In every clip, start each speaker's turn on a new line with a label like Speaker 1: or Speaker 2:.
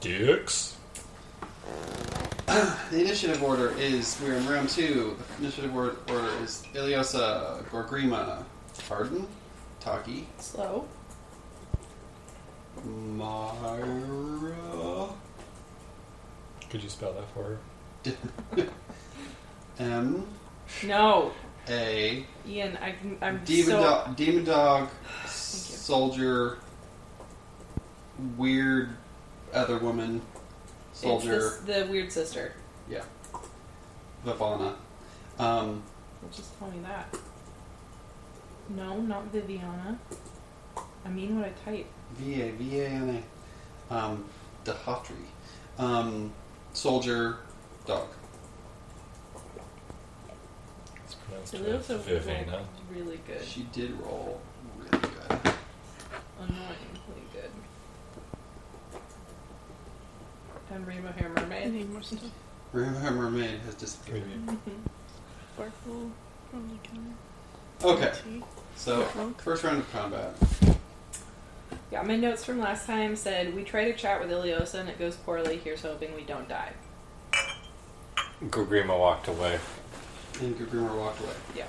Speaker 1: Dicks.
Speaker 2: The initiative order is we're in round two. The initiative or- order is Iliosa, Gorgrima, Pardon, Taki,
Speaker 3: Slow.
Speaker 2: Mara,
Speaker 1: Could you spell that for her?
Speaker 2: M,
Speaker 3: No,
Speaker 2: A,
Speaker 3: Ian. I, can- I'm
Speaker 2: Demon,
Speaker 3: so.
Speaker 2: dog, demon dog, soldier, weird other woman, soldier,
Speaker 3: It's this, the weird sister.
Speaker 2: Vivana. Um,
Speaker 3: Well, Just tell me that. No, not Viviana. I mean what I type.
Speaker 2: V A V A N A. Um, Dahatri. Um, soldier, dog.
Speaker 1: It's pronounced
Speaker 3: So those are
Speaker 1: Vivena.
Speaker 3: really good.
Speaker 2: She did roll really good.
Speaker 3: Annoyingly good. And Rainbow Hair Mermaid.
Speaker 4: Any more stuff?
Speaker 2: Remember, mermaid has disappeared.
Speaker 1: Maybe.
Speaker 4: Sparkle from the counter.
Speaker 2: Okay,
Speaker 4: Tea.
Speaker 2: so
Speaker 4: Drunk.
Speaker 2: first round of combat.
Speaker 3: Yeah, my notes from last time said we try to chat with Iliosa and it goes poorly. Here's hoping we don't die.
Speaker 1: Gogrima walked away.
Speaker 2: And Gugrimer walked away.
Speaker 3: Yeah.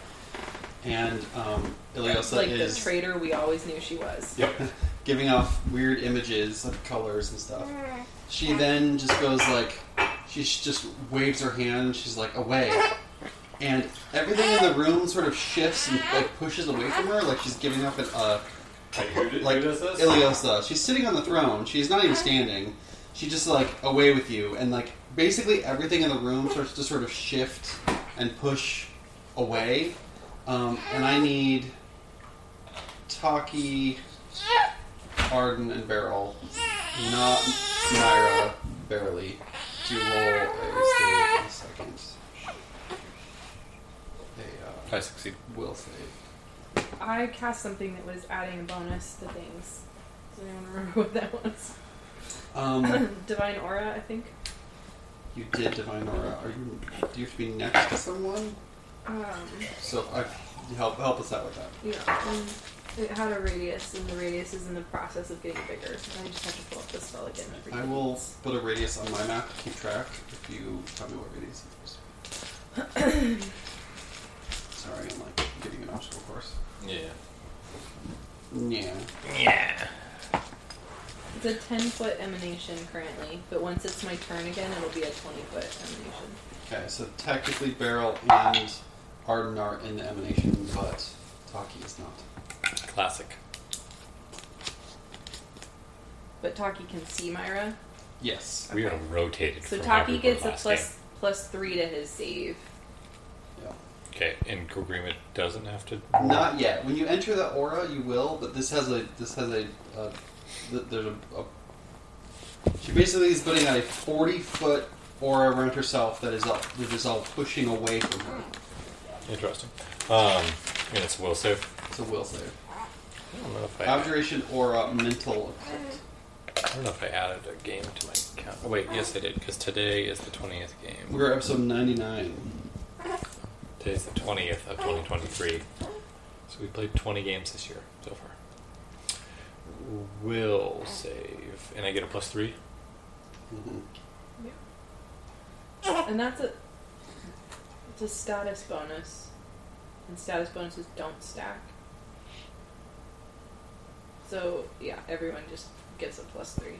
Speaker 2: And um, Iliosa
Speaker 3: like
Speaker 2: is.
Speaker 3: the traitor we always knew she was.
Speaker 1: Yep.
Speaker 2: giving off weird images of colors and stuff. She then just goes like, she sh- just waves her hand. and She's like, away, and everything in the room sort of shifts and like pushes away from her. Like she's giving up an uh, like Iliosa. She's sitting on the throne. She's not even standing. She just like away with you, and like basically everything in the room starts to sort of shift and push away. Um, and I need Taki, Arden, and Beryl, not Myra, barely, to roll a save in a second. A uh,
Speaker 5: I succeed.
Speaker 2: will save.
Speaker 3: I cast something that was adding a bonus to things. Does anyone remember what that was?
Speaker 2: Um,
Speaker 3: Divine Aura, I think.
Speaker 2: You did divine aura. Are you? Do you have to be next to someone?
Speaker 3: Um,
Speaker 2: So I help help us out with that.
Speaker 3: Yeah, and it had a radius, and the radius is in the process of getting bigger. And I just have to pull up the spell again. Every
Speaker 2: I
Speaker 3: few
Speaker 2: will
Speaker 3: minutes.
Speaker 2: put a radius on my map to keep track. If you tell me what radius it is. Sorry, I'm like giving an obstacle course.
Speaker 1: Yeah.
Speaker 2: Yeah.
Speaker 1: Yeah.
Speaker 3: It's a ten foot emanation currently, but once it's my turn again, it'll be a twenty foot emanation.
Speaker 2: Okay. So technically, Beryl and Arden are in the emanation, but Taki is not.
Speaker 5: Classic.
Speaker 3: But Taki can see Myra,
Speaker 2: Yes.
Speaker 5: We are rotated.
Speaker 3: so
Speaker 5: from how
Speaker 3: Taki
Speaker 5: we were
Speaker 3: gets a
Speaker 5: last
Speaker 3: plus- plus three to his save.
Speaker 2: Yeah.
Speaker 5: game. Okay, and Gogrima doesn't have to.
Speaker 2: Not yet. When you enter the aura, you will. But this has a this has a uh, th- there's a, a she basically is putting out a forty foot aura around herself that is all that is all pushing away from her.
Speaker 5: Interesting. Um, and it's a will save.
Speaker 2: It's a will save.
Speaker 5: I don't know if I.
Speaker 2: Abjuration aura mental. occult.
Speaker 5: I don't know if I added a game to my count. Oh, wait, yes I did, because today is the twentieth game.
Speaker 2: We're episode ninety nine.
Speaker 5: Today's the twentieth of twenty twenty three. So we played twenty games this year so far. Will save, and I get a plus three.
Speaker 2: Mm-hmm.
Speaker 3: And that's a it's a status bonus. And status bonuses don't stack. So yeah, everyone just gets a plus three.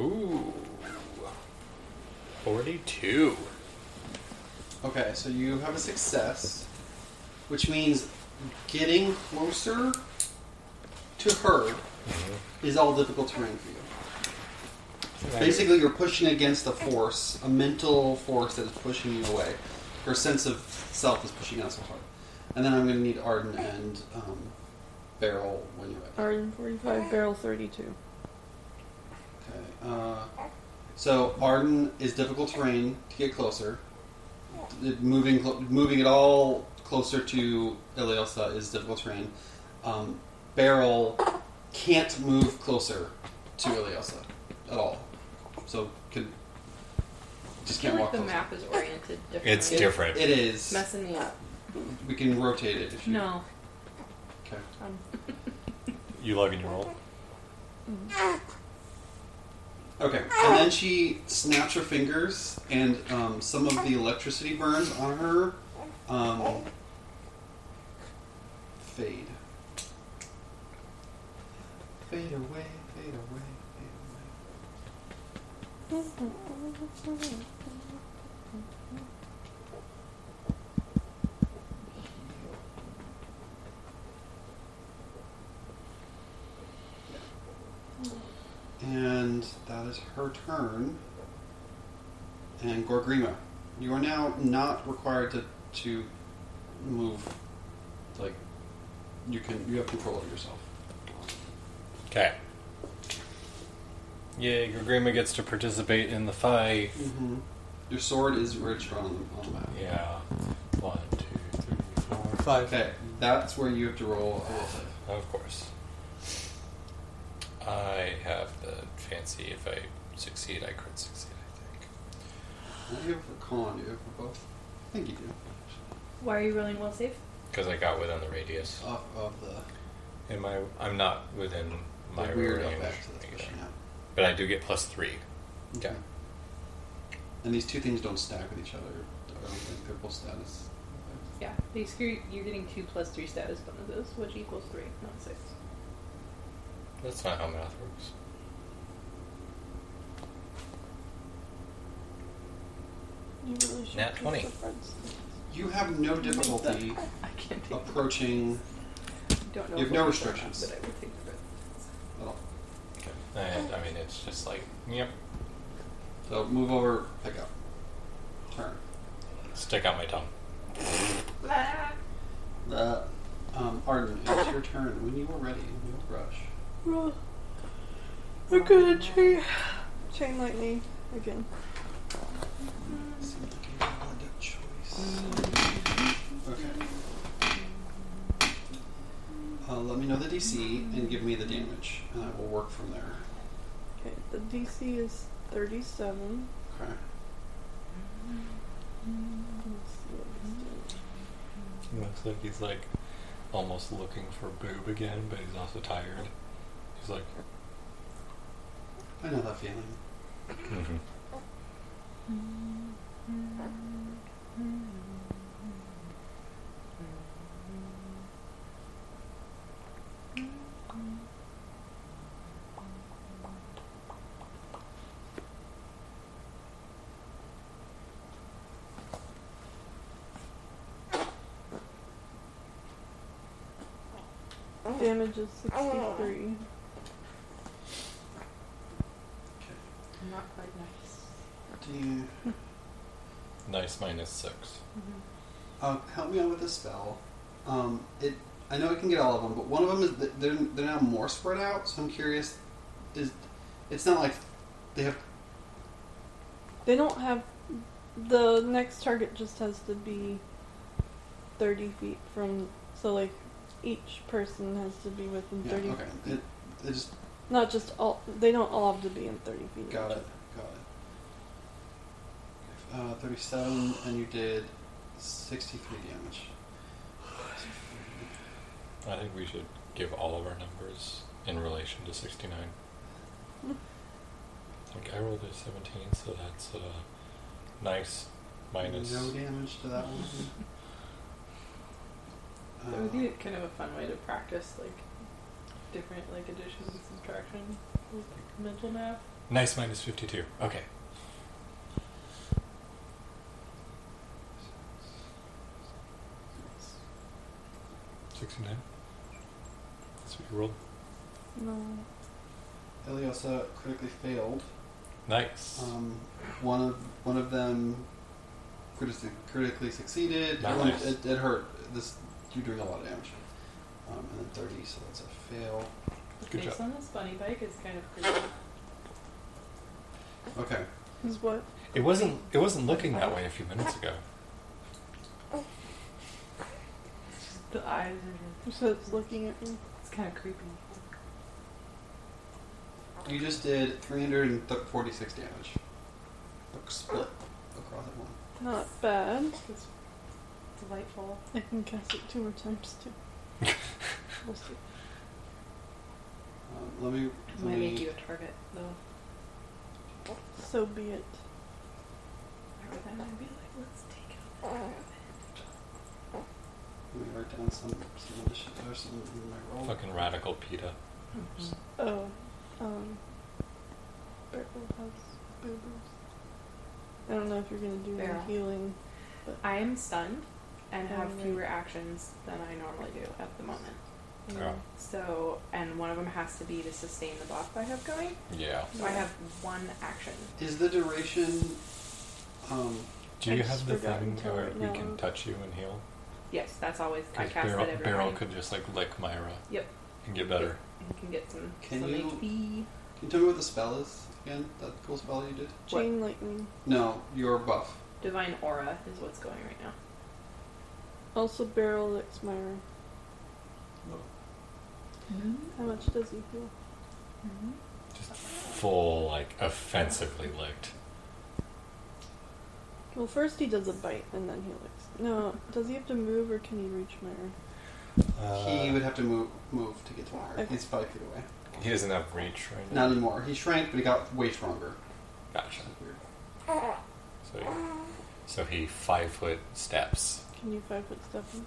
Speaker 5: Ooh, forty-two.
Speaker 2: Okay, so you have a success, which means getting closer to her is all difficult terrain for you. Basically, you're pushing against a force, a mental force that is pushing you away. Her sense of self is pushing out so hard. And then I'm going to need Arden and um, Beryl when you're ready.
Speaker 4: Arden 45, barrel 32.
Speaker 2: Okay. Uh, so Arden is difficult terrain to get closer. Th- Moving, clo- moving it all closer to Iliosa is difficult terrain. Um, Beryl can't move closer to Iliosa at all. So could just
Speaker 3: I feel
Speaker 2: can't
Speaker 3: like
Speaker 2: walk
Speaker 3: the
Speaker 2: closer.
Speaker 3: map is oriented differently.
Speaker 5: It's different.
Speaker 2: It is.
Speaker 3: It's messing me up.
Speaker 2: We can rotate it. If you,
Speaker 3: No.
Speaker 2: Okay.
Speaker 4: Um,
Speaker 5: You log in your roll.
Speaker 2: Okay, and then she snaps her fingers, and um, some of the electricity burns on her um, fade. Fade away, fade away, fade away. And that is her turn. And Gorgrima, you are now not required to, to move. Like, you can you have control of yourself.
Speaker 1: Okay. Yay, Grima gets to participate in the fight.
Speaker 2: Mm-hmm. Your sword is where it's drawn on the, on the map.
Speaker 1: Yeah. One, two, three, four, five.
Speaker 2: Okay, that's where you have to roll a will save.
Speaker 1: Of course. I have the fancy if I succeed, I could succeed, I think.
Speaker 2: Do you have for con? Do you have for both? I think you do. actually.
Speaker 3: Why are you rolling will save?
Speaker 1: Because I got within the radius.
Speaker 2: Off of the
Speaker 1: Am I? I'm not within my
Speaker 2: the weird
Speaker 1: range.
Speaker 2: effect that's
Speaker 1: either.
Speaker 2: pushing out.
Speaker 1: But I do get plus three.
Speaker 2: Okay. And these two things don't stack with each other. I don't think they're both status.
Speaker 3: Yeah. Basically, you're getting two plus three status bonuses, which equals three, not six.
Speaker 1: That's not how math works.
Speaker 4: You really should.
Speaker 1: Nat 20.
Speaker 4: difference.
Speaker 2: You have no difficulty
Speaker 3: I can't take.
Speaker 2: approaching
Speaker 3: Don't know.
Speaker 2: You
Speaker 3: if
Speaker 2: have no
Speaker 3: it was or not,
Speaker 2: restrictions.
Speaker 3: But I would take the risk.
Speaker 2: at all.
Speaker 1: And I mean, it's just like, yep.
Speaker 2: So move over, pick up. Turn.
Speaker 1: Stick out my tongue.
Speaker 2: Uh, um, Arden, it's your turn. When you are ready, no rush.
Speaker 4: Roll. I'm gonna chain, chain lightning again.
Speaker 2: Seems like you have a good choice. Okay. Uh, let me know the DC and give me the damage, and I will work from there.
Speaker 4: Okay, the DC is 37.
Speaker 2: Okay.
Speaker 4: Let's see what this does.
Speaker 1: Looks like he's like almost looking for boob again, but he's also tired. He's like,
Speaker 2: I know that feeling.
Speaker 1: Mm-hmm.
Speaker 2: Oh.
Speaker 4: Damage is 63.
Speaker 3: Not quite nice.
Speaker 2: Do you
Speaker 1: nice minus six.
Speaker 2: uh, help me out with this spell? Um, it. I know I can get all of them, but one of them is th- they're they're now more spread out. So I'm curious. Is it's not like they have
Speaker 4: They don't have. The next target just has to be 30 feet from. So, like, each person has to be within
Speaker 2: yeah,
Speaker 4: 30
Speaker 2: okay. It, it just
Speaker 4: Not just all. They don't all have to be in 30 feet. of
Speaker 2: Got
Speaker 4: each
Speaker 2: it. Got it. Uh, 37, and you did 63 damage.
Speaker 1: I think we should give all of our numbers in relation to 69. Like, I rolled a 17, so that's a nice minus.
Speaker 2: No damage to that one.
Speaker 3: That would
Speaker 2: Uh,
Speaker 3: be kind of a fun way to practice, like different like addition and subtraction with mental math.
Speaker 1: Nice minus 52. Okay. Sixty-nine. That's what you rolled.
Speaker 4: No.
Speaker 2: Iliosa Uh, critically failed.
Speaker 1: Nice.
Speaker 2: Um, one of one of them critically, critically succeeded.
Speaker 1: Nice.
Speaker 2: One- it, it hurt. This you're doing a lot of damage. Um, and then 30, so that's a fail.
Speaker 3: The
Speaker 1: Good
Speaker 3: face
Speaker 1: job.
Speaker 3: on this bunny bike is kind of creepy.
Speaker 2: Okay.
Speaker 4: Is what?
Speaker 1: it wasn't. It wasn't looking that way a few minutes ago.
Speaker 3: The eyes are
Speaker 4: So it's looking at me.
Speaker 3: just, it's kind of creepy.
Speaker 2: You just did 346 damage. Look, Split across that one.
Speaker 4: Not bad.
Speaker 3: It's delightful.
Speaker 4: I can cast it two more times too. We'll see.
Speaker 2: Um, let me.
Speaker 3: It
Speaker 2: Let
Speaker 3: might make
Speaker 2: me
Speaker 3: you a target, though.
Speaker 4: So be it.
Speaker 3: I might be like, let's take out
Speaker 2: let me write down some some initiative or some in my roll.
Speaker 1: Fucking radical PETA.
Speaker 4: Oh, um, Barrel has boobers. I don't know if you're gonna do
Speaker 3: Barrel.
Speaker 4: any healing.
Speaker 3: I am stunned and have
Speaker 4: Alright.
Speaker 3: fewer actions than I normally do at the moment.
Speaker 2: Oh.
Speaker 1: Yeah.
Speaker 3: So, and one of them has to be to sustain the buff I have going.
Speaker 1: Yeah.
Speaker 3: So I have one action.
Speaker 2: Is the duration? Um,
Speaker 1: Do
Speaker 4: I
Speaker 1: you
Speaker 4: just
Speaker 1: have the
Speaker 4: forgot
Speaker 1: thing
Speaker 4: until
Speaker 1: where
Speaker 4: right
Speaker 1: we
Speaker 4: now.
Speaker 1: can touch you and heal?
Speaker 3: Yes, that's always I
Speaker 1: Because
Speaker 3: cast
Speaker 1: Beryl,
Speaker 3: that every
Speaker 1: Beryl
Speaker 3: time.
Speaker 1: could just like lick Myra.
Speaker 3: Yep.
Speaker 1: And get better.
Speaker 3: You can get some,
Speaker 2: Can
Speaker 3: some
Speaker 2: you-
Speaker 3: HP.
Speaker 2: can you tell me what the spell is again? That cool spell you did?
Speaker 4: Chain lightning.
Speaker 2: No, your buff.
Speaker 3: Divine aura is what's going right now.
Speaker 4: Also, Barrel licks Myra.
Speaker 3: Mm-hmm.
Speaker 4: How much does he heal?
Speaker 1: Just full, like, offensively licked.
Speaker 4: Well, first he does a bite and then he licks. No, does he have to move or can he reach Myra?
Speaker 1: Uh,
Speaker 2: he would have to move move to get to her.
Speaker 4: Okay.
Speaker 2: He's five feet away.
Speaker 1: he doesn't have reach right now.
Speaker 2: Not anymore. He shrank, but he got way stronger.
Speaker 1: Gotcha.
Speaker 2: Which is weird.
Speaker 1: So he, so he five foot steps.
Speaker 4: Can you five foot step him?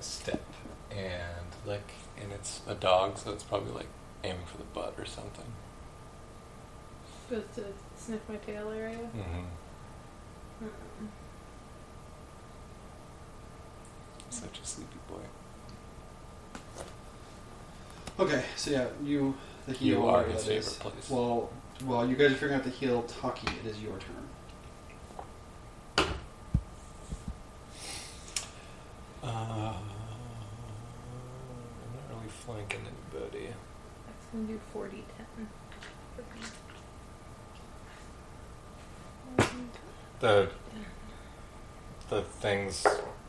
Speaker 1: Step. And lick. And it's a dog, so it's probably like aiming for the butt or something.
Speaker 3: Goes to sniff my tail area.
Speaker 1: Mm-hmm. Such a sleepy boy.
Speaker 2: Okay, so yeah, you the heal.
Speaker 1: You are
Speaker 2: whatever
Speaker 1: his
Speaker 2: that is.
Speaker 1: favorite place.
Speaker 2: Well, while you guys are figuring out the heal, Taki, it is your turn.
Speaker 1: Uh, I'm not really flanking anybody.
Speaker 3: That's gonna do 40 10.
Speaker 1: The the things,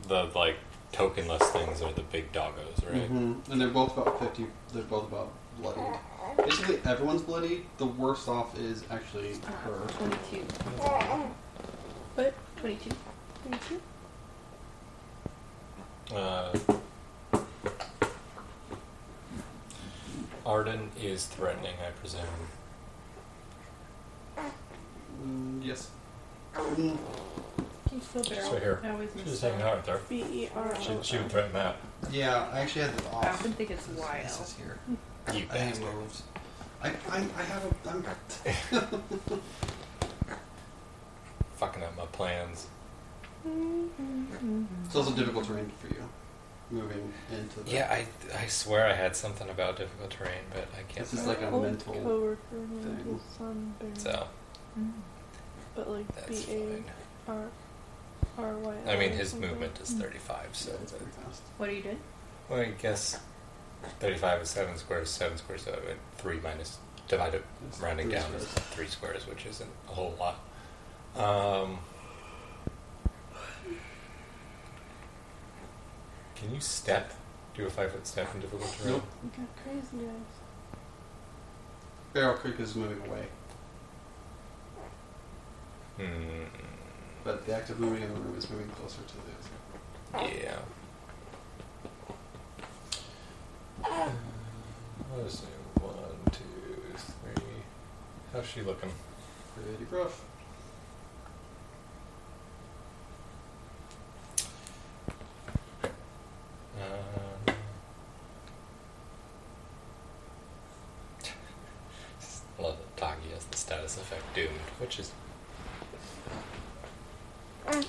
Speaker 1: the like tokenless things are the big doggos, right?
Speaker 2: Mm-hmm. And they're both about fifty. They're both about bloodied. Basically, everyone's bloody. The worst off is actually
Speaker 3: Uh,
Speaker 2: her.
Speaker 3: 22.
Speaker 4: But
Speaker 3: 22.
Speaker 4: thank you.
Speaker 1: Uh, Arden is threatening, I presume.
Speaker 2: Mm, yes. Mm,
Speaker 3: Can you spell barrel?
Speaker 1: So here.
Speaker 3: I always
Speaker 1: She's
Speaker 3: miss
Speaker 1: just hanging
Speaker 3: that.
Speaker 1: out with her.
Speaker 4: B E R
Speaker 1: She,
Speaker 4: O.
Speaker 1: she would threaten that.
Speaker 2: yeah, I actually had it
Speaker 3: I
Speaker 2: off.
Speaker 3: often think it's
Speaker 2: This is- This
Speaker 3: YL.
Speaker 2: is here.
Speaker 1: You
Speaker 2: I think it
Speaker 1: bastard.
Speaker 2: moved. I, I, I have a. I'm,
Speaker 1: Fucking up my plans.
Speaker 4: E
Speaker 2: it's also difficult terrain for you. Moving into the.
Speaker 1: Yeah, I, I swear I had something about difficult terrain, but I can't.
Speaker 2: This is
Speaker 1: remember.
Speaker 2: like a
Speaker 4: old
Speaker 2: mental
Speaker 4: coworker named
Speaker 2: thing.
Speaker 4: his son Barrel.
Speaker 1: so
Speaker 3: Mm-hmm.
Speaker 4: But like
Speaker 1: that's
Speaker 4: B A
Speaker 1: fine.
Speaker 4: R R Y.
Speaker 1: I mean, his movement is 35, so
Speaker 2: So it's
Speaker 1: that-
Speaker 2: pretty fast.
Speaker 3: What are you doing?
Speaker 1: well, I guess 35 is 7 squares, 7 squares, so it- 3 minus, divided,
Speaker 2: It's
Speaker 1: rounding
Speaker 2: three
Speaker 1: down is
Speaker 2: squares.
Speaker 1: 3 squares, which isn't a whole lot. Um, can you step, do a 5 foot step in difficult terrain?
Speaker 2: Nope.
Speaker 4: You got crazy eyes.
Speaker 2: Barrel Creek is moving away,
Speaker 1: Hmm,
Speaker 2: but the act of moving in the room is moving closer to the.
Speaker 1: yeah.
Speaker 2: Ah.
Speaker 1: Uh, Let's do one, two, three. How's she looking?
Speaker 2: Pretty rough.
Speaker 1: Um, love that Doggy has the status effect doomed, which is.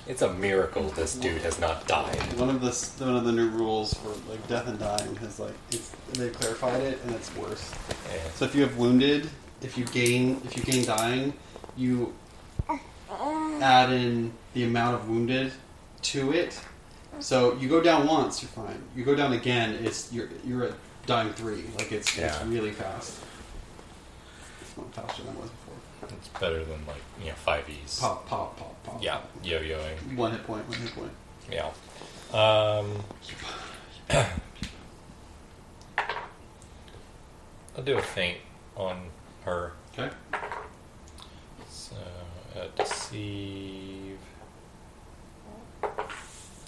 Speaker 1: It's a miracle this dude has not died.
Speaker 2: One of the s- one of the new rules for like death and dying has like it's they clarified it and it's worse.
Speaker 1: And
Speaker 2: So if you have wounded, if you gain if you gain dying, you add in the amount of wounded to it. So you go down once, you're fine. You go down again, it's you're you're at dying three. Like it's it's
Speaker 1: Yeah.
Speaker 2: really fast. It's not faster than it was before.
Speaker 1: it's better than, like, you know, 5e's.
Speaker 2: Pop pop pop pop.
Speaker 1: Yeah, yo yoing.
Speaker 2: One hit point. One hit point.
Speaker 1: Yeah. Um, I'll do a feint on her.
Speaker 2: Okay.
Speaker 1: So, uh, deceive.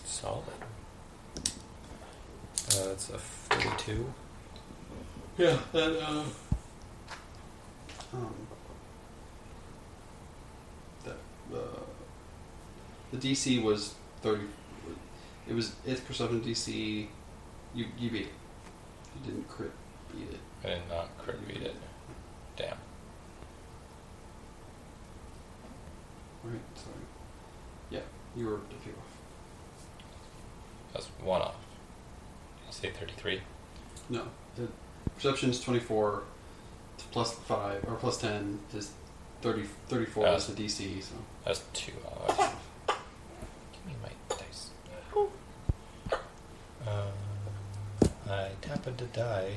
Speaker 1: Solid. Uh, that's a 42.
Speaker 2: Yeah, that uh, um, that uh, the DC was thirty. It was its perception DC. You you beat it. You didn't crit beat it.
Speaker 1: I did not crit read it. Damn.
Speaker 2: Right. Sorry. Yeah, you were a few off.
Speaker 1: That's one off. You say 33.
Speaker 2: No, the perception is twenty four. Plus five or plus ten is 30, 34
Speaker 1: Uh,
Speaker 2: is the DC. So
Speaker 1: That's two off. Give me my dice. Uh, I tap it to die.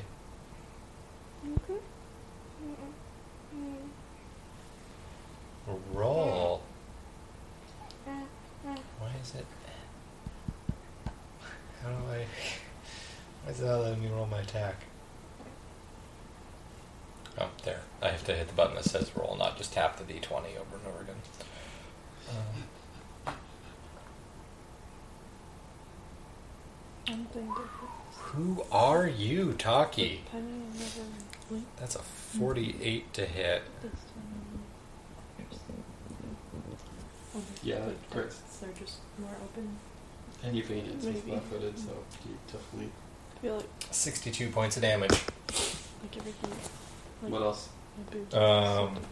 Speaker 1: Roll. Why is it? How do I? Why is it not letting me roll my attack? Oh, there. I have to hit the button that says roll, not just tap the d20 over and over again. Um,
Speaker 4: One thing different.
Speaker 1: who are you, Taki?
Speaker 4: Penny and never blinked
Speaker 1: That's a 48 to hit.
Speaker 4: this time.
Speaker 3: Oh,
Speaker 2: Yeah,
Speaker 3: the
Speaker 2: great.
Speaker 3: texts are just more open.
Speaker 2: and you fainted. So it's
Speaker 4: Maybe.
Speaker 2: left footed. So you definitely.
Speaker 4: I feel like
Speaker 1: 62 points of damage.
Speaker 4: like everything. Like
Speaker 2: What else?
Speaker 4: my boobs
Speaker 1: Um,
Speaker 4: did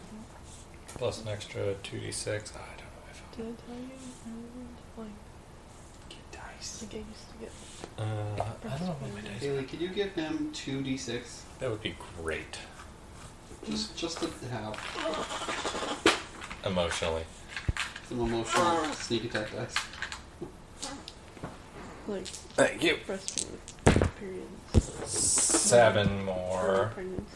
Speaker 1: Plus an extra 2d6. I don't know if
Speaker 4: I tell you? I learned, like,
Speaker 2: Get dice.
Speaker 4: like I used to get.
Speaker 1: I. Uh, I don't know what my dice
Speaker 2: Haley, could you give him two d six?
Speaker 1: That would be great.
Speaker 2: Just just to have
Speaker 1: Emotionally.
Speaker 2: some emotional
Speaker 4: Uh.
Speaker 2: sneak attack dice.
Speaker 4: Like
Speaker 1: Thank you.
Speaker 4: frustrated periods.
Speaker 1: Seven
Speaker 4: for
Speaker 1: more.
Speaker 4: pregnancy.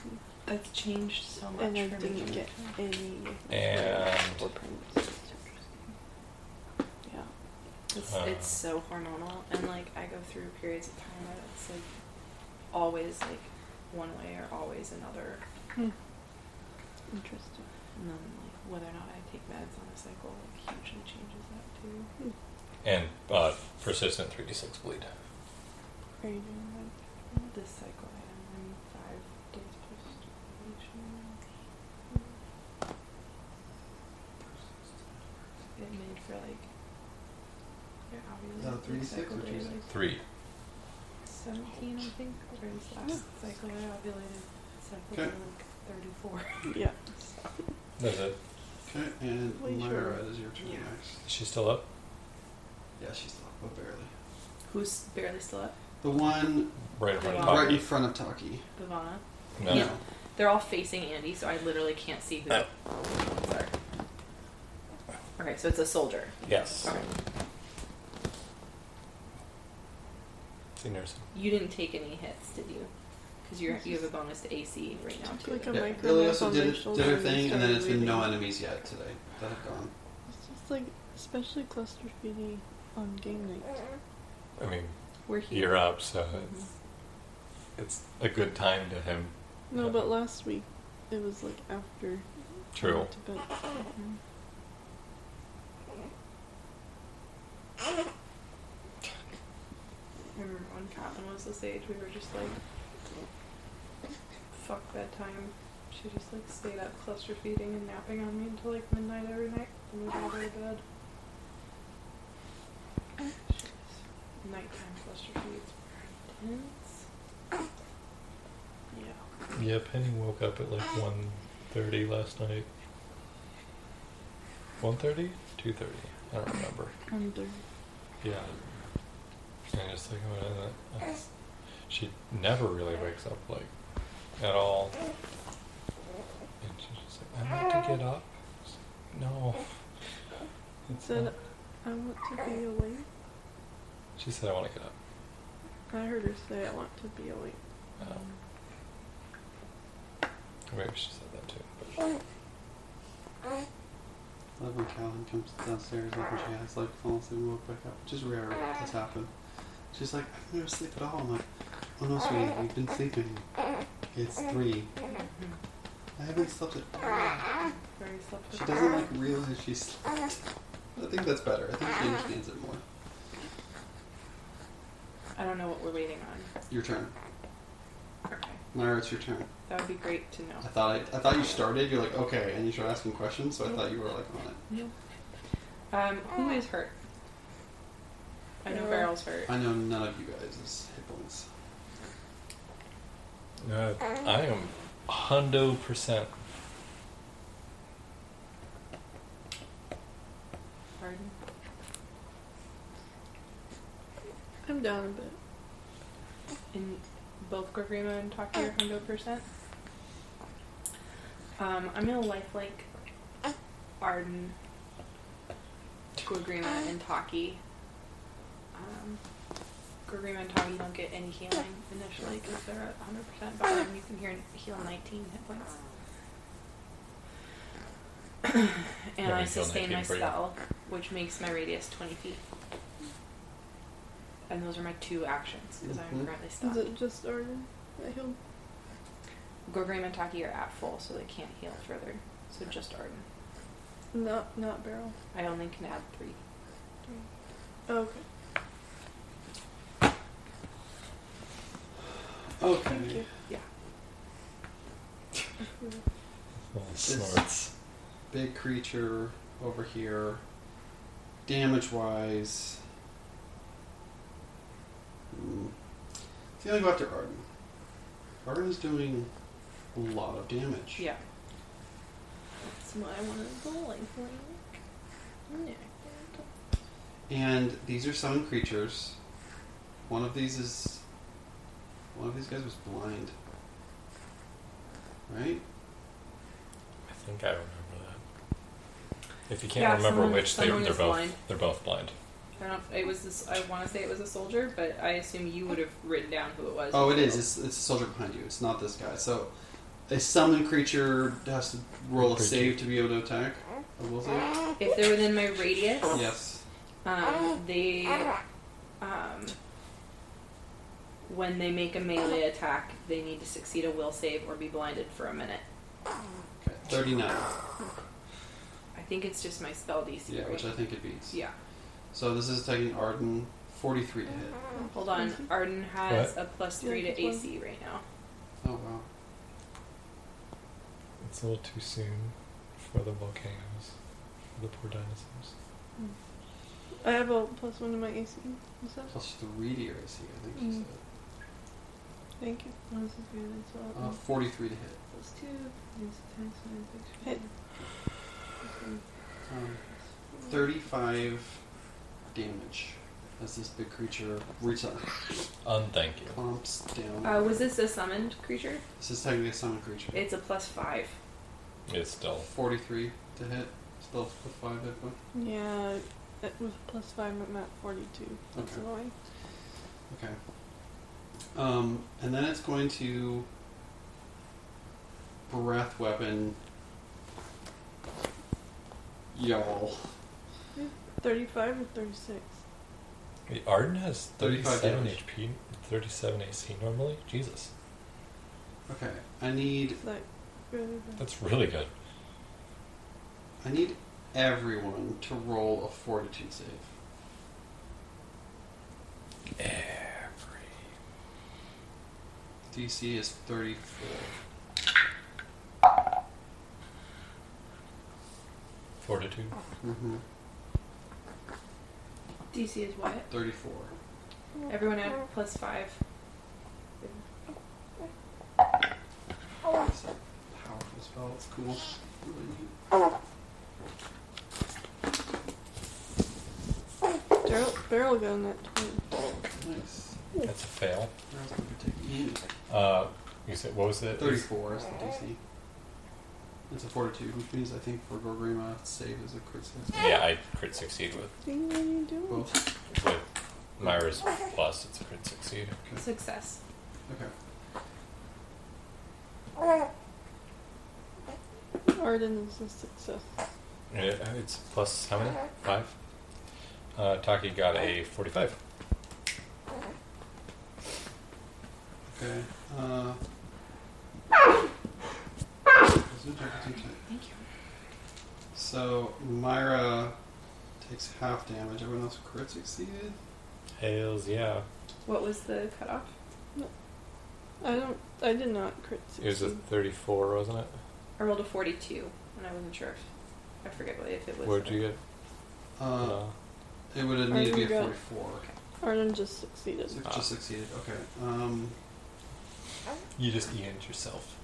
Speaker 3: That's changed so much
Speaker 4: And I
Speaker 3: for me.
Speaker 4: didn't get any.
Speaker 1: And-
Speaker 4: for pregnancy. Yeah.
Speaker 3: It's,
Speaker 1: Uh.
Speaker 3: it's so hormonal, and like I go through periods of time where it's like always like one way or always another,
Speaker 4: Hmm. Interesting.
Speaker 3: and then like whether or not I take meds on a cycle like hugely changes that too.
Speaker 1: And uh, persistent 3d6 bleed.
Speaker 4: Are you doing
Speaker 3: This cycle I am I'm five days post ovulation. It made for like yeah, obviously
Speaker 2: Uh, three to six
Speaker 3: cycle
Speaker 2: or two to
Speaker 3: days,
Speaker 2: six?
Speaker 3: like,
Speaker 1: Three.
Speaker 3: Seventeen, I think, or his last cycle I ovulated. Cycle
Speaker 2: Okay.
Speaker 3: day, like thirty-four.
Speaker 4: that? Yeah.
Speaker 1: That's it.
Speaker 2: Okay, and
Speaker 4: Wait,
Speaker 2: Lyra,
Speaker 4: sure.
Speaker 2: it is your turn
Speaker 3: Yeah.
Speaker 2: next.
Speaker 1: Is she still up?
Speaker 2: Yeah, she's still up, but barely.
Speaker 3: Who's barely still up?
Speaker 2: The one
Speaker 1: Right in front of
Speaker 3: Wow.
Speaker 2: right in
Speaker 1: Taki.
Speaker 2: front of Taki.
Speaker 3: Bavana.
Speaker 1: No.
Speaker 2: No.
Speaker 3: They're all facing Andy, so I literally can't see who.
Speaker 1: Oh.
Speaker 3: Sorry. Okay, so it's a soldier.
Speaker 1: Yes.
Speaker 3: Okay.
Speaker 1: See nursing.
Speaker 3: You didn't take any hits, did you? Because you you have a bonus to AC right now
Speaker 4: Just
Speaker 3: too.
Speaker 4: like a
Speaker 2: Yeah,
Speaker 4: micro
Speaker 2: Ilya
Speaker 4: knife
Speaker 2: also
Speaker 4: on
Speaker 2: did,
Speaker 4: their
Speaker 2: it-
Speaker 4: shoulder
Speaker 2: did her
Speaker 4: and they
Speaker 2: thing, and then
Speaker 4: started
Speaker 2: it's been no
Speaker 4: reading.
Speaker 2: enemies yet today that have gone.
Speaker 4: It's just like especially cluster feeding on game night.
Speaker 1: I mean,
Speaker 3: We're here.
Speaker 1: you're up, so it's, it's a good time to him.
Speaker 4: No, but last week it was like after. I
Speaker 1: True.
Speaker 4: went to bed.
Speaker 3: I remember when Catelyn was this age, we were just like, fuck bedtime. She just like stayed up cluster feeding and napping on me until like midnight every night, and we got her to bed. She was- Nighttime cluster feeds were intense. Yeah.
Speaker 5: Yeah, Penny woke up at like 1.30 last night. 1.30? 2.30. I don't remember.
Speaker 4: Under.
Speaker 5: Yeah. And I just like, oh, that, that's- she never really wakes up like at all. And she's just like, I need to get up. It's like, No. It's
Speaker 4: Said
Speaker 5: not-
Speaker 4: I want to be awake.
Speaker 5: she said, I want to get up.
Speaker 4: I heard her say I want to be awake.
Speaker 1: Um, maybe she said that too. But
Speaker 2: I love when Callan comes downstairs like when she has like fallen asleep and woke back up, which is rare that this happen. She's like, I've never slept at all. I'm like, oh no, sweetie, we've been sleeping. It's three. I haven't slept at all.
Speaker 3: Very slept
Speaker 2: She doesn't like realize she slept. I think that's better. I think she understands it more.
Speaker 3: I don't know what we're waiting on.
Speaker 2: Your turn.
Speaker 3: Okay.
Speaker 2: Lyra, it's your turn.
Speaker 3: That would be great to know.
Speaker 2: I thought I, I thought you started. You're like okay, and you started asking questions, so I thought you were like on it.
Speaker 3: Um, who is hurt? I know
Speaker 4: Yeah.
Speaker 3: Barrel's hurt.
Speaker 2: I know none of you guys is hit points.
Speaker 5: Uh, I am hundo percent.
Speaker 3: Pardon?
Speaker 4: I'm down a bit.
Speaker 3: In both Gorgrima and Taki are hundred percent. Um, I'm gonna lifelike Arden, Gorgrima, and Taki. Um, Gorgrima and Taki don't get any healing initially because they're at hundred percent, but Arden, you can hear, heal nineteen hit points. and
Speaker 1: Yeah,
Speaker 3: I
Speaker 1: you heal
Speaker 3: sustain my
Speaker 1: 19 for you.
Speaker 3: spell, which makes my radius twenty feet. And those are my two actions because I'm
Speaker 2: Mhm.
Speaker 3: currently stuck.
Speaker 4: Is it just Arden? I healed.
Speaker 3: Gorgrim and Taki are at full, so they can't heal further. So just Arden.
Speaker 4: Not not barrel. Oh,
Speaker 3: I only can add three.
Speaker 4: Okay.
Speaker 2: Okay.
Speaker 4: Thank you.
Speaker 3: Yeah.
Speaker 5: Little
Speaker 2: This-
Speaker 5: snorts.
Speaker 2: big creature over here. Damage wise. Hmm. It's gonna go after Arden. Arden's doing a lot of damage.
Speaker 3: Yeah.
Speaker 4: That's why I wanted to go like Yeah.
Speaker 2: And these are summon creatures. One of these is. One of these guys was blind. Right?
Speaker 1: I think I remember that. If you can't
Speaker 3: Yeah,
Speaker 1: remember
Speaker 3: someone-
Speaker 1: which, they, they're
Speaker 3: someone
Speaker 1: both
Speaker 3: is blind.
Speaker 1: they're both blind.
Speaker 3: I don't. It was this. I want to say it was a soldier, but I assume you would have written down who it was.
Speaker 2: Oh, it is. It's, it's a soldier behind you. It's not this guy. So, a summon creature has to roll a
Speaker 5: Creature.
Speaker 2: save to be able to attack. A will save?
Speaker 3: If they're within my radius,
Speaker 2: Yes.
Speaker 3: um, they, um, when they make a melee attack, they need to succeed a will save or be blinded for a minute.
Speaker 2: Okay, 39.
Speaker 3: I think it's just my spell DC.
Speaker 2: Yeah,
Speaker 3: right?
Speaker 2: which I think it beats.
Speaker 3: yeah.
Speaker 2: So this is attacking Arden. 43 to hit.
Speaker 3: Hold on.
Speaker 4: Mhm.
Speaker 3: Arden has a plus
Speaker 4: Yeah,
Speaker 3: three to
Speaker 4: that's one.
Speaker 3: AC right now. Mm-hmm.
Speaker 2: Oh, wow.
Speaker 5: It's a little too soon for the volcanoes, for the poor dinosaurs.
Speaker 4: I have a plus one to my AC. Is that?
Speaker 2: Plus 3 to your AC, I think she
Speaker 4: Mm.
Speaker 2: said.
Speaker 4: Thank you. Oh, this is good. It's all
Speaker 2: Uh,
Speaker 1: Oh.
Speaker 2: 43 to hit.
Speaker 4: plus two. It's times nine, six, Hit.
Speaker 2: Um, 35 damage as this big creature reaches out,
Speaker 1: Unthank you.
Speaker 2: clomps down.
Speaker 3: Uh, was this a summoned creature?
Speaker 2: this is technically a summon creature.
Speaker 3: It's a plus five.
Speaker 1: It's still
Speaker 2: 43 to hit. Still with 5 hit point.
Speaker 4: Yeah, it was plus five, but not forty-two. That's
Speaker 2: Okay.
Speaker 4: annoying.
Speaker 2: Okay. Um, and then it's going to breath weapon y'all.
Speaker 4: Thirty-five or thirty-six.
Speaker 1: Wait, Arden has
Speaker 2: 35
Speaker 1: 37
Speaker 2: damage.
Speaker 1: HP, 37 AC normally. Jesus,
Speaker 2: Okay, I need
Speaker 4: It's like really bad.
Speaker 1: that's really good.
Speaker 2: I need everyone to roll a fortitude save.
Speaker 1: Every
Speaker 2: DC is 34.
Speaker 1: 42.
Speaker 2: Mm-hmm.
Speaker 3: DC is what?
Speaker 2: 34.
Speaker 3: Everyone add plus five.
Speaker 2: It's a powerful spell. It's cool. Really neat.
Speaker 4: Barrel, barrel gun at twenty.
Speaker 2: Nice.
Speaker 1: That's a fail.
Speaker 2: Where else could we take you?
Speaker 1: Uh, you said what was it?
Speaker 2: 34 is the DC. It's a fortitude, which means I think for Gorgrima, save is a crit success.
Speaker 1: Yeah, I crit succeed with
Speaker 4: See what are you doing?
Speaker 2: Both.
Speaker 1: with Myra's plus. It's a crit succeed.
Speaker 3: Success.
Speaker 2: Okay.
Speaker 4: Arden is a success.
Speaker 1: It, Uh, it's plus how many? Five. Uh, Taki got a 45.
Speaker 2: Okay. Uh.
Speaker 3: Thank you.
Speaker 2: So Myra takes half damage. Everyone else crit succeeded.
Speaker 1: Hails, yeah.
Speaker 3: What was the cutoff?
Speaker 4: I don't. I did not crit
Speaker 5: It was a
Speaker 4: succeed.
Speaker 5: 34, wasn't it?
Speaker 3: I rolled a 42, and I wasn't sure if. I forget what if it was.
Speaker 5: Where'd you get?
Speaker 2: Uh,
Speaker 5: No.
Speaker 2: It would have needed to be a
Speaker 4: Arden got-
Speaker 2: 44.
Speaker 4: Arden just succeeded.
Speaker 2: So it
Speaker 5: Ah.
Speaker 2: just succeeded. Okay. Um,
Speaker 5: You just EN'd yourself.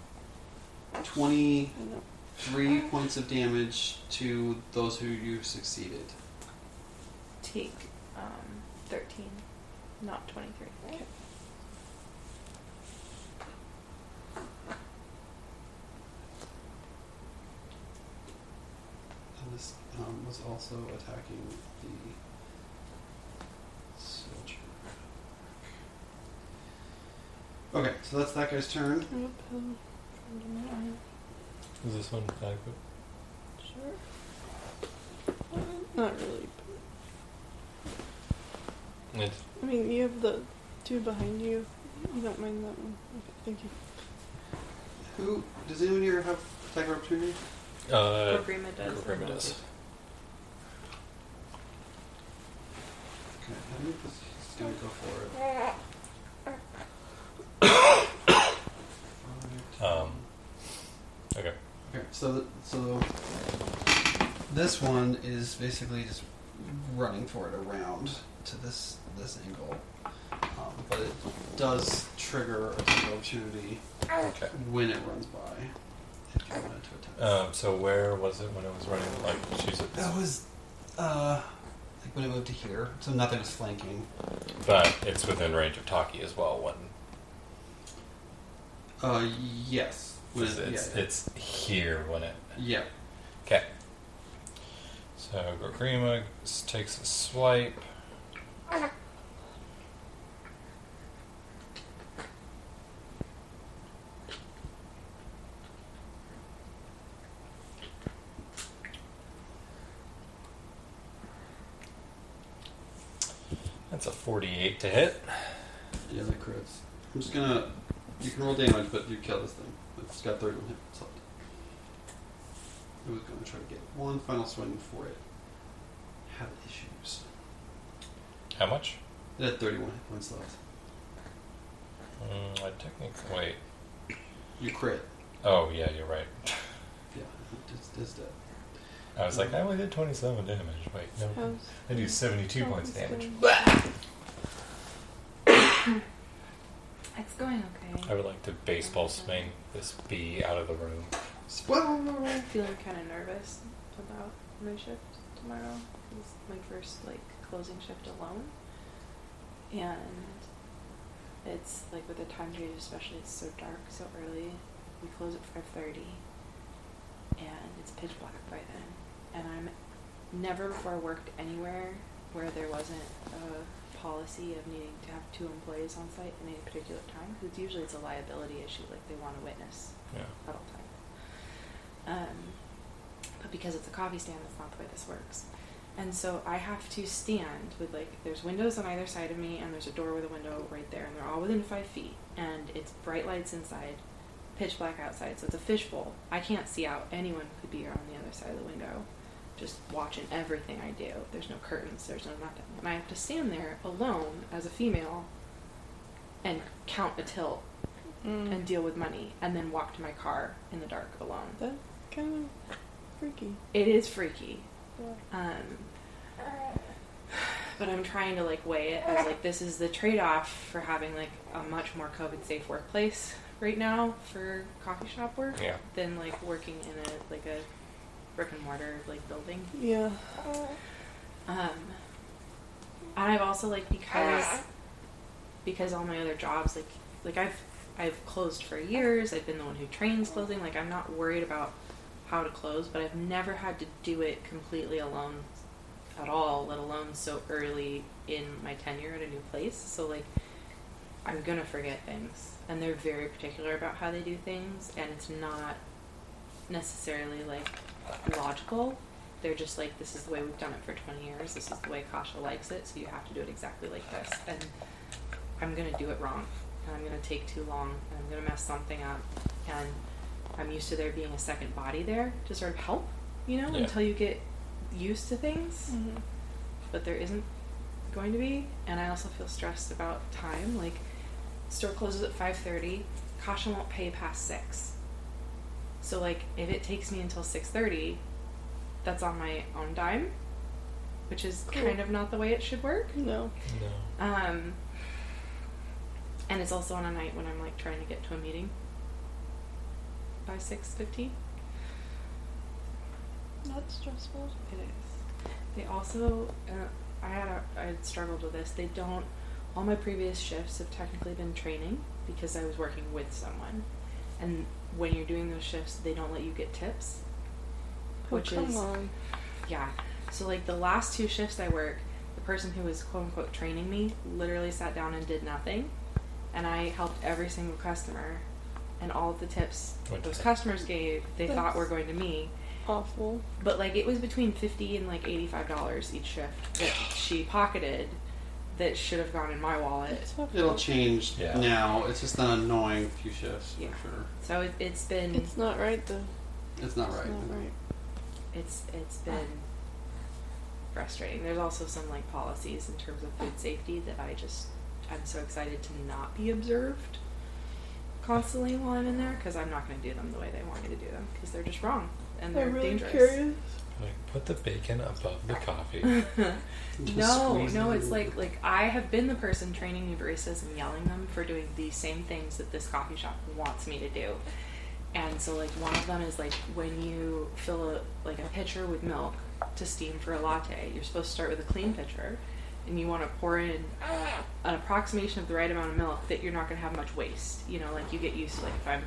Speaker 2: 23
Speaker 4: I know.
Speaker 2: points of damage to those who you succeeded.
Speaker 3: Take um, 13, not 23.
Speaker 2: And this um, was also attacking the soldier. Okay, so that's that guy's turn.
Speaker 4: Nope, um, I don't know.
Speaker 5: Is this one adequate?
Speaker 4: Sure. Uh, Not really.
Speaker 5: It,
Speaker 4: I mean, you have the two behind you. You don't mind that one. Okay, thank you.
Speaker 2: Who does anyone here have attack of opportunity?
Speaker 5: uh,
Speaker 3: Grima does.
Speaker 5: Grima does.
Speaker 2: Okay, I think this is gonna go for it. Five,
Speaker 5: Um, okay.
Speaker 2: Okay, so th- so this one is basically just running for it around to this this angle, um, but it does trigger a attack of opportunity
Speaker 5: Okay.
Speaker 2: when it runs by. If you wanted to attack.
Speaker 1: Uh,
Speaker 5: Um, so where was it when it was running? Like she's at
Speaker 2: that was uh, like when it moved to here, so nothing was flanking.
Speaker 5: but it's within range of Taki as well. When
Speaker 2: Uh, yes, when
Speaker 5: it's,
Speaker 2: it,
Speaker 5: it's,
Speaker 2: yeah,
Speaker 5: it's here when it.
Speaker 2: yeah.
Speaker 5: Okay. So Grima s- takes a swipe. That's a 48 to hit.
Speaker 2: Yeah, that crits. I'm just gonna. You can roll damage, but you kill this thing. It's got 31 hit points left. I was gonna try to get one final swing for it. Had issues.
Speaker 5: How much?
Speaker 2: It had 31 hit points left.
Speaker 5: Mm, I technically wait.
Speaker 2: You crit.
Speaker 5: Oh yeah, you're right.
Speaker 2: Yeah, it's, it's dead.
Speaker 5: I was like, I only did 27 damage. Wait, no,
Speaker 4: How's-
Speaker 5: I do 72
Speaker 4: how's
Speaker 5: points
Speaker 4: this
Speaker 5: damage.
Speaker 4: going?
Speaker 3: It's going okay.
Speaker 5: I would like to baseball swing this bee out of the room.
Speaker 3: I'm
Speaker 2: Spoil!
Speaker 3: feeling kind of nervous about my shift tomorrow. It's my first like closing shift alone, and it's like with the time period, especially it's so dark so early. We close at five thirty, and it's pitch black by then. And I'm never before worked anywhere where there wasn't a policy of needing to have two employees on site at any particular time. Because usually it's a liability issue, like they want a witness
Speaker 5: Yeah.
Speaker 3: at all time. Um, but because it's a coffee stand, that's not the way this works. And so I have to stand with like there's windows on either side of me, and there's a door with a window right there, and they're all within five feet, and it's bright lights inside, pitch black outside, so it's a fishbowl. I can't see out. Anyone could be on the other side of the window, just watching everything I do. There's no curtains. There's no nothing, and I have to stand there alone as a female, and count a till
Speaker 4: Mm.
Speaker 3: and deal with money and then walk to my car in the dark alone.
Speaker 4: That's kind of freaky.
Speaker 3: It is freaky.
Speaker 4: Yeah.
Speaker 3: Um, but I'm trying to like weigh it as like this is the trade-off for having like a much more COVID-safe workplace right now for coffee shop work
Speaker 5: Yeah.
Speaker 3: than like working in a like a brick and mortar like building.
Speaker 4: Yeah.
Speaker 3: Um, and I've also like because because all my other jobs like like I've I've closed for years. I've been the one who trains closing. Like I'm not worried about how to close, but I've never had to do it completely alone at all, let alone so early in my tenure at a new place. So like I'm gonna forget things, and they're very particular about how they do things, and it's not necessarily like logical. They're just like, this is the way we've done it for 20 years. This is the way Kasha likes it, so you have to do it exactly like this. And I'm gonna do it wrong, and I'm gonna take too long, and I'm gonna mess something up. And I'm used to there being a second body there to sort of help, you know,
Speaker 5: Yeah.
Speaker 3: until you get used to things
Speaker 4: Mm-hmm.
Speaker 3: but there isn't going to be. And I also feel stressed about time. Like, store closes at 5.30 caution won't pay past 6 so like if it takes me until 6.30 that's on my own dime which is
Speaker 4: Cool.
Speaker 3: kind of not the way it should work
Speaker 4: No.
Speaker 5: No.
Speaker 3: um, and it's also on a night when i'm like trying to get to a meeting by 6.15
Speaker 4: That's stressful.
Speaker 3: It is. They also, uh, I had a, I had struggled with this. They don't. All my previous shifts have technically been training because I was working with someone, and when you're doing those shifts, they don't let you get tips. Which
Speaker 4: oh, come
Speaker 3: is-
Speaker 4: on.
Speaker 3: Yeah. So like the last two shifts I work, the person who was quote unquote training me literally sat down and did nothing, and I helped every single customer, and all of the tips
Speaker 5: Went to
Speaker 3: those
Speaker 5: her.
Speaker 3: customers gave they thought
Speaker 4: That's-
Speaker 3: were going to me.
Speaker 4: Awful.
Speaker 3: But like it was between fifty and like eighty five dollars each shift that she pocketed that should have gone in my wallet.
Speaker 4: It's awful.
Speaker 2: It'll change
Speaker 5: Yeah.
Speaker 2: now. It's just an annoying few shifts
Speaker 3: Yeah.
Speaker 2: for sure.
Speaker 3: So it, it's been it's,
Speaker 4: It's not right though.
Speaker 2: It's not
Speaker 4: It's
Speaker 2: right.
Speaker 4: not right.
Speaker 3: it's been frustrating. There's also some like policies in terms of food safety that I just I'm so excited to not be observed constantly while I'm in there because I'm not going to do them the way they want me to do them because they're just wrong and they're
Speaker 4: I'm really
Speaker 3: dangerous.
Speaker 4: curious.
Speaker 5: Like, put the bacon above the coffee.
Speaker 2: Just
Speaker 3: No,
Speaker 2: squeeze
Speaker 3: no,
Speaker 2: it
Speaker 3: it's
Speaker 2: in.
Speaker 3: like like I have been the person training new baristas and yelling them for doing the same things that this coffee shop wants me to do. And so like one of them is like when you fill a like a pitcher with milk to steam for a latte, you're supposed to start with a clean pitcher and you want to pour in an approximation of the right amount of milk that you're not going to have much waste. You know, like you get used to like if I'm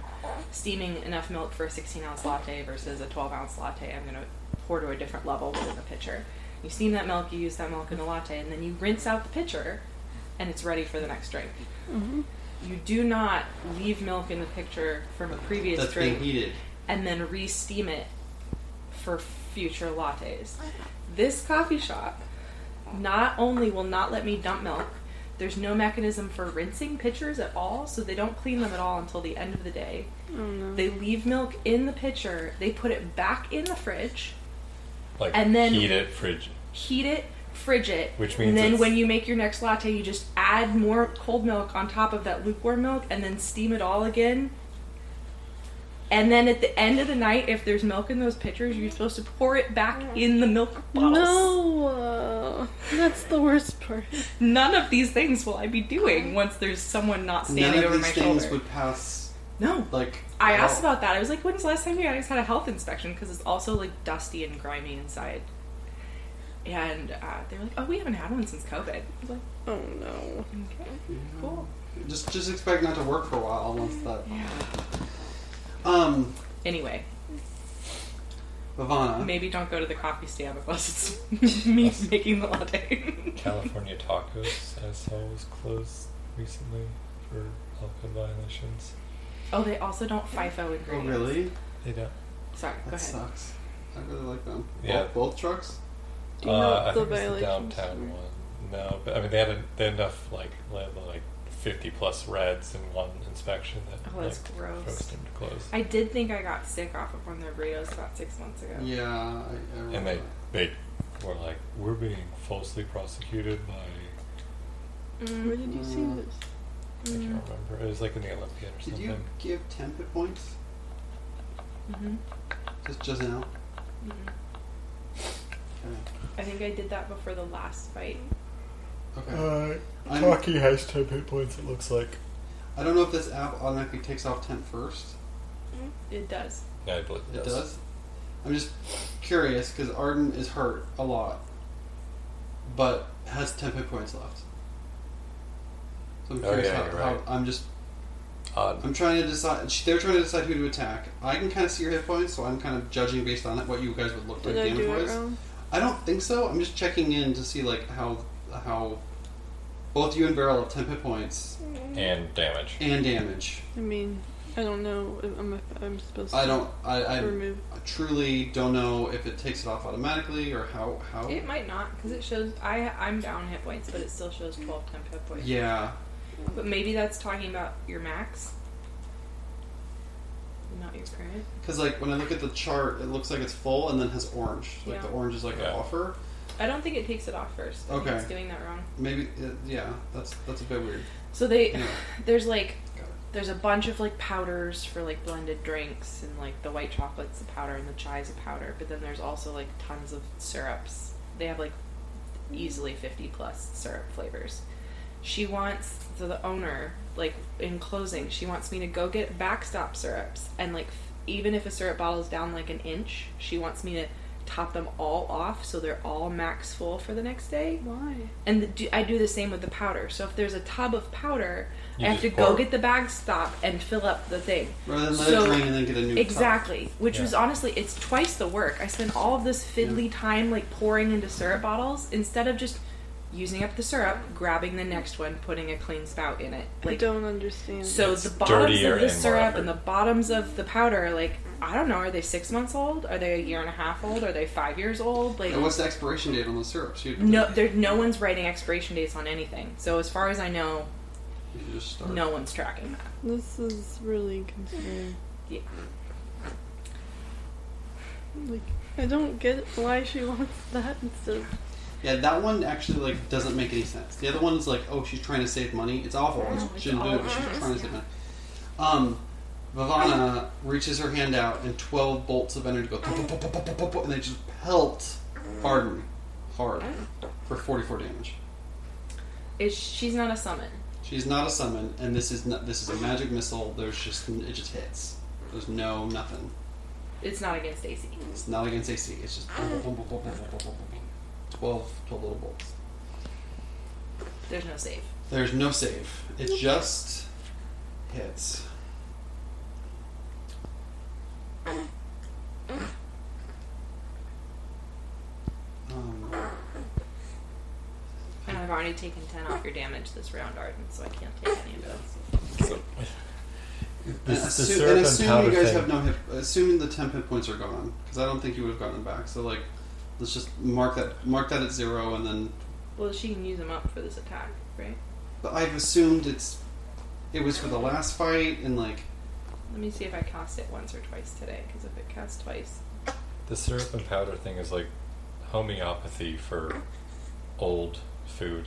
Speaker 3: steaming enough milk for a 16 ounce latte versus a 12 ounce latte, I'm going to pour to a different level within the pitcher. You steam that milk, you use that milk in the latte, and then you rinse out the pitcher, and it's ready for the next drink.
Speaker 4: Mm-hmm.
Speaker 3: You do not leave milk in the pitcher from a previous
Speaker 2: That's
Speaker 3: drink
Speaker 2: being heated.
Speaker 3: and then re-steam it for future lattes. This coffee shop not only will not let me dump milk, there's no mechanism for rinsing pitchers at all, so they don't clean them at all until the end of the day.
Speaker 4: I don't know.
Speaker 3: They leave milk in the pitcher, they put it back in the fridge,
Speaker 5: Like,
Speaker 3: And then-
Speaker 5: heat it, fridge.
Speaker 3: heat it, fridge it,
Speaker 5: Which means
Speaker 3: and then
Speaker 5: it's-
Speaker 3: when you make your next latte, you just add more cold milk on top of that lukewarm milk and then steam it all again. And then at the end of the night, if there's milk in those pitchers, you're supposed to pour it back in the milk bottles.
Speaker 4: no, uh, that's the worst part.
Speaker 3: None of these things will I be doing once there's someone not
Speaker 2: None
Speaker 3: standing
Speaker 2: of
Speaker 3: over
Speaker 2: these
Speaker 3: my
Speaker 2: things
Speaker 3: shoulder.
Speaker 2: would pass.
Speaker 3: No.
Speaker 2: Like
Speaker 3: I
Speaker 2: at
Speaker 3: asked
Speaker 2: all.
Speaker 3: about that. I was like, when's the last time you guys had a health inspection? Because it's also like dusty and grimy inside. And uh, they were like, oh, we haven't had one since COVID. I was like,
Speaker 4: Oh no.
Speaker 3: okay,
Speaker 2: Yeah.
Speaker 3: cool.
Speaker 2: Just just expect not to work for a while once that.
Speaker 3: Yeah.
Speaker 2: Um,
Speaker 3: Anyway,
Speaker 2: Ivana.
Speaker 3: maybe don't go to the coffee stand unless it's me making the latte.
Speaker 5: California Tacos, I saw, was closed recently for health code violations.
Speaker 3: oh, they also don't FIFO
Speaker 2: Oh
Speaker 3: ingredients.
Speaker 2: really?
Speaker 5: They don't.
Speaker 3: Sorry,
Speaker 2: That
Speaker 3: go ahead.
Speaker 2: sucks. I really like them.
Speaker 5: Yeah.
Speaker 2: Both, both trucks.
Speaker 4: Do you
Speaker 5: uh,
Speaker 4: know what the
Speaker 5: I think it's the
Speaker 4: violations
Speaker 5: downtown
Speaker 4: were?
Speaker 5: one. No, but I mean they had, a, they had enough like they had, like fifty plus reds in one inspection that
Speaker 3: Oh, that's
Speaker 5: like,
Speaker 3: gross.
Speaker 5: forced them to close.
Speaker 3: I did think I got sick off of one of their burritos about six months ago.
Speaker 2: Yeah. I, I remember
Speaker 5: and they
Speaker 2: that.
Speaker 5: they were like, we're being falsely prosecuted by
Speaker 3: Mm-hmm.
Speaker 4: Where did you see
Speaker 2: Mm.
Speaker 4: this?
Speaker 5: I
Speaker 3: Mm.
Speaker 5: can't remember. It was like in the Olympiad or
Speaker 2: Did
Speaker 5: something.
Speaker 2: you give ten hit points
Speaker 3: Mm-hmm.
Speaker 2: just just now?
Speaker 3: I think I did that before the last fight.
Speaker 2: Okay. Okay.
Speaker 5: Uh,
Speaker 2: I'm-
Speaker 5: Taki has ten hit points. It looks like.
Speaker 2: I don't know if this app automatically takes off 10 first.
Speaker 3: It does.
Speaker 5: Yeah, I believe
Speaker 2: It does. I'm just curious because Arden is hurt a lot, but has 10 hit points left. So I'm
Speaker 5: Oh,
Speaker 2: curious
Speaker 5: yeah,
Speaker 2: how,
Speaker 5: you're
Speaker 2: how
Speaker 5: right.
Speaker 2: I'm just
Speaker 5: Odd.
Speaker 2: I'm trying to decide. sh- They're trying to decide who to attack. I can kind of see your hit points, so I'm kind of judging based on it what you guys would look
Speaker 4: Did
Speaker 2: like
Speaker 4: I
Speaker 2: damage
Speaker 4: do it
Speaker 2: wise.
Speaker 4: wrong?
Speaker 2: I don't think so. I'm just checking in to see like how how both you and Beryl have 10 hit points
Speaker 3: Mm.
Speaker 5: And damage.
Speaker 2: and damage.
Speaker 4: I mean, I don't know. if I'm, if I'm supposed to.
Speaker 2: I don't. I, I
Speaker 4: remove.
Speaker 2: I truly don't know if it takes it off automatically or how how.
Speaker 3: It might not because it shows I I'm down hit points, but it still shows 12 temp hit points.
Speaker 2: yeah,
Speaker 3: But maybe that's talking about your max, not your current.
Speaker 2: because like when I look at the chart, it looks like it's full and then has orange. Like the
Speaker 3: Yeah.
Speaker 2: orange is like
Speaker 5: Yeah.
Speaker 2: an offer.
Speaker 3: I don't think it takes it off first. I think
Speaker 2: Okay.
Speaker 3: it's doing that wrong.
Speaker 2: Maybe it, yeah, that's that's a bit weird.
Speaker 3: So they
Speaker 2: Yeah.
Speaker 3: there's like
Speaker 2: Got it.
Speaker 3: there's a bunch of like powders for like blended drinks and like the white chocolate's a powder and the chai's a powder, but then there's also like tons of syrups. They have like easily 50 plus syrup flavors. She wants so the owner like in closing, she wants me to go get backstop syrups and like f- even if a syrup bottle's down like an inch, she wants me to top them all off so they're all max full for the next day.
Speaker 4: Why?
Speaker 3: And the, do, I do the same with the powder. So if there's a tub of powder,
Speaker 5: You
Speaker 3: I have to
Speaker 5: just
Speaker 3: go
Speaker 5: pour it.
Speaker 3: get the bag stop and fill up the thing.
Speaker 2: Rather than let
Speaker 3: So-
Speaker 2: it drain and then get a new top.
Speaker 3: Exactly. Which was
Speaker 5: Yeah.
Speaker 3: honestly, it's twice the work. I spend all of this fiddly time like pouring into syrup bottles instead of just using up the syrup, grabbing the next one, putting a clean spout in it.
Speaker 4: I
Speaker 3: Like
Speaker 4: don't understand.
Speaker 3: so the
Speaker 5: It's
Speaker 3: bottoms
Speaker 5: dirtier
Speaker 3: of the
Speaker 5: and more
Speaker 3: syrup
Speaker 5: effort.
Speaker 3: and the bottoms of the powder are like I don't know, are they 6 months old? Are they a year and a half old? Are they 5 years old? Like
Speaker 2: And what's the expiration date on the syrup? So you
Speaker 3: no there no one's writing expiration dates on anything. So as far as I know,
Speaker 2: You just start.
Speaker 3: no one's tracking that.
Speaker 4: This is really concerning.
Speaker 3: Yeah.
Speaker 4: Like, I don't get why she wants that instead of.
Speaker 2: Yeah, that one actually like doesn't make any sense. The other one's like, oh, she's trying to save money. It's awful.
Speaker 3: No,
Speaker 2: she
Speaker 3: Oh,
Speaker 2: shouldn't
Speaker 3: it's
Speaker 2: do it. But
Speaker 3: awful.
Speaker 2: she's trying to save money. Um, Vivana reaches her hand out, and twelve bolts of energy go, pop, pop, pop, pop, pop, pop, pop, and they just pelt Arden hard
Speaker 3: Oh.
Speaker 2: for forty-four damage.
Speaker 3: Is she's not a summon.
Speaker 2: She's not a summon, and this is not, this is a magic missile. There's just it just hits. There's no nothing.
Speaker 3: It's not against AC.
Speaker 2: It's not against AC. It's just boom, boom, boom, boom, boom, boom, boom, boom, boom, boom. 12, 12 little bolts.
Speaker 3: There's no save.
Speaker 2: There's no save. It just hits. Um,
Speaker 3: And I've already taken ten off your damage this round, Arden, so I can't take any of those.
Speaker 5: This, the
Speaker 2: assu-
Speaker 5: syrup and,
Speaker 2: assume
Speaker 5: powder
Speaker 2: you guys
Speaker 5: thing.
Speaker 2: have no hit. Assuming the temp hit points are gone, because I don't think you would have gotten them back. So like, let's just mark that mark that at zero, and then.
Speaker 3: Well, she can use them up for this attack, right?
Speaker 2: But I've assumed it's it was for the last fight, and like
Speaker 3: Let me see if I cast it once or twice today, because if it casts twice,
Speaker 5: The syrup and powder thing is like homeopathy for old food.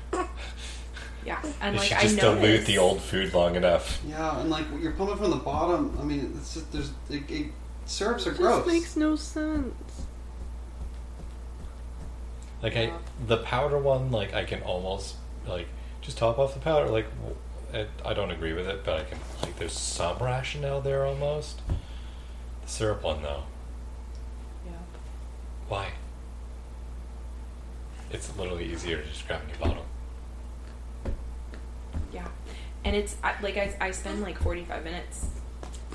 Speaker 3: yeah. And
Speaker 5: you
Speaker 3: like
Speaker 5: should
Speaker 3: I
Speaker 5: just
Speaker 3: know
Speaker 5: dilute the old food long enough.
Speaker 2: yeah, and like you're pumping from the bottom. I mean, it's just, there's it, it, syrups are
Speaker 4: This
Speaker 2: gross.
Speaker 4: makes no sense.
Speaker 5: Like I,
Speaker 3: Yeah.
Speaker 5: the powder one, like I can almost like just top off the powder. Like w- it, I don't agree with it, but I can like there's some rationale there almost. The syrup one though,
Speaker 3: Yeah.
Speaker 5: why? It's literally easier to just grab a new bottle.
Speaker 3: Yeah. And it's I- like I, I spend like forty five minutes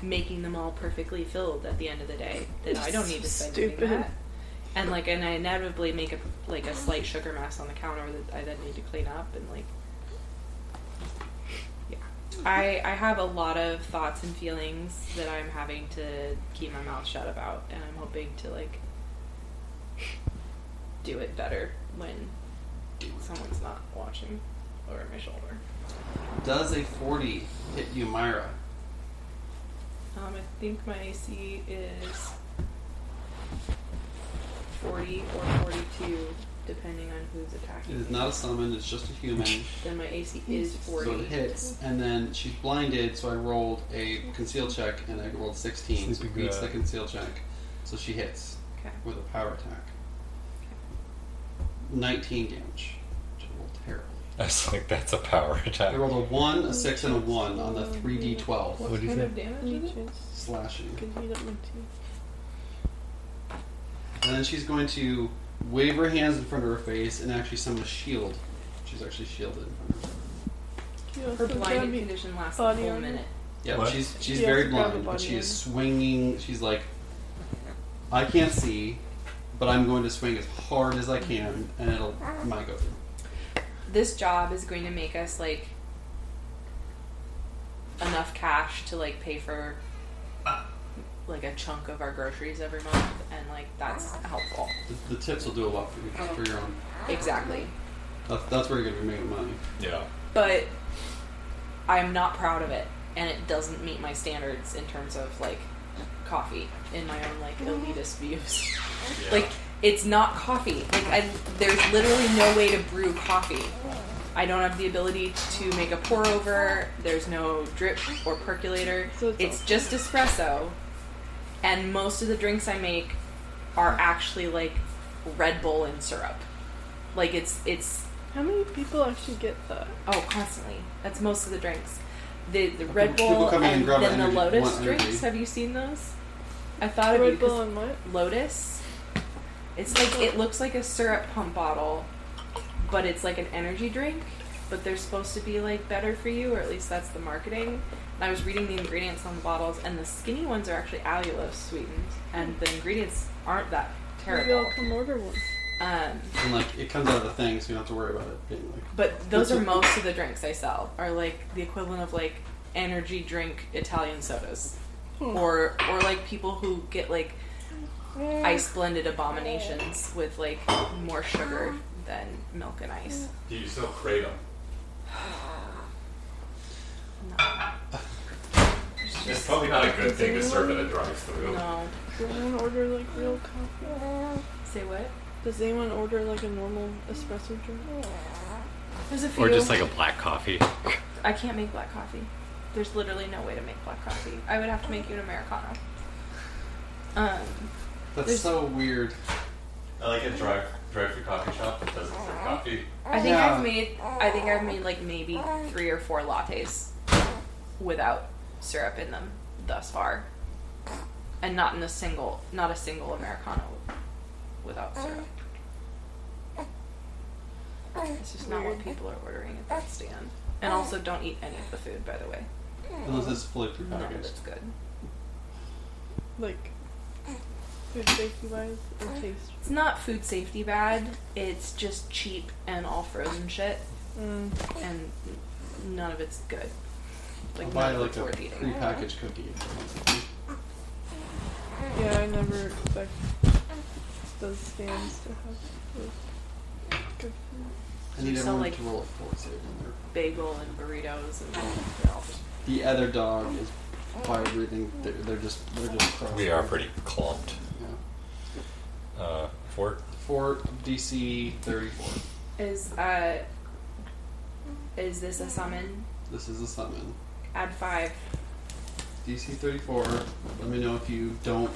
Speaker 3: making them all perfectly filled at the end of the day that I don't need to spend
Speaker 4: Stupid.
Speaker 3: doing that. And like, and I inevitably make a like a slight sugar mass on the counter that I then need to clean up and like. yeah. I, I have a lot of thoughts and feelings that I'm having to keep my mouth shut about, and I'm hoping to like do it better when someone's not watching over my shoulder.
Speaker 2: Does a 40 hit you, Myra?
Speaker 3: Um, I think my AC is 40 or 42, depending on who's
Speaker 2: It
Speaker 3: attacking.
Speaker 2: is not a summon, it's just a human.
Speaker 3: Then my AC is
Speaker 2: So it
Speaker 3: 40.
Speaker 2: hits, and then she's blinded, so I rolled a conceal check, and I rolled 16, so
Speaker 5: Sleepy
Speaker 2: it beats
Speaker 5: guy.
Speaker 2: the conceal check. So she hits
Speaker 3: Okay.
Speaker 2: with a power attack. 19 damage. Which I rolled terribly.
Speaker 5: I was like, that's a power attack.
Speaker 2: I rolled a 1, a 6, and a 1 on the 3d12
Speaker 5: What do you
Speaker 3: kind
Speaker 5: think?
Speaker 3: of damage
Speaker 4: Any
Speaker 3: is it?
Speaker 4: chance I
Speaker 2: slashing.
Speaker 4: could heat up my teeth?
Speaker 2: And then she's going to wave her hands in front of her face and actually summon a shield. She's actually shielded in front of her.
Speaker 4: You
Speaker 3: Her
Speaker 4: also grab
Speaker 3: blinded
Speaker 4: me-
Speaker 3: condition lasts a
Speaker 4: body
Speaker 3: whole
Speaker 4: armor?
Speaker 3: minute.
Speaker 2: Yeah,
Speaker 5: What?
Speaker 2: she's she's
Speaker 4: Yeah, I
Speaker 2: very
Speaker 4: forgot
Speaker 2: blind,
Speaker 4: about
Speaker 2: but she
Speaker 4: you.
Speaker 2: is swinging. She's like, I can't see, but I'm going to swing as hard as I can, and it'll might go through.
Speaker 3: This job is going to make us, like, enough cash to, like, pay for, like, a chunk of our groceries every month, and, like, that's helpful.
Speaker 2: The, the tips will do a lot for you for your own.
Speaker 3: Exactly.
Speaker 2: That's, that's where you're gonna be making money.
Speaker 5: Yeah.
Speaker 3: but I'm not proud of it, and it doesn't meet my standards in terms of like coffee in my own like
Speaker 4: Mm-hmm.
Speaker 3: elitist views.
Speaker 5: yeah.
Speaker 3: like it's not coffee. Like I, there's literally no way to brew coffee I don't have the ability to make a pour over. There's no drip or percolator.
Speaker 4: So it's
Speaker 3: it's
Speaker 4: all-
Speaker 3: just espresso. And most of the drinks I make are actually like Red Bull and syrup. Like it's it's
Speaker 4: How many people actually get that?
Speaker 3: Oh, constantly. That's most of the drinks. The the Red
Speaker 2: people
Speaker 3: Bull
Speaker 2: come in
Speaker 3: and
Speaker 2: and grab
Speaker 3: then the
Speaker 2: energy-
Speaker 3: Lotus
Speaker 2: want energy.
Speaker 3: drinks. Have you seen those? I thought of you
Speaker 4: Red
Speaker 3: 'cause
Speaker 4: Bull and what?
Speaker 3: Lotus. It's like it looks like a syrup pump bottle, but it's like an energy drink. But they're supposed to be like better for you, or at least that's the marketing. And I was reading the ingredients on the bottles, and the skinny ones are actually allulose sweetened, and the ingredients aren't that
Speaker 4: Maybe I'll
Speaker 3: terrible.
Speaker 4: come order one.
Speaker 3: Um,
Speaker 2: And like it comes out of the thing, so you don't have to worry about it being like.
Speaker 3: But those are most of the drinks I sell are like the equivalent of like energy drink Italian sodas,
Speaker 4: Hmm.
Speaker 3: or or like people who get like ice blended abominations with like more sugar than milk and ice.
Speaker 6: Do you still crave them?
Speaker 3: No,
Speaker 6: It's probably not a good thing to serve at a drive-through.
Speaker 3: no.
Speaker 4: Does anyone order like real coffee?
Speaker 3: Say what?
Speaker 4: Does anyone order like a normal espresso drink?
Speaker 3: There's a few.
Speaker 7: Or just like a black coffee.
Speaker 3: I can't make black coffee. There's literally no way to make black coffee. I would have to make you an americano. Um.
Speaker 2: That's
Speaker 3: There's-
Speaker 2: so weird.
Speaker 6: I like a drive drive-through coffee shop that doesn't serve
Speaker 5: Uh-huh.
Speaker 6: coffee.
Speaker 3: I think
Speaker 2: Yeah.
Speaker 3: I've made I think I've made like maybe three or four lattes without syrup in them thus far. And not in a single not a single Americano without syrup. It's just not what people are ordering at that stand. And also don't eat any of the food, by the way.
Speaker 2: Unless it's fully
Speaker 3: None of
Speaker 2: prepackaged.
Speaker 3: it's good.
Speaker 4: Like food safety wise or taste?
Speaker 3: It's not food safety bad. It's just cheap and all frozen shit
Speaker 4: Mm.
Speaker 3: and none of it's good.
Speaker 2: I'll
Speaker 3: Like
Speaker 2: buy
Speaker 3: none of
Speaker 2: like
Speaker 3: it's
Speaker 2: a
Speaker 3: worth eating.
Speaker 2: prepackaged cookie. if I want something.
Speaker 4: Yeah, I never expect those stands to have those good food.
Speaker 2: I need
Speaker 3: So,
Speaker 2: everyone
Speaker 3: like-
Speaker 2: to roll a four save on their
Speaker 3: bagel and burritos and they're all just
Speaker 2: The other dog is by everything. They're, they're just they're just. crossing.
Speaker 5: We are pretty clumped.
Speaker 2: Yeah.
Speaker 5: Uh, Fort.
Speaker 2: Four DC thirty four.
Speaker 3: is uh is this a summon
Speaker 2: This is a summon.
Speaker 3: add five
Speaker 2: DC thirty four. Let me know if you don't.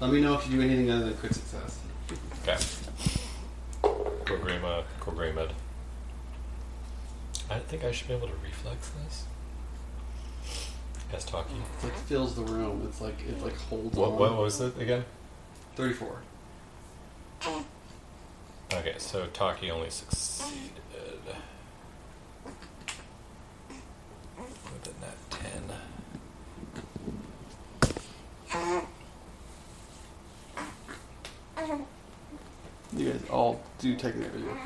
Speaker 2: Let me know if you do anything other than quick success.
Speaker 5: Okay. Kogrima, Kogrimad. I think I should be able to reflex this. As
Speaker 6: Mm.
Speaker 5: talking.
Speaker 2: It's like fills the room. It's like it like holds
Speaker 5: What,
Speaker 2: on.
Speaker 5: what was it again?
Speaker 2: Thirty four.
Speaker 5: Okay, so Taki only succeeded. Within that 10.
Speaker 2: You guys all do take me a video. camera.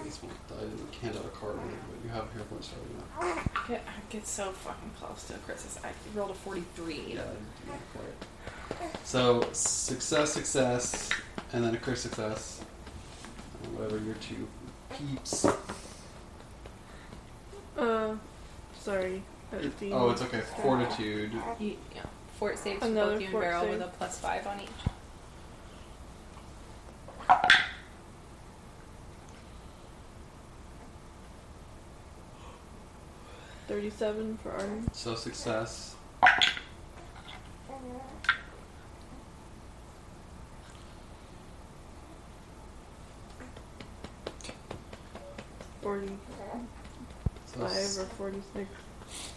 Speaker 2: I just want- I didn't hand out a card, or anything, but you have here once already. now.
Speaker 3: get, get so fucking close to Chris's I rolled a 43
Speaker 2: Yeah, I didn't quite. So success, success, and then a crit success. And Whatever your two peeps.
Speaker 4: Uh, sorry. that was the-
Speaker 2: Oh, it's okay. Fortitude.
Speaker 3: You, yeah fort saves for
Speaker 4: Another
Speaker 3: both you and
Speaker 4: fort
Speaker 3: barrel
Speaker 4: save.
Speaker 3: with a plus five on each
Speaker 4: Thirty-seven for Arden.
Speaker 2: So success.
Speaker 4: Forty-five
Speaker 2: So, s-
Speaker 4: or forty-six.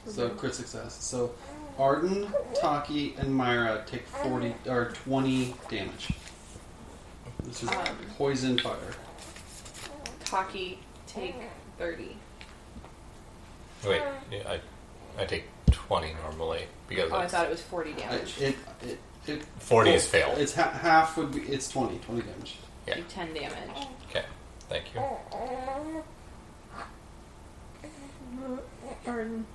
Speaker 4: for
Speaker 2: so
Speaker 4: Barrel.
Speaker 2: crit success. So Arden, Taki, and Myra take forty or twenty damage. This is
Speaker 3: Um.
Speaker 2: poison fire.
Speaker 3: Taki take 30
Speaker 5: Wait, yeah, I, I take 20 normally because
Speaker 3: oh I
Speaker 5: that's-
Speaker 3: thought it was 40
Speaker 2: I,
Speaker 3: damage
Speaker 2: it, it, it,
Speaker 5: 40 is fail.
Speaker 2: It's ha- half would be. It's 20, 20 damage.
Speaker 5: yeah.
Speaker 3: do 10 damage
Speaker 5: Okay, thank you.
Speaker 4: Uh, Arden.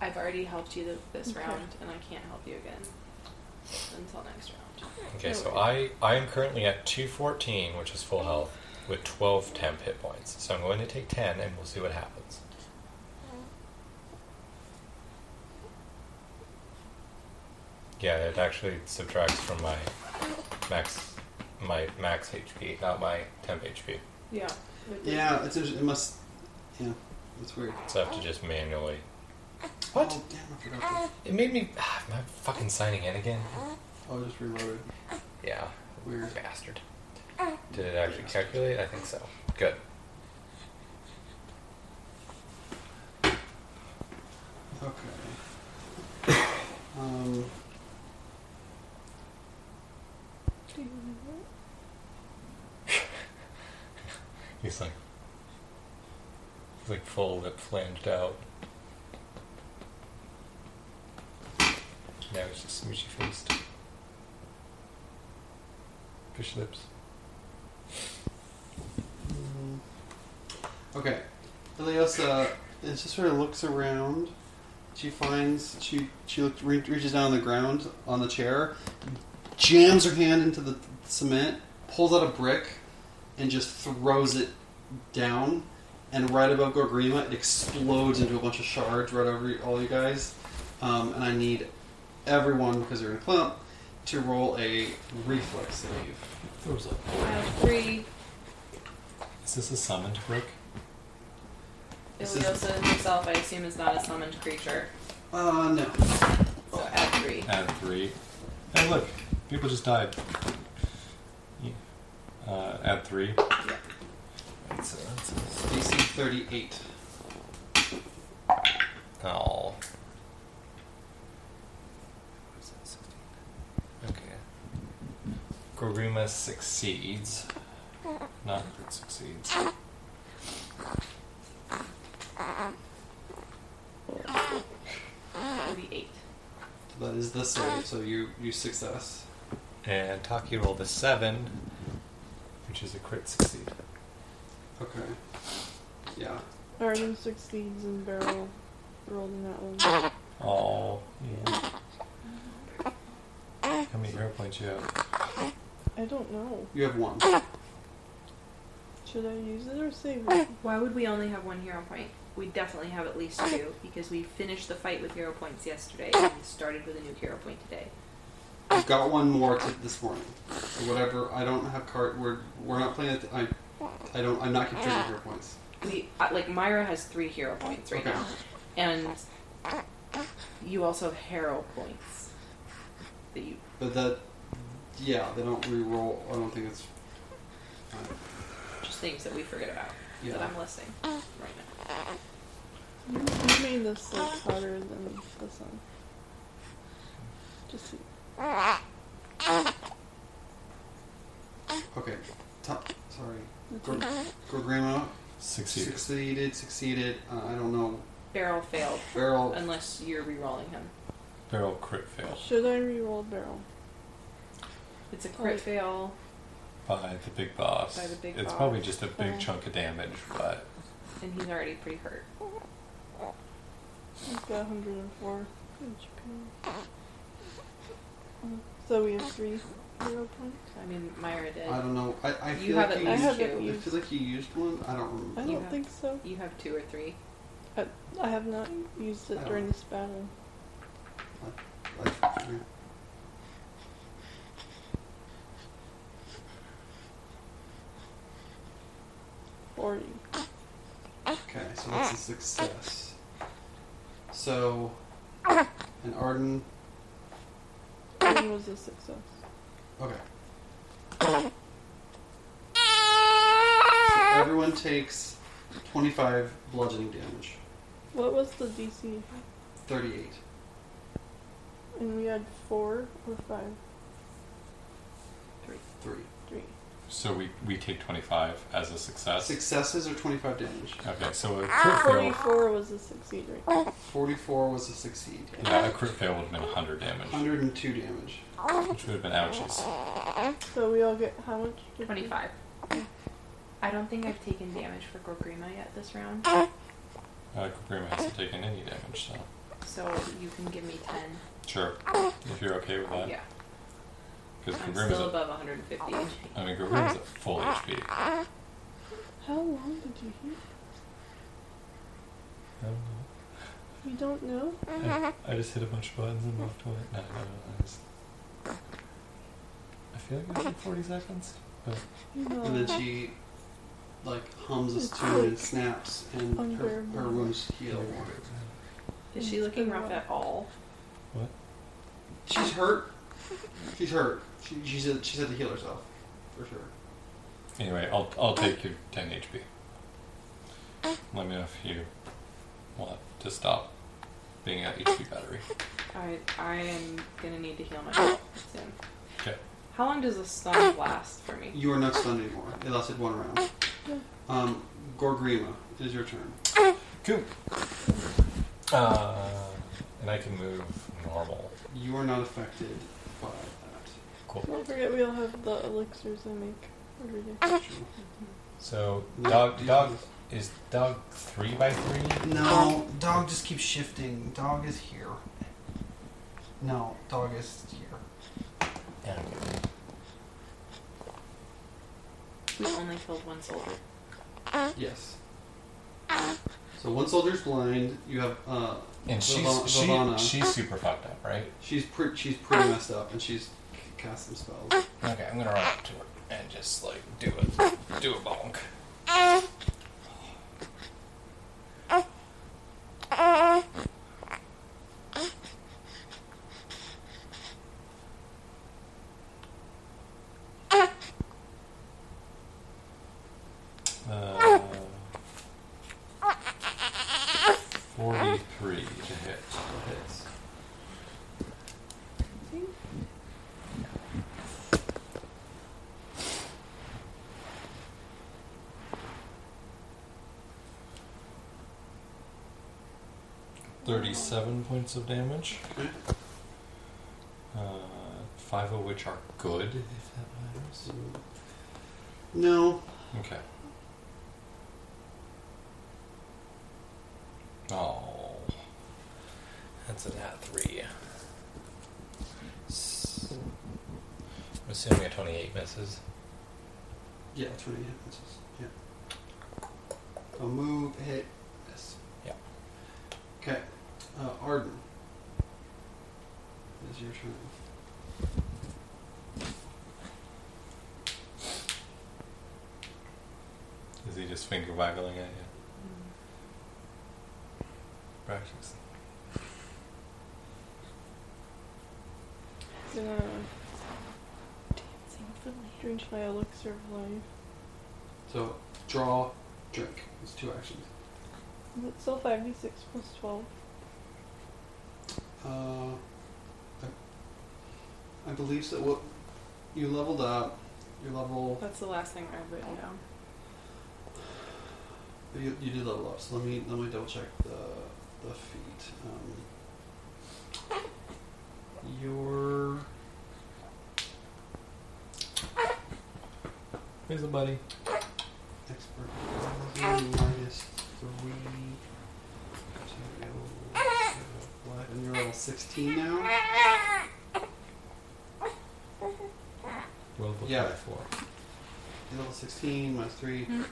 Speaker 3: I've already helped you th- this
Speaker 4: Okay.
Speaker 3: round and I can't help you again until next round
Speaker 5: Okay, so I, I am currently at 214, which is full health, with 12 temp hit points. So I'm going to take 10 and we'll see what happens. Yeah, it actually subtracts from my max my max HP, not my temp HP.
Speaker 3: yeah
Speaker 2: Yeah, it's inter- it must. Yeah, that's weird.
Speaker 1: So I have to just manually.
Speaker 2: What? Oh, damn, I forgot. This.
Speaker 1: It made me. Ah, am I fucking signing in again?
Speaker 2: Oh, I just reloaded.
Speaker 1: Yeah.
Speaker 2: Weird.
Speaker 1: Bastard. Did it actually calculate? I think so. Good.
Speaker 2: Okay. Um,
Speaker 1: He's like. He's like full lip flanged out. Now he's just smoochy faced. Fish lips.
Speaker 2: mm, okay. Iliosa and she sort of looks around. She finds she she look, re- reaches down on the ground on the chair, jams her hand into the cement, pulls out a brick, and just throws it down. And right above Gorgrima, it explodes into a bunch of shards right over you- all you guys. Um, and I need everyone because they're in a clump to roll a reflex save.
Speaker 5: There was a-
Speaker 3: I have three.
Speaker 5: is this a summoned brick?
Speaker 2: This is-
Speaker 3: Iliosa himself, I assume, is not a summoned creature.
Speaker 2: Uh, no.
Speaker 3: So add three.
Speaker 5: Add three. Hey, look, people just died. Yeah. Uh, add three. That's, uh, that's,
Speaker 2: DC 38.
Speaker 1: Oh. Okay. Goruma succeeds.
Speaker 5: not if it succeeds.
Speaker 3: That would be eight.
Speaker 2: That is the
Speaker 3: Uh-huh.
Speaker 2: save, so you you success.
Speaker 5: And Taki rolled a seven, which is a crit succeed.
Speaker 2: Okay. Yeah.
Speaker 4: Arden succeeds and Barrel rolled in that one.
Speaker 5: Oh, yeah. How many hero points you have?
Speaker 4: I don't know.
Speaker 2: You have one.
Speaker 4: Should I use it or save it?
Speaker 3: Why would we only have one hero point? We definitely have at least two because we finished the fight with hero points yesterday and we started with a new hero point today.
Speaker 2: I've got one more to this morning. Or whatever. I don't have card. We're we're not playing it. I I don't. I'm not contributing your points.
Speaker 3: We uh, like Myra has three hero points Uh-huh. right
Speaker 2: Okay.
Speaker 3: now, and you also have hero points that you
Speaker 2: But that. Yeah, they don't re-roll. I don't think it's. uh,
Speaker 3: just things that we forget about that
Speaker 2: Yeah.
Speaker 3: I'm listing right now.
Speaker 4: You, you made this like hotter than the sun. Just
Speaker 2: Okay. Top. Sorry.
Speaker 4: it's
Speaker 2: Go,
Speaker 3: Uh-huh.
Speaker 2: go grandma.
Speaker 5: Succeed.
Speaker 2: Succeeded. Succeeded. Uh, I don't know.
Speaker 3: Barrel failed
Speaker 2: Barrel.
Speaker 3: unless you're re-rolling him.
Speaker 5: Barrel crit fail
Speaker 4: Should I re-roll barrel?
Speaker 3: It's a crit
Speaker 4: Oh.
Speaker 3: fail.
Speaker 5: by the big boss.
Speaker 3: By the big
Speaker 5: it's
Speaker 3: boss.
Speaker 5: probably just a big
Speaker 4: Oh.
Speaker 5: chunk of damage, but
Speaker 3: and he's already pretty hurt.
Speaker 4: I've got 104 in Japan. Mm, So we have Uh, three hero points.
Speaker 3: I mean, Myra did.
Speaker 2: I don't know. I, I
Speaker 3: You
Speaker 2: feel
Speaker 3: have
Speaker 2: like
Speaker 3: at
Speaker 2: you
Speaker 4: I
Speaker 3: least
Speaker 2: used,
Speaker 4: haven't
Speaker 3: two.
Speaker 2: it feels like you used one. I don't
Speaker 4: I
Speaker 2: remember.
Speaker 4: don't
Speaker 3: Yeah.
Speaker 4: think so.
Speaker 3: You have two or three.
Speaker 4: I, I have not used it
Speaker 2: Oh.
Speaker 4: during this battle.
Speaker 2: Like,
Speaker 4: Forty.
Speaker 2: Okay, so that's a success. So, and Arden.
Speaker 4: One was a success.
Speaker 2: Okay. So everyone takes 25 bludgeoning damage.
Speaker 4: What was the DC?
Speaker 2: 38.
Speaker 4: And we had four or five?
Speaker 3: Three.
Speaker 2: 3.
Speaker 4: Three.
Speaker 5: so we we take twenty five as a success.
Speaker 2: Successes are 25 damage.
Speaker 5: Okay, so a crit fail.
Speaker 4: Forty-four was a succeed,
Speaker 2: Oh.
Speaker 4: right?
Speaker 2: 44 was a succeed.
Speaker 5: Yeah, a crit fail would have been hundred damage,
Speaker 2: 102 damage.
Speaker 5: which would have been ouchies.
Speaker 4: So we all get how much? did we-
Speaker 3: Twenty-five. I don't think I've taken damage for Gorgrima yet this round,
Speaker 5: Uh, Kagrima hasn't taken any damage, so
Speaker 3: so you can give me ten.
Speaker 5: sure if you're okay with that.
Speaker 3: Yeah,
Speaker 5: Because
Speaker 3: I'm
Speaker 5: Kagrima is
Speaker 3: still
Speaker 5: at,
Speaker 3: above 150.
Speaker 1: Uh-huh.
Speaker 5: I mean Kagrima's at full HP.
Speaker 4: How long did you heal?
Speaker 5: I don't know.
Speaker 4: You don't know?
Speaker 5: I, I just hit a bunch of buttons and walked away. No, no, no. I, just, I feel like it was like 40 seconds. But
Speaker 4: No.
Speaker 2: And then she like hums this tune and snaps, and her, her
Speaker 4: Unbearable.
Speaker 2: wounds heal.
Speaker 3: Is she looking rough at all?
Speaker 2: She's hurt. She's hurt. She, she's had, she's had to heal herself, for sure.
Speaker 1: Anyway, I'll, I'll take your 10 HP. Let me know if you want to stop being at HP battery.
Speaker 3: I I am gonna need to heal myself soon.
Speaker 1: Okay.
Speaker 3: Oh. How long does a stun last for me?
Speaker 2: You are not stunned anymore. It lasted one round. Um, Gorgrima, it is your turn.
Speaker 1: Cool. Uh, and I can move normal.
Speaker 2: You are not affected by that.
Speaker 1: Cool.
Speaker 4: Don't forget we all have the elixirs I make every day.
Speaker 1: So dog dog is dog three by three.
Speaker 2: No, dog just keeps shifting. Dog is here. No, dog is here.
Speaker 1: Yeah.
Speaker 3: We only killed one soldier.
Speaker 2: Yes. So one soldier's blind. You have uh,
Speaker 1: And she's
Speaker 2: Vivan-
Speaker 1: she,
Speaker 2: Vivana.
Speaker 1: she's super fucked up, right?
Speaker 2: she's pretty she's pretty messed up, and she's cast some spells.
Speaker 1: Okay, I'm gonna run up to her and just like do it, do a bonk. Uh, Uh, Forty-three to hit.
Speaker 2: Hits.
Speaker 1: Thirty-seven points of damage.
Speaker 2: Okay.
Speaker 1: Uh, five of which are good, if that matters.
Speaker 2: No,
Speaker 1: Okay. Oh.
Speaker 8: That's an at three. S- I'm assuming a 28 misses.
Speaker 2: yeah, twenty hit misses. Yeah. A move, hit, miss.
Speaker 8: Yeah.
Speaker 2: Okay, uh, Arden. It is your turn.
Speaker 1: Is he just finger waggling at you? Practice.
Speaker 4: Gonna uh, drink my elixir of life.
Speaker 2: So draw, drink. It's two actions.
Speaker 4: That's still 5d6 plus 12.
Speaker 2: Uh, I- I believe so. What you leveled up? Your level.
Speaker 3: That's the last thing I've written down.
Speaker 2: You, you did level up. So let me let me double check the the feat. Um, your
Speaker 1: Here's a buddy.
Speaker 2: expert level minus three. to your level- And you're level 16 now?
Speaker 1: Well, before
Speaker 2: Yeah.
Speaker 1: four.
Speaker 2: You're level 16 minus 3.
Speaker 3: Hmm.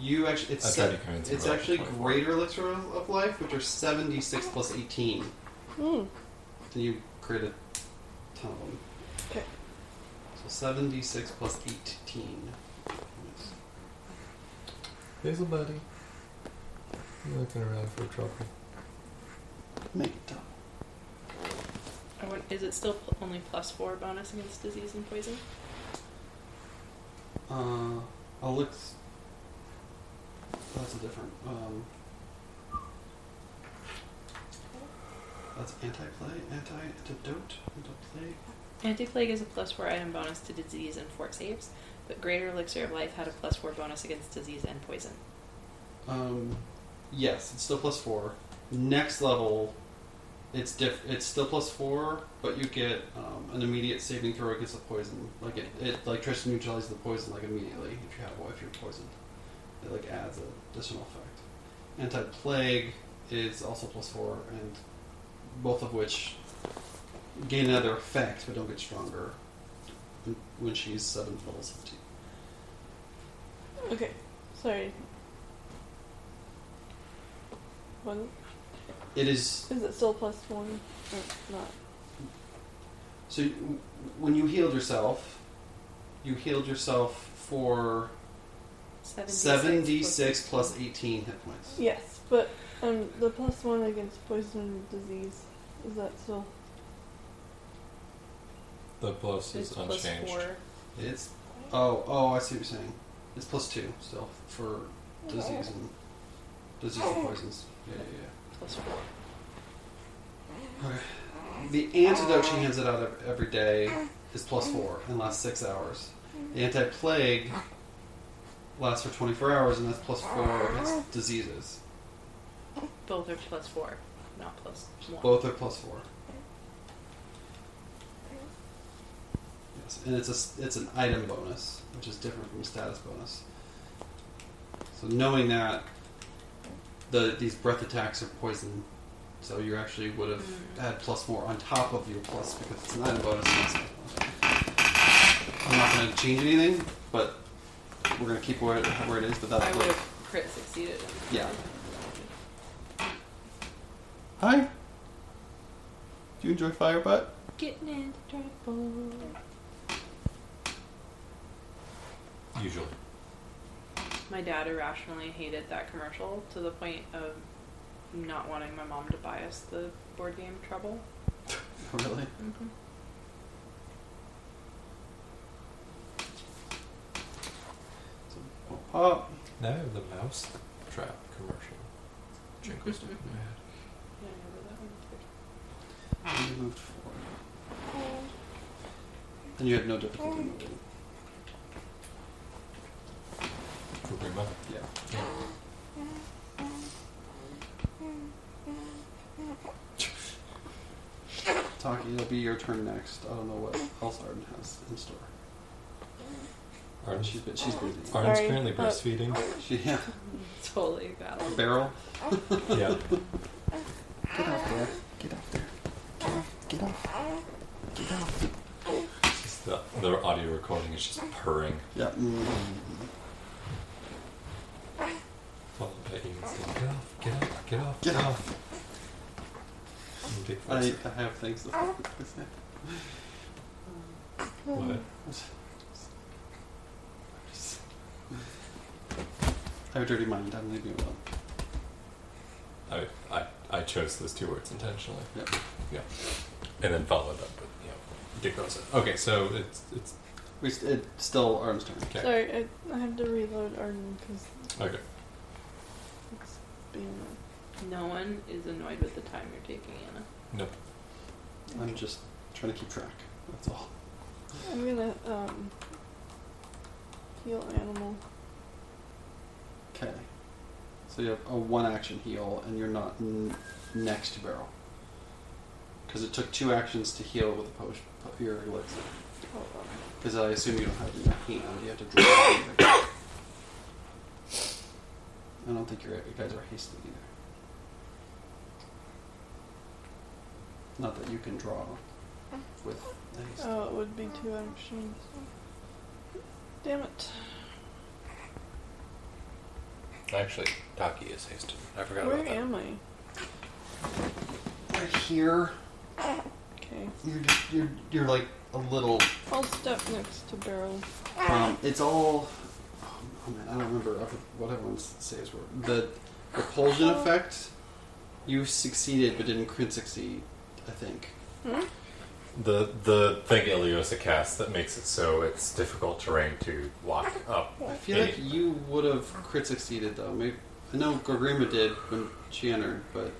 Speaker 2: You actually, it's,
Speaker 1: That's
Speaker 2: se-
Speaker 1: already coming to
Speaker 2: it's
Speaker 1: level
Speaker 2: actually
Speaker 1: 24.
Speaker 2: greater elixir of of life, which are 76 plus 18.
Speaker 4: Hmm.
Speaker 2: Then you create a ton of them.
Speaker 4: Okay.
Speaker 2: So 76 plus 18.
Speaker 1: Here's a buddy. I'm looking around for trouble.
Speaker 2: Make it double.
Speaker 3: I want, is it still pl- only plus four bonus against disease and poison?
Speaker 2: Uh, I'll look. s- That's a different. Um, that's anti-play, anti-antidote, anti-play.
Speaker 3: Anti-plague is a plus four item bonus to disease and fort saves, but greater elixir of life had a plus four bonus against disease and poison.
Speaker 2: Um, yes, it's still plus four. Next level, it's diff. It's still plus four, but you get um, an immediate saving throw against the poison. Like it, it like tries to neutralize the poison like immediately if you have well, if you're poisoned. It like adds an additional effect. Anti plague is also plus four, and both of which gain another effect but don't get stronger when- when she's seven levels fifteen.
Speaker 4: Okay. Sorry. One.
Speaker 2: It is
Speaker 4: Is it still plus one? Or not?
Speaker 2: So you- when you healed yourself, you healed yourself for Seventy
Speaker 3: 76
Speaker 2: six plus eighteen hit points.
Speaker 4: Yes, but um, the plus one against poison and disease is that still?
Speaker 1: The plus is
Speaker 3: plus
Speaker 1: unchanged.
Speaker 3: four.
Speaker 2: It's oh oh I see what you're saying. It's plus two still for disease and disease and poisons. Yeah yeah yeah.
Speaker 3: Plus four.
Speaker 2: The antidote she hands it out ev- every day is plus four and lasts six hours. The anti plague lasts for 24 hours and that's plus four against diseases.
Speaker 3: Both are plus four, not plus one.
Speaker 2: Both are plus four. Yes, and it's a s- it's an item bonus, which is different from a status bonus. So knowing that the these breath attacks are poison, so you actually would have
Speaker 3: Mm.
Speaker 2: had plus more on top of your plus because it's an item bonus. And it's I'm not going to change anything, but we're going to keep where it, where it is. But
Speaker 3: I
Speaker 2: that's
Speaker 3: would
Speaker 2: what,
Speaker 3: have crit succeeded.
Speaker 2: yeah. Hi. Do you enjoy Firebutt?
Speaker 3: Getting into trouble.
Speaker 1: Usually.
Speaker 3: My dad irrationally hated that commercial to the point of not wanting my mom to buy us the board game Trouble.
Speaker 2: Really?
Speaker 3: Mm-hmm.
Speaker 2: Oh,
Speaker 1: Now the mouse trap commercial. Jingles stuck in my head.
Speaker 3: Yeah,
Speaker 4: Mm-hmm.
Speaker 3: I remember that one.
Speaker 2: you moved forward. And you had no difficulty moving.
Speaker 1: For big mouth.
Speaker 2: Yeah. Taki, it'll be your turn next. I don't know what else Arden has in store.
Speaker 1: Arden's,
Speaker 2: She's been, she's busy.
Speaker 1: Arden's
Speaker 4: Sorry.
Speaker 1: currently
Speaker 4: Uh,
Speaker 1: breastfeeding.
Speaker 2: She, yeah.
Speaker 3: Totally valid.
Speaker 2: Barrel.
Speaker 1: yeah.
Speaker 2: Get out there. Get out there. Get off. Get off. Get off.
Speaker 1: It's the, the audio recording is just purring.
Speaker 2: Yeah. mm
Speaker 1: Followed by Ian saying, Get off, get off, get off,
Speaker 2: Get
Speaker 1: get off. And Big
Speaker 2: I,
Speaker 1: voice,
Speaker 2: I have things to to say.
Speaker 1: What?
Speaker 2: I have a dirty mind. I'm leaving you alone.
Speaker 1: I, I, I chose those two words intentionally.
Speaker 2: Yep.
Speaker 1: Yeah. And then followed up with, you know, Dick Rosa. Okay, so it's, it's,
Speaker 2: We st- it's still Arden's turn.
Speaker 1: okay.
Speaker 4: Sorry, I, I had to reload Arden because
Speaker 1: Okay.
Speaker 4: it's being.
Speaker 3: No one is annoyed with the time you're taking, Anna.
Speaker 1: Nope.
Speaker 2: I'm just trying to keep track. That's all.
Speaker 4: I'm gonna um heal animal.
Speaker 2: Okay. So you have a one action heal, and you're not n- next to barrel. Because it took two actions to heal with a potion, your elixir.
Speaker 4: Hold on.
Speaker 2: Because I assume you don't have it in your hand. You have to draw it. with your hand. I don't think you're, you guys are hasted either. Not that you can draw with haste.
Speaker 4: Oh, it would be two actions. Damn it.
Speaker 9: Actually, Taki is hasted. I forgot
Speaker 4: Where
Speaker 9: about that.
Speaker 4: am I?
Speaker 2: Right here,
Speaker 4: Okay.
Speaker 2: you're, just, you're, you're like a little
Speaker 4: I'll step next to Barrel.
Speaker 2: Um, it's all. Oh man, I don't remember what everyone says were. The repulsion effect. You succeeded, but didn't crit succeed. I think.
Speaker 1: The the thing Iliosa casts that makes it so it's difficult terrain to walk up.
Speaker 2: I feel like you would have crit succeeded though. Maybe I know Gorima did when she entered, but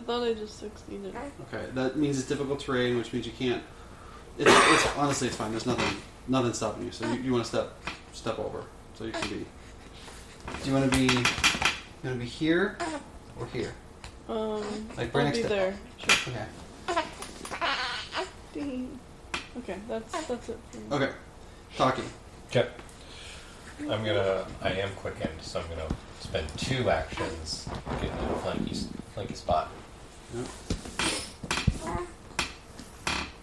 Speaker 4: I thought I just succeeded.
Speaker 2: okay, that means it's difficult terrain, which means you can't. It's, it's honestly, it's fine. There's nothing, nothing stopping you. So you, you want to step, step over, so you can be. Do you want to be, you want to be here, or here?
Speaker 4: Um,
Speaker 2: Like right
Speaker 4: I'll
Speaker 2: next
Speaker 4: be
Speaker 2: to-
Speaker 4: there. Sure.
Speaker 2: Okay.
Speaker 4: Ding. Okay, that's that's it. For me.
Speaker 2: Okay. Talking.
Speaker 1: Okay. I'm gonna. I am quickened, so I'm gonna spend two actions getting in a flanky, s- flanky spot.
Speaker 2: Yep.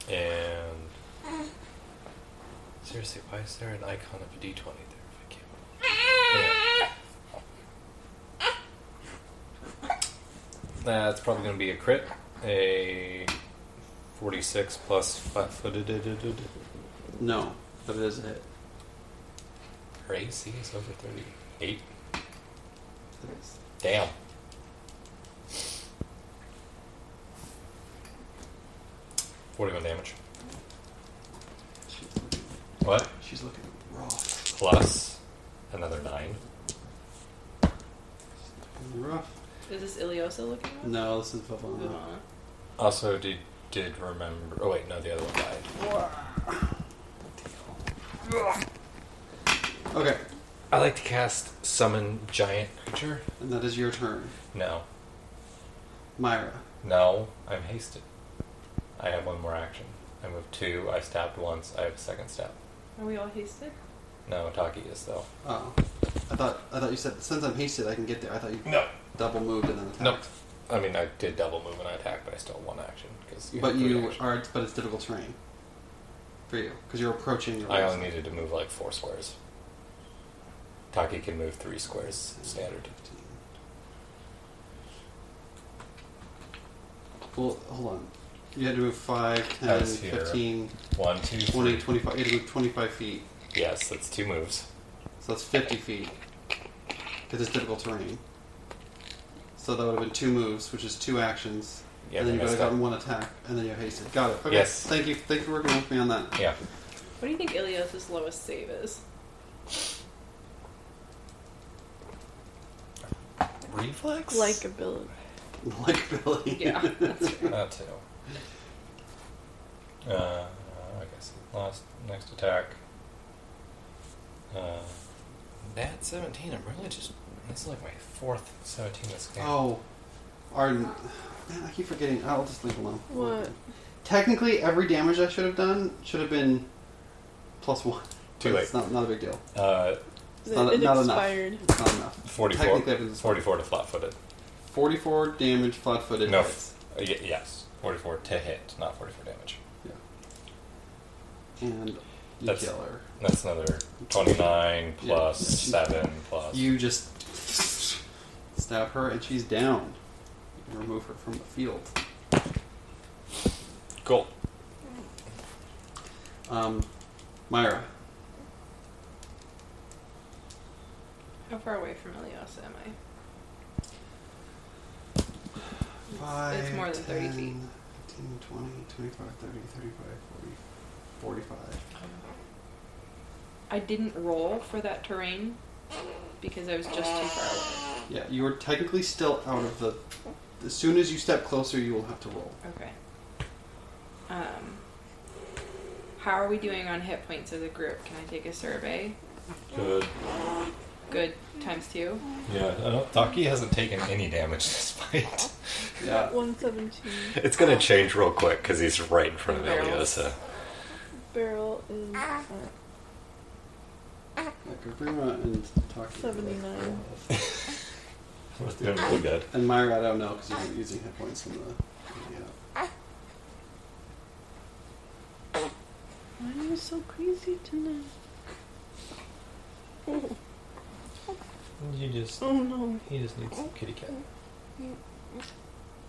Speaker 1: And seriously, why is there an icon of a D20 there? If I can't. Anyway. That's probably gonna be a crit. A 46 plus flat-footed.
Speaker 2: No, but it is a hit.
Speaker 1: Her AC is over 38.
Speaker 2: Thanks.
Speaker 1: Damn. Forty-one damage.
Speaker 2: She's looking,
Speaker 1: What?
Speaker 2: she's looking raw.
Speaker 1: Plus another nine.
Speaker 2: Rough.
Speaker 3: Is this Iliosa looking at?
Speaker 2: No, this is Vavana.
Speaker 1: Also, did did remember? Oh wait, no, the other one died.
Speaker 2: Okay,
Speaker 1: I like to cast summon giant creature.
Speaker 2: and that is your turn,
Speaker 1: No,
Speaker 2: Myra.
Speaker 1: no, I'm hasted. I have one more action. I moved two. I stabbed once. I have a second stab.
Speaker 3: Are we all hasted?
Speaker 1: No, Taki is though.
Speaker 2: Oh, I thought I thought you said since I'm hasted, I can get there. I thought you
Speaker 1: No,
Speaker 2: double moved and then attacked.
Speaker 1: no. I mean, I did double move and I attacked, but I still have one action because.
Speaker 2: But you are, but it's difficult terrain for you because you're approaching. The
Speaker 1: I only needed to move like four squares. Taki can move three squares standard.
Speaker 2: Well, hold on. You had to move 5,
Speaker 1: I
Speaker 2: 10,
Speaker 1: was here.
Speaker 2: 15,
Speaker 1: One, two,
Speaker 2: 20,
Speaker 1: three.
Speaker 2: 25. You had to move 25 feet.
Speaker 1: Yes, that's two moves.
Speaker 2: So that's 50 feet. Because it's difficult terrain. So that would have been two moves, which is two actions.
Speaker 1: Yeah,
Speaker 2: and then
Speaker 1: I
Speaker 2: you would have
Speaker 1: missed
Speaker 2: gotten
Speaker 1: that.
Speaker 2: one attack, and then you have hasted. Got it. Okay.
Speaker 1: Yes.
Speaker 2: Thank you. Thank you for working with me on that.
Speaker 1: Yeah,
Speaker 3: What do you think Iliosa's lowest save is?
Speaker 1: reflex.
Speaker 4: Like ability.
Speaker 2: Likability.
Speaker 3: Yeah, that's fair.
Speaker 1: That too. Uh, I guess last next attack. Uh, that seventeen. I'm really just. This is like my fourth seventeen this game.
Speaker 2: Oh, Arden. Man, I keep forgetting. I'll just leave it alone.
Speaker 4: What?
Speaker 2: Technically, every damage I should have done should have been plus one.
Speaker 1: Too
Speaker 2: But
Speaker 1: late.
Speaker 2: It's not, not a big deal.
Speaker 1: Uh,
Speaker 4: It,
Speaker 2: not-
Speaker 4: it
Speaker 2: not enough.
Speaker 4: expired.
Speaker 2: It's not enough.
Speaker 1: forty-four.
Speaker 2: Technically, I've been-
Speaker 1: Forty-four to flat-footed.
Speaker 2: 44 damage, flat footed.
Speaker 1: No. Uh, y- yes, forty-four to hit, not forty-four damage.
Speaker 2: And you
Speaker 1: That's-
Speaker 2: kill her.
Speaker 1: That's another 29 plus
Speaker 2: Yeah.
Speaker 1: 7 plus.
Speaker 2: You just stab her and she's down. You can remove her from the field.
Speaker 1: cool.
Speaker 2: Um, Myra,
Speaker 3: How far away from Iliosa am I? It's-
Speaker 2: Five,
Speaker 3: it's more than 30 feet.
Speaker 2: 10, 15, 20, 25, 30, 35, 40, 45.
Speaker 3: I didn't roll for that terrain because I was just too far
Speaker 2: Yeah, you are technically still out of the. As soon as you step closer, you will have to roll.
Speaker 3: away. Okay. Um, how are we doing on hit points as a group? Can I take a survey?
Speaker 1: Good.
Speaker 3: Good times two.
Speaker 1: Yeah, I don't, Taki hasn't taken any damage this fight.
Speaker 2: Yeah.
Speaker 4: 117.
Speaker 5: It's gonna change real quick because he's right in
Speaker 3: front of Barrels. Eliosa.
Speaker 4: Barrel is
Speaker 3: Ah.
Speaker 4: uh,
Speaker 2: Kabrima and Taki.
Speaker 4: 79.
Speaker 5: It's doing really good.
Speaker 2: And Myra, I don't know because you're using hit points from the. Yeah.
Speaker 4: Why are you so crazy tonight? Oh,
Speaker 5: You just.
Speaker 4: oh no.
Speaker 5: He just needs some kitty cat.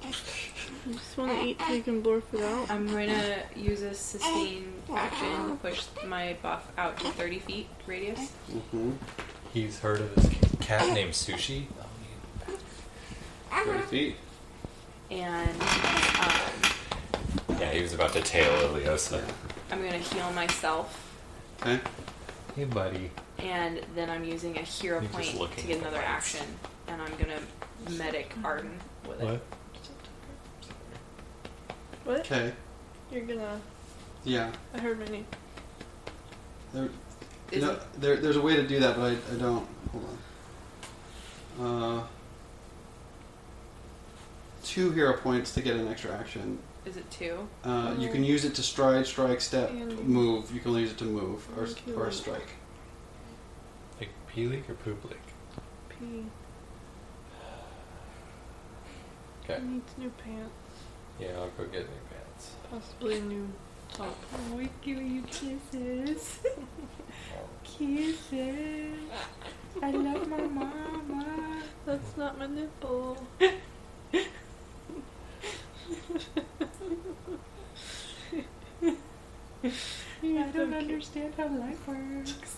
Speaker 4: I just want to eat so you can blurf it out.
Speaker 3: I'm going to use a sustain action to push my buff out to 30 feet radius.
Speaker 2: hmm
Speaker 1: He's heard of this cat named Sushi.
Speaker 3: Uh-huh.
Speaker 2: 30 feet.
Speaker 3: And um,
Speaker 1: Yeah, he was about to tail Iliosa.
Speaker 3: I'm going to heal myself.
Speaker 2: Okay.
Speaker 5: Hey, buddy.
Speaker 3: And then I'm using a hero
Speaker 1: You're just
Speaker 3: point
Speaker 1: looking
Speaker 3: to get
Speaker 1: at the
Speaker 3: another
Speaker 1: lights.
Speaker 3: action. And I'm going to medic Arden with it.
Speaker 5: What?
Speaker 4: What?
Speaker 2: Okay.
Speaker 4: You're gonna.
Speaker 2: Yeah.
Speaker 4: I heard my name.
Speaker 2: There,
Speaker 3: Is
Speaker 2: no,
Speaker 3: it-
Speaker 2: there, there's a way to do that, but I, I don't. Hold on. Uh, two hero points to get an extra action.
Speaker 3: Is it two?
Speaker 2: Uh, you can use it to stride, strike, step,
Speaker 4: And-
Speaker 2: move. You can only use it to move or,
Speaker 4: Okay.
Speaker 2: or strike.
Speaker 5: Like pee leak or poop leak?
Speaker 4: P.
Speaker 1: Okay.
Speaker 4: Needs new pants.
Speaker 1: Yeah, I'll go get new pants.
Speaker 4: Possibly a new top.
Speaker 3: We're giving Oh, you kisses. kisses. I love my mama.
Speaker 4: That's not my nipple.
Speaker 3: I don't understand how life works.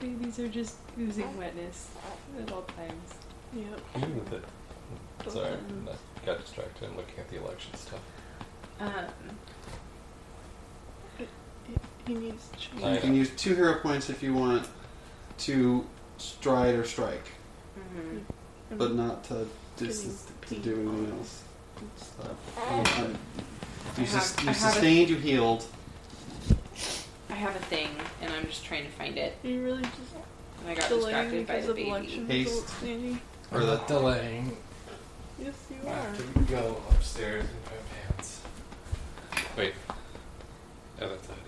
Speaker 3: hands are just oozing wetness at all times.
Speaker 4: Yep.
Speaker 5: Even the- Sorry,
Speaker 4: Sometimes.
Speaker 5: I got distracted and looking at the election stuff.
Speaker 3: Um,
Speaker 4: He needs change.
Speaker 5: I
Speaker 2: You can
Speaker 5: know.
Speaker 2: use two hero points if you want to stride or strike,
Speaker 3: mhm.
Speaker 2: but not to, dis- to do anything else. So, um, you
Speaker 3: I have-
Speaker 2: sus-
Speaker 3: I
Speaker 2: you
Speaker 3: have a-
Speaker 2: sustained, you healed.
Speaker 3: I have a thing, and I'm just trying to find it.
Speaker 4: Are you really just
Speaker 3: And I got
Speaker 4: delaying
Speaker 3: distracted by
Speaker 4: because
Speaker 3: the
Speaker 4: of
Speaker 3: baby.
Speaker 4: election
Speaker 2: Haste.
Speaker 4: results, Sandy?
Speaker 2: Or the
Speaker 5: delaying.
Speaker 4: Yes, you are.
Speaker 5: go upstairs and grab pants. Wait. Yeah, that's Eddie.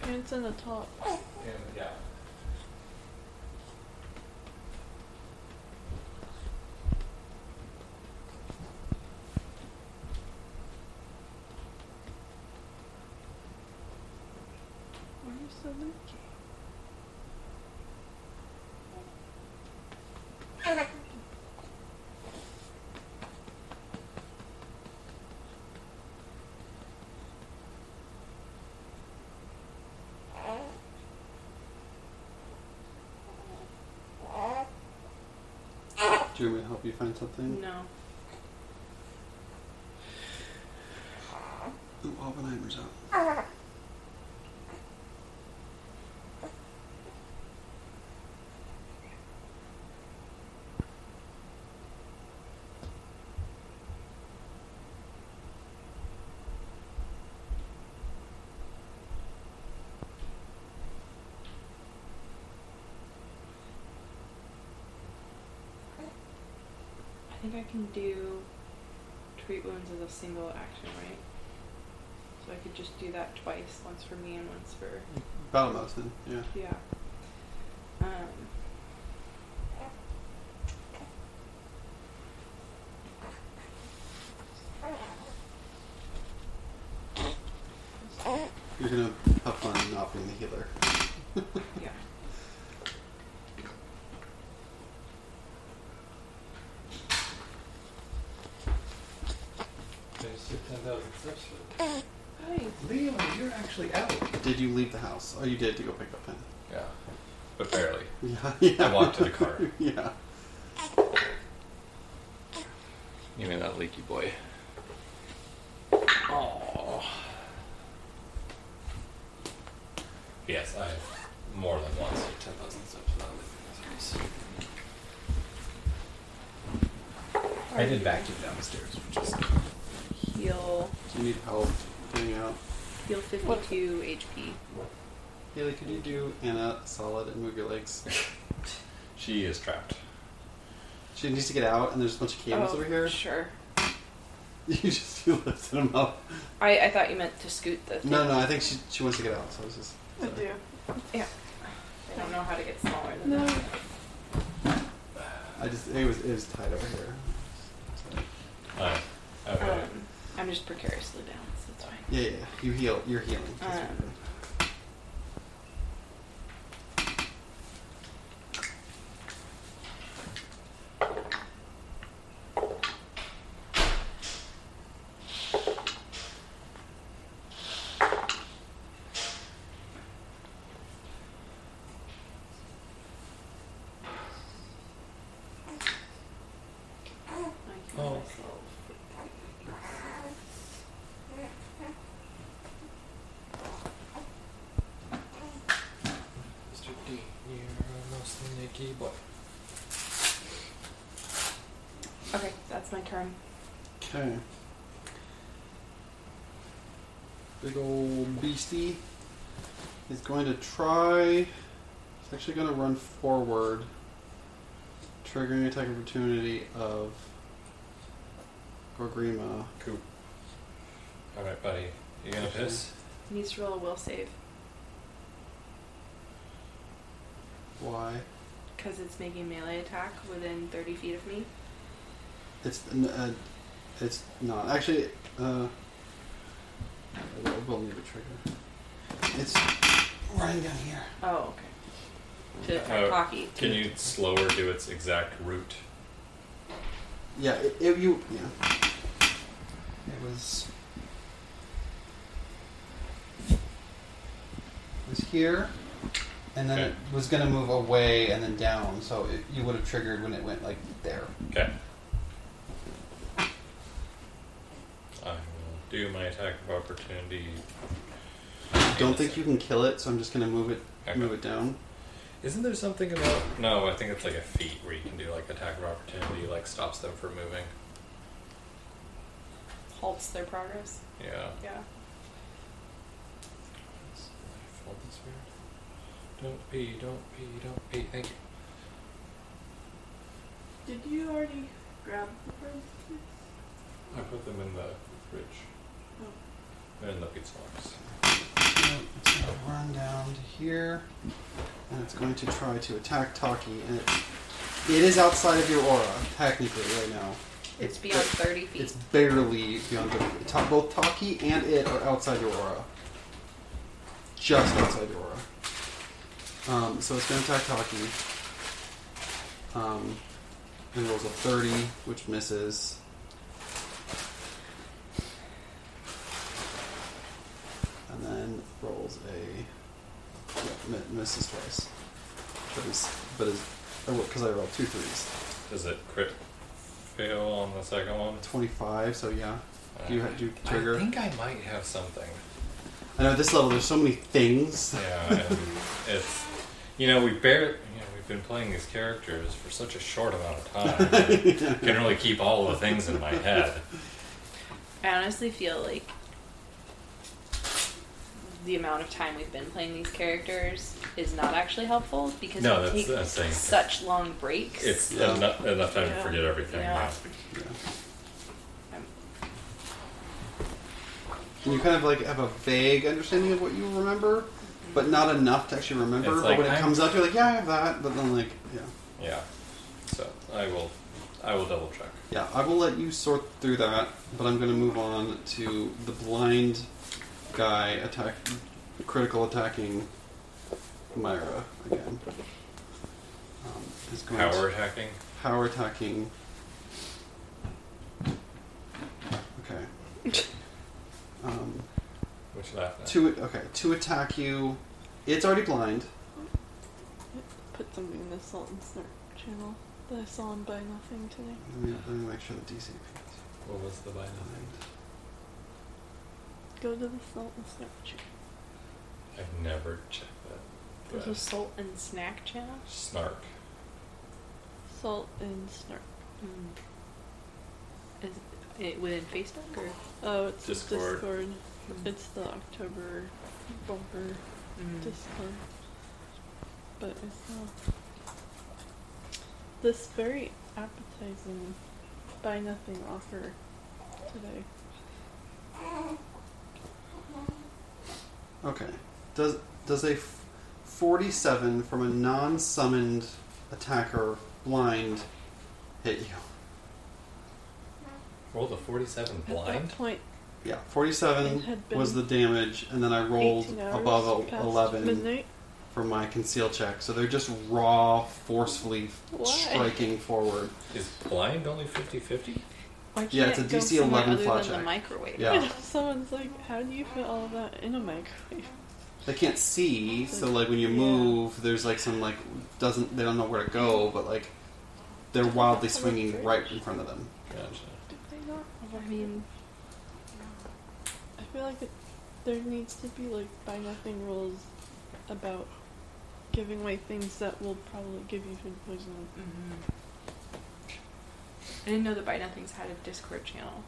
Speaker 4: Pants and a top.
Speaker 5: And yeah.
Speaker 4: Why are you so leaky?
Speaker 2: Do you want me to help you find something?
Speaker 3: No.
Speaker 2: Ooh, Oppenheimer's out.
Speaker 3: I think I can do treat wounds as a single action, right? So I could just do that twice, once for me and once for
Speaker 2: Battle mouse then, yeah.
Speaker 3: yeah. Um,
Speaker 2: You're gonna have fun not being the healer.
Speaker 3: yeah.
Speaker 5: I just did 10,000 steps for
Speaker 3: Nice.
Speaker 5: Leo, you're actually out.
Speaker 2: Did you leave the house? Oh, you did to go pick up pen.
Speaker 1: Yeah. But barely.
Speaker 2: Yeah, yeah.
Speaker 1: I walked to the car.
Speaker 2: yeah.
Speaker 1: You mean that leaky boy?
Speaker 5: Oh.
Speaker 1: Yes, I more than once.
Speaker 5: 10,000 steps without leaving this house.
Speaker 1: I did vacuum downstairs, which is
Speaker 3: Heal
Speaker 2: Do you need help getting out?
Speaker 3: heal fifty two HP.
Speaker 2: Haley, could you do Anna solid and move your legs?
Speaker 1: she is trapped.
Speaker 2: She needs to get out, and there's a bunch of
Speaker 4: Oh.
Speaker 2: cables over here.
Speaker 3: Oh, Sure.
Speaker 2: You just you lifted them up.
Speaker 3: I, I thought you meant to scoot the thing.
Speaker 2: No, no, I think she she wants to get out. So I was just.
Speaker 4: I
Speaker 2: sorry.
Speaker 4: do.
Speaker 3: I don't know how to get smaller than
Speaker 4: No.
Speaker 3: that.
Speaker 2: I just it was it was tied over here. So,
Speaker 1: Uh, okay.
Speaker 3: Um, I'm just precariously balanced. That's fine.
Speaker 2: yeah, yeah. You heal. You're healing. That's
Speaker 3: Um.
Speaker 2: what
Speaker 3: I heal
Speaker 5: Oh.
Speaker 3: myself.
Speaker 5: Mr. D, you're
Speaker 1: uh,
Speaker 5: almost a Nicky boy.
Speaker 3: Okay, that's my turn.
Speaker 2: Okay. Big old beastie is going to try. It's actually going to run forward, triggering attack opportunity of Gorgrima.
Speaker 5: Cool. Alright, buddy. You gonna piss?
Speaker 3: He needs to roll a will save
Speaker 2: Why?
Speaker 3: because it's making melee attack within 30 feet of me.
Speaker 2: It's n- uh, it's not actually. Uh, I will- we'll need a trigger. It's running down here.
Speaker 3: Oh, okay. To attack
Speaker 1: Oh.
Speaker 3: Pocky.
Speaker 1: Can you slower do its exact route?
Speaker 2: Yeah, it, it, you. Yeah. It was. It was here. and then
Speaker 1: Okay.
Speaker 2: it was going to move away and then down, so it, you would have triggered when it went like there.
Speaker 1: Okay. I will do my attack of opportunity.
Speaker 2: Don't think you can kill it, so I'm just going to move it,
Speaker 1: Okay.
Speaker 2: move it down.
Speaker 1: Isn't there something about? No, I think it's like a feat where you can do like attack of opportunity, like stops them from moving.
Speaker 3: halts their progress.
Speaker 1: Yeah.
Speaker 3: Yeah.
Speaker 1: I fold this weird. Don't pee, don't pee, don't pee. Thank you.
Speaker 4: Did you already grab the bread?
Speaker 1: I put them in the fridge. They're in the pizza box.
Speaker 2: So It's going to run down to here, and it's going to try to attack Taki, and it, it is outside of your aura technically right now.
Speaker 3: It's beyond 30 feet.
Speaker 2: It's barely beyond the ta- both Taki and it are outside your aura. Just outside your aura. Um, so it's going to attack Taki. Um, and rolls a 30, which misses. And then rolls a. Yeah, mi- misses twice. But is. But is because I rolled two threes.
Speaker 1: Does it crit fail on the second one?
Speaker 2: 25, so yeah. Do you, ha- do you trigger?
Speaker 1: I think I might have something.
Speaker 2: I know at this level, there's so many things.
Speaker 1: Yeah, and it's you know we barely you know, we've been playing these characters for such a short amount of time. I can really keep all the things in my head.
Speaker 3: I honestly feel like the amount of time we've been playing these characters is not actually helpful because
Speaker 1: No,
Speaker 3: we
Speaker 1: that's-
Speaker 3: take
Speaker 1: that's saying-
Speaker 3: such long breaks.
Speaker 1: It's
Speaker 2: Yeah.
Speaker 1: enough, enough time to
Speaker 3: Yeah.
Speaker 1: forget everything.
Speaker 3: Yeah.
Speaker 1: Yeah.
Speaker 3: Um,
Speaker 2: And you kind of like have a vague understanding of what you remember, but not enough to actually remember.
Speaker 1: It's
Speaker 2: but
Speaker 1: like
Speaker 2: when it
Speaker 1: I'm-
Speaker 2: comes up, you're like, yeah, I have that. But then like, yeah,
Speaker 1: Yeah. So I will, I will double check.
Speaker 2: yeah, I will let you sort through that. But I'm going to move on to the blind guy attack, critical attacking Myra again. Um, is going to-
Speaker 1: Power hacking.
Speaker 2: Power attacking. Okay. Um,
Speaker 1: Which laugh? at?
Speaker 2: to okay to attack you. It's already blind.
Speaker 4: Put something in the salt and snark channel that I saw on Buy Nothing today.
Speaker 2: Let me, let me make sure the DC is
Speaker 1: What was the by now?
Speaker 2: blind.
Speaker 4: Go to the salt and snark channel.
Speaker 1: I've never checked that.
Speaker 3: There's a
Speaker 1: But
Speaker 3: salt and snack channel.
Speaker 1: snark.
Speaker 4: Salt and snark.
Speaker 3: Mm. Is it within Facebook or?
Speaker 4: Oh, it's
Speaker 1: Discord.
Speaker 4: Discord.
Speaker 3: Mm-hmm.
Speaker 4: It's the October bumper
Speaker 3: Mm.
Speaker 4: Discord. But I saw this very appetizing buy nothing offer today.
Speaker 2: Okay. Does does a f- forty-seven from a non-summoned attacker blind hit you?
Speaker 1: Rolled a forty-seven
Speaker 4: At
Speaker 1: blind.
Speaker 4: that point,
Speaker 2: Yeah,
Speaker 4: it
Speaker 2: forty-seven
Speaker 4: had been
Speaker 2: was the damage, and then I rolled
Speaker 4: 18 hours
Speaker 2: above a
Speaker 4: past
Speaker 2: eleven
Speaker 4: Midnight.
Speaker 2: for my conceal check. So they're just raw, forcefully
Speaker 4: Why?
Speaker 2: striking forward.
Speaker 1: Is blind only 50-50?
Speaker 4: Why
Speaker 2: Yeah, it's
Speaker 4: can't
Speaker 2: a
Speaker 4: go
Speaker 2: DC
Speaker 4: somewhere
Speaker 2: 11
Speaker 4: other-
Speaker 3: Other
Speaker 2: Flat
Speaker 3: than the
Speaker 2: check.
Speaker 3: microwave.
Speaker 2: Yeah.
Speaker 4: And Someone's like, how do you fit all of that in a microwave?
Speaker 2: They can't see, so like when you
Speaker 4: Yeah.
Speaker 2: move, there's like some like doesn't they don't know where to go, but like they're wildly swinging right in front of them.
Speaker 1: Gotcha.
Speaker 4: Did they not?
Speaker 3: I mean,
Speaker 4: I feel like it, there needs to be like buy nothing rules about giving away things that will probably give you food poisoning.
Speaker 3: mm-hmm. I didn't know that By Nothing's had a Discord channel.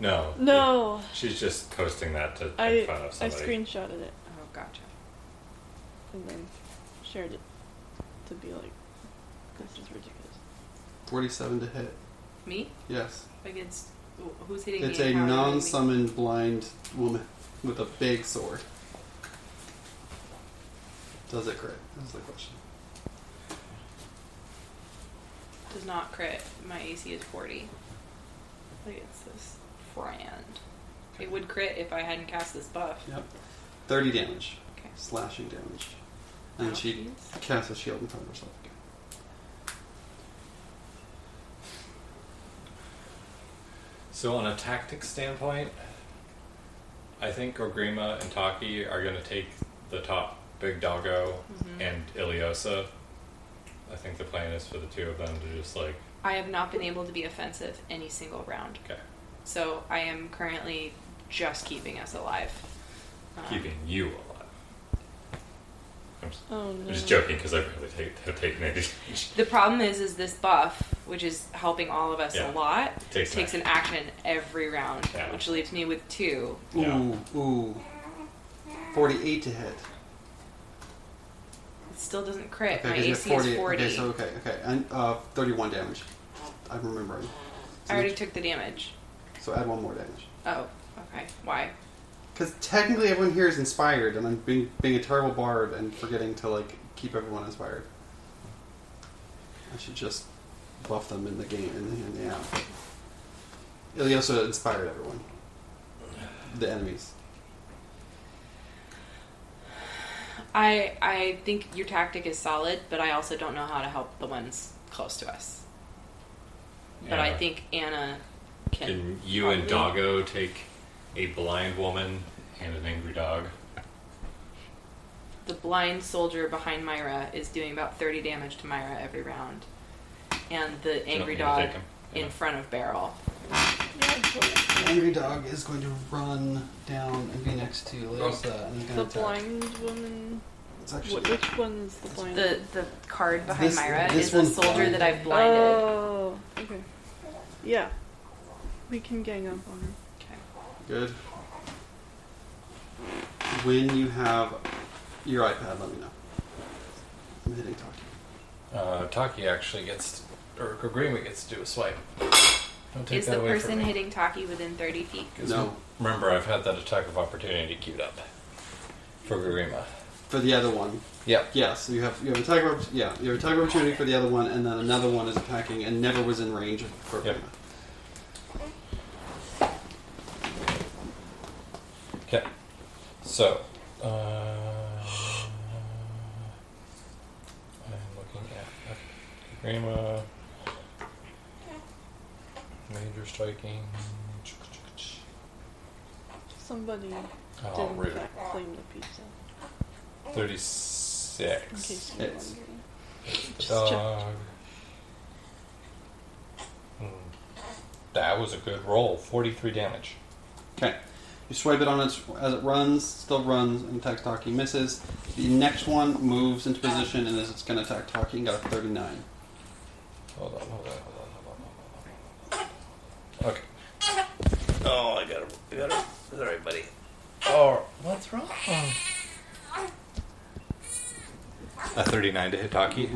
Speaker 1: No.
Speaker 4: No,
Speaker 1: She's just posting that to
Speaker 4: I
Speaker 1: make fun of
Speaker 4: I
Speaker 1: somebody.
Speaker 4: screenshotted it
Speaker 3: Oh, gotcha.
Speaker 4: and then shared it to be like, this is ridiculous.
Speaker 2: Forty-seven to hit.
Speaker 3: Me
Speaker 2: Yes,
Speaker 3: against wh- who's hitting
Speaker 2: it's
Speaker 3: me?
Speaker 2: a
Speaker 3: and how are they hitting me?
Speaker 2: non-summoned blind woman with a big sword. Does it crit? That's the question.
Speaker 3: Does not crit. My AC is forty. Like it's this friend. It would crit if I hadn't cast this buff.
Speaker 2: Yep. Thirty damage,
Speaker 3: Okay.
Speaker 2: slashing damage, and
Speaker 3: Ouchies.
Speaker 2: she casts a shield in front of herself again.
Speaker 1: So, on a tactics standpoint, I think Ogrima and Taki are going to take the top
Speaker 10: Big Doggo
Speaker 4: Mm-hmm.
Speaker 3: Mhm.
Speaker 10: and Iliosa. I think the plan is for the two of them to just like
Speaker 3: I have not been able to be offensive any single round.
Speaker 10: okay,
Speaker 3: So I am currently just keeping us alive. Um,
Speaker 10: keeping you alive. I'm just,
Speaker 4: Oh
Speaker 10: I'm
Speaker 4: no.
Speaker 10: just joking because I barely take, have taken any damage.
Speaker 3: The problem is, is this buff, which is helping all of us
Speaker 10: Yeah.
Speaker 3: a lot,
Speaker 10: Takes an
Speaker 3: takes an action every round,
Speaker 10: Yeah.
Speaker 3: which leaves me with two.
Speaker 10: Yeah.
Speaker 2: Ooh, ooh. 48 to hit.
Speaker 3: It still doesn't crit.
Speaker 2: Okay,
Speaker 3: My
Speaker 2: 'cause you have
Speaker 3: AC
Speaker 2: 48.
Speaker 3: is 40.
Speaker 2: Okay, so okay, okay. And, uh, 31 damage. I'm remembering.
Speaker 3: I already took the damage.
Speaker 2: So add one more damage.
Speaker 3: Oh, okay. Why?
Speaker 2: Because technically everyone here is inspired, and I'm being, being a terrible bard and forgetting to, like, keep everyone inspired. I should just buff them in the game, in the, in the app. Iliosa inspired everyone. The enemies.
Speaker 3: I I think your tactic is solid, but I also don't know how to help the ones close to us. But I
Speaker 10: Yeah.
Speaker 3: think Anna can.
Speaker 10: Can you and
Speaker 3: probably-
Speaker 10: Doggo take a blind woman and an angry dog?
Speaker 3: The blind soldier behind Myra is doing about 30 damage to Myra every round. And the angry
Speaker 10: need to take
Speaker 3: dog
Speaker 10: 'em. Yeah.
Speaker 3: in front of Barrel.
Speaker 2: Angry Dog is going to run down and be next to Iliosa, and he's going
Speaker 4: The
Speaker 2: to attack.
Speaker 4: blind woman.
Speaker 2: It's
Speaker 4: wh-
Speaker 2: actually
Speaker 4: Which one is the blind?
Speaker 3: The the card behind
Speaker 2: This-
Speaker 3: Myra
Speaker 2: this
Speaker 3: is the
Speaker 2: one's
Speaker 3: soldier
Speaker 2: blind.
Speaker 3: that I've blinded.
Speaker 4: Oh. Okay. Yeah. We can gang up on her.
Speaker 3: Okay.
Speaker 2: Good. When you have your iPad, let me know. I'm hitting talk.
Speaker 1: Uh, Taki actually gets, or Greenway gets to do a swipe. Don't take
Speaker 3: Is
Speaker 1: that
Speaker 3: the
Speaker 1: away
Speaker 3: person
Speaker 1: from me.
Speaker 3: hitting Taki within 30 feet?
Speaker 1: 'Cause
Speaker 2: No.
Speaker 1: Remember, I've had that attack of opportunity queued up for Garima.
Speaker 2: For the other one,
Speaker 1: Yep.
Speaker 2: yeah. So you have you have a tiger. Yeah, you have a tiger opportunity for the other one, and then another one is attacking and never was in range of for
Speaker 1: Yep.
Speaker 2: Prima.
Speaker 1: Okay. So, uh, I'm looking at okay, Grima. Major striking.
Speaker 4: Somebody
Speaker 1: Oh,
Speaker 4: did in
Speaker 1: rude.
Speaker 4: fact claim the pizza. In
Speaker 1: 36.
Speaker 4: case you're
Speaker 2: It's- uh,
Speaker 4: wondering.
Speaker 1: The
Speaker 4: Just
Speaker 1: Uh, dog. Hmm. That was a good roll. 43 damage.
Speaker 2: Okay. You swipe it on it as it runs, still runs, and attacks Taki, misses. The next one moves into position and is it's going to attack Taki and got a 39.
Speaker 1: Hold on, hold on, hold on, hold on, hold on. Okay. Oh, I gotta, I gotta. Sorry, buddy. Oh, what's wrong? A thirty-nine to Hitaki.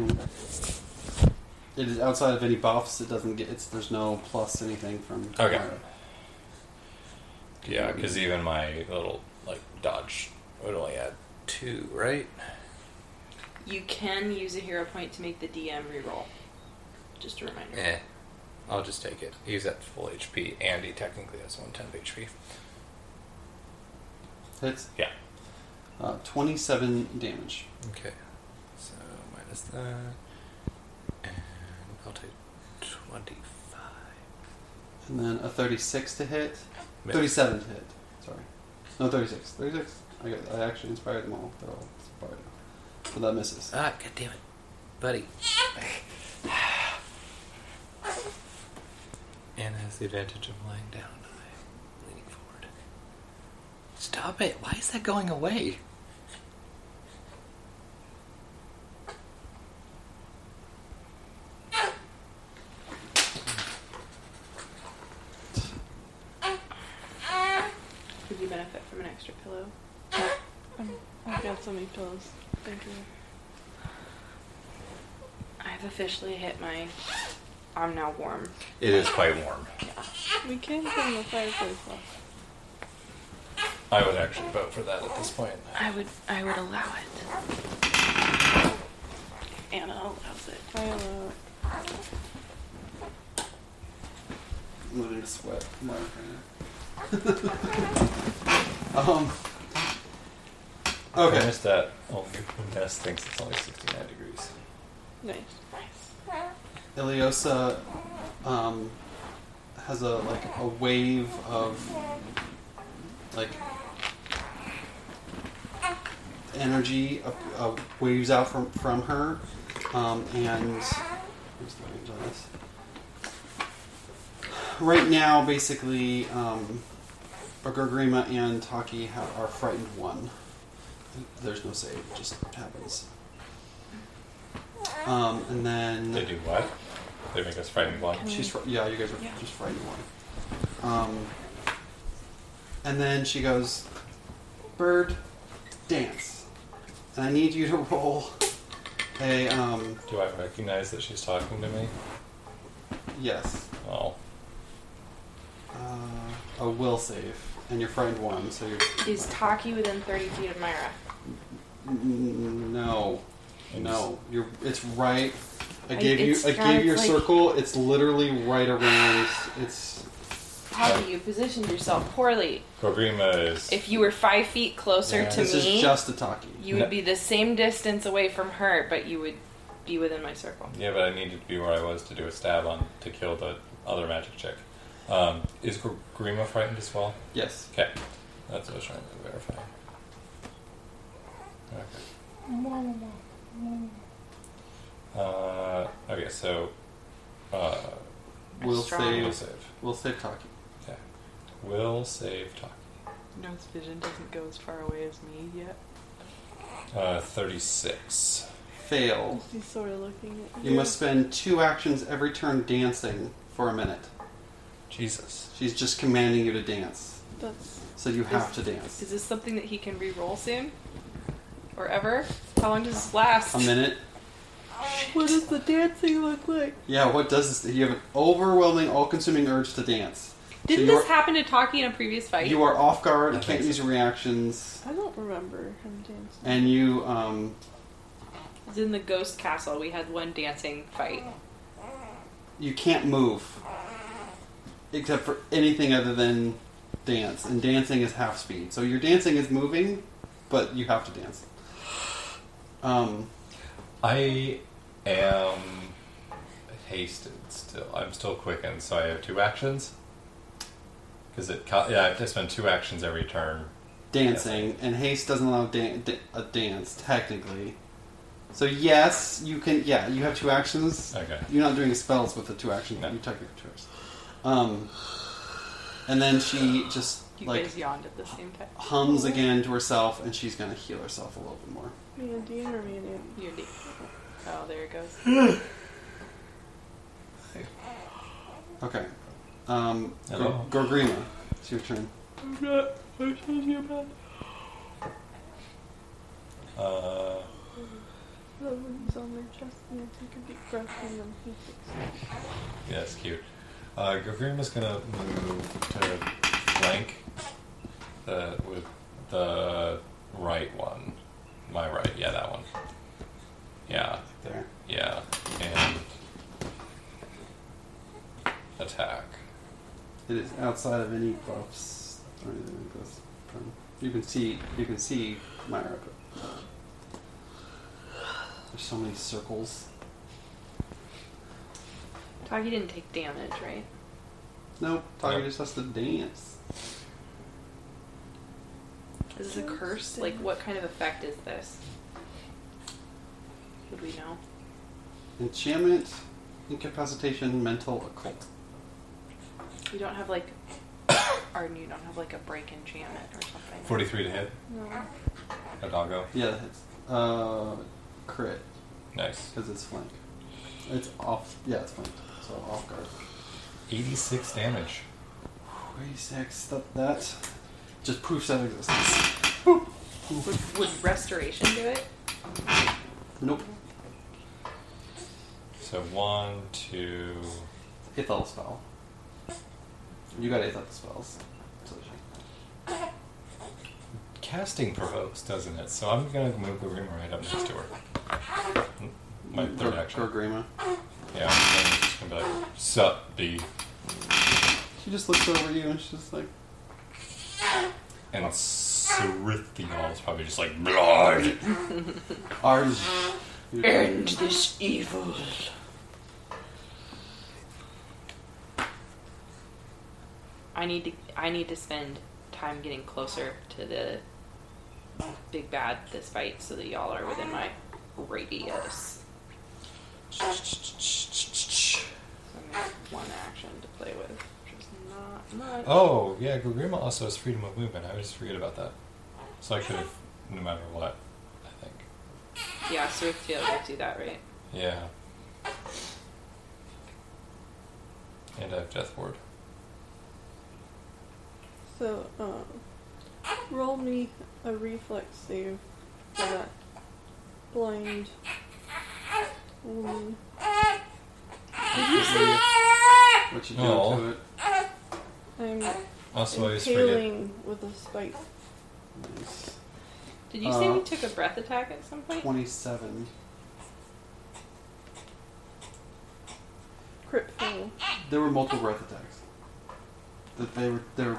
Speaker 2: It is outside of any buffs. It doesn't get. It's there's no plus anything from.
Speaker 1: Okay. Yeah, because even my little like dodge would only add two, right?
Speaker 3: You can use a hero point to make the DM reroll. Just a reminder.
Speaker 1: Eh. I'll just take it. He's at full HP, and he technically has one tenth HP.
Speaker 2: Hits
Speaker 1: Yeah.
Speaker 2: uh, 27 damage.
Speaker 1: Okay. So minus that, and I'll take twenty-five.
Speaker 2: And then a 36 to hit. 37 to hit. Sorry. No, 36. 36. I, got, I actually inspired them all. They're all inspired. So that misses.
Speaker 1: Ah, god damn it. Buddy. and has the advantage of lying down. I'm leaning forward. Stop it. Why is that going away?
Speaker 3: Could you benefit from an extra pillow?
Speaker 4: Um, I've got so many pillows. Thank you.
Speaker 3: I've officially hit my. I'm now warm.
Speaker 1: It is quite warm.
Speaker 4: We came from the fireplace last.
Speaker 1: I would actually vote for that at this point.
Speaker 3: I would. I would allow it. Anna allows it.
Speaker 4: I uh, allow oh, it.
Speaker 2: I'm going to sweat. I'm not gonna- um.
Speaker 1: I
Speaker 2: Okay.
Speaker 1: missed that. Only Ness thinks it's only 69 degrees.
Speaker 4: Nice.
Speaker 2: Iliosa um, has a like a wave of like energy uh, uh, waves out from from her, um, and where's the range on this? Right now, basically, um, Bagurgrima and Taki ha- are frightened one. There's no save; it just happens. Um, and then
Speaker 5: They do what? They make us frightened blind.
Speaker 2: She's fr- yeah, you guys are just frightened one. Um, and then she goes, "Bird, dance," and I need you to roll a um
Speaker 5: Do I recognize that she's talking to me?
Speaker 2: yes
Speaker 5: Oh,
Speaker 2: uh, a will save, and you're frightened one, so you're
Speaker 3: Is Taki within 30 feet of Myra?
Speaker 2: n- no, no, you're it's right. I
Speaker 3: I-
Speaker 2: gave you
Speaker 3: it's
Speaker 2: I
Speaker 3: got-
Speaker 2: gave you a
Speaker 3: it's like-
Speaker 2: circle. It's literally right around. It's
Speaker 3: Taki, you positioned yourself poorly.
Speaker 5: Kogrima is.
Speaker 3: If you were five feet closer
Speaker 5: Yeah.
Speaker 3: to
Speaker 2: this
Speaker 3: me,
Speaker 2: is just a talkie.
Speaker 3: you would be the same distance away from her, but you would be within my circle.
Speaker 5: Yeah, but I needed to be where I was to do a stab on to kill the other magic chick. Um, is Grima frightened as well?
Speaker 2: Yes.
Speaker 5: Okay, that's what I was trying to verify. Okay. Uh, okay, so uh,
Speaker 3: Or
Speaker 2: Will
Speaker 3: strong.
Speaker 5: will
Speaker 2: save.
Speaker 5: save.
Speaker 2: Will save talkie.
Speaker 5: Okay, will save talk.
Speaker 4: Note's vision doesn't go as far away as me yet.
Speaker 5: Uh, Thirty-six.
Speaker 2: Fail.
Speaker 4: She's sort of looking at
Speaker 2: You must spend two actions every turn dancing for a minute.
Speaker 5: Jesus.
Speaker 2: She's just commanding you to dance.
Speaker 4: That's
Speaker 2: So you have to dance.
Speaker 3: Is this something that he can re-roll soon? Or ever? How long does this last?
Speaker 2: A minute?
Speaker 4: what does the dancing look like?
Speaker 2: Yeah, what does this? You have an overwhelming, all consuming urge to dance.
Speaker 3: Didn't
Speaker 2: so you
Speaker 3: this happen to Taki in a previous fight?
Speaker 2: You are off guard, you
Speaker 5: I
Speaker 2: can't
Speaker 5: think
Speaker 2: use your reactions,
Speaker 4: I don't remember him dancing.
Speaker 2: and you, um,
Speaker 3: It was in the ghost castle. We had one dancing fight.
Speaker 2: you can't move. Except for anything other than dance. And dancing is half speed. So your dancing is moving, but you have to dance. Um,
Speaker 5: I am hasted still. I'm still quickened, so I have two actions. Because it, co- yeah, I have to spend two actions every turn.
Speaker 2: dancing, and haste doesn't allow dan- da- a dance technically. So yes, you can. Yeah, you have two actions.
Speaker 5: Okay.
Speaker 2: You're not doing spells with the two actions.
Speaker 5: No.
Speaker 2: You technically have two actions. Um, and then she just
Speaker 3: You
Speaker 2: like
Speaker 3: guys yawned at the same time.
Speaker 2: hums again to herself, and she's gonna heal herself a little bit more.
Speaker 4: Me and Dean or me and Andy?
Speaker 3: You did. Oh, there it goes.
Speaker 2: Okay. Um, Gor-
Speaker 5: Hello.
Speaker 2: Gorgrima, it's your turn.
Speaker 4: I'm not. I'm sociopath.
Speaker 5: Uh,
Speaker 4: The wounds on their chest, and I take a deep breath, and then he takes
Speaker 5: yeah, it's cute. Uh, Gavrima's gonna move to flank the, with the right one. My right, yeah, that one. Yeah,
Speaker 2: There.
Speaker 5: yeah, and attack.
Speaker 2: It is outside of any buffs or anything like this. Um, You can see, you can see Myra. But there's so many circles.
Speaker 3: Taki didn't take damage, right?
Speaker 2: No, Tiger
Speaker 5: Yep.
Speaker 2: just has to dance.
Speaker 3: Is this a curse? Like, what kind of effect is this? Would we know?
Speaker 2: Enchantment, incapacitation, mental occult.
Speaker 3: We don't have like, or you don't have like a break enchantment or something.
Speaker 5: Forty-three to hit.
Speaker 4: No.
Speaker 5: A doggo.
Speaker 2: Yeah, that hits. Uh, crit
Speaker 5: Nice.
Speaker 2: because it's flank. It's off. Yeah, it's flanked. So off guard.
Speaker 5: 86 damage.
Speaker 2: Twenty-six. That that just proofs that existence.
Speaker 3: Would, would restoration do it?
Speaker 2: Nope.
Speaker 5: So one, two.
Speaker 2: Ithel spell. You got Ithel spells. So
Speaker 5: Casting provokes, doesn't it? So I'm gonna move Garima right up next to her. Hmm? My third
Speaker 2: Gor-
Speaker 5: action.
Speaker 2: Gorgrima.
Speaker 5: Yeah, I'm just gonna be like, sup, B.
Speaker 2: She just looks over you and she's just like,
Speaker 5: And Cerithiol is probably just like, blood!
Speaker 2: ours. You're-
Speaker 3: this evil. I need to. I need to spend time getting closer to the big bad this fight so that y'all are within my radius. So I'm gonna have one action to play with, which is not much.
Speaker 5: Oh, yeah, Gugrima also has freedom of movement. I always forget about that. So I could have, no matter what, I think.
Speaker 3: Yeah, Swiftfield will do that, right?
Speaker 5: Yeah. And I have Death Ward.
Speaker 4: So, um, roll me a reflex save for that blind woman.
Speaker 2: What you doing
Speaker 5: No.
Speaker 2: to it?
Speaker 4: I'm
Speaker 5: Also, I always forget.
Speaker 4: impaling with a spike.
Speaker 2: Nice.
Speaker 3: Did you say we
Speaker 2: Uh,
Speaker 3: took a breath attack at some point?
Speaker 2: Twenty-seven.
Speaker 4: Crit fail.
Speaker 2: There were multiple breath attacks. That they were they were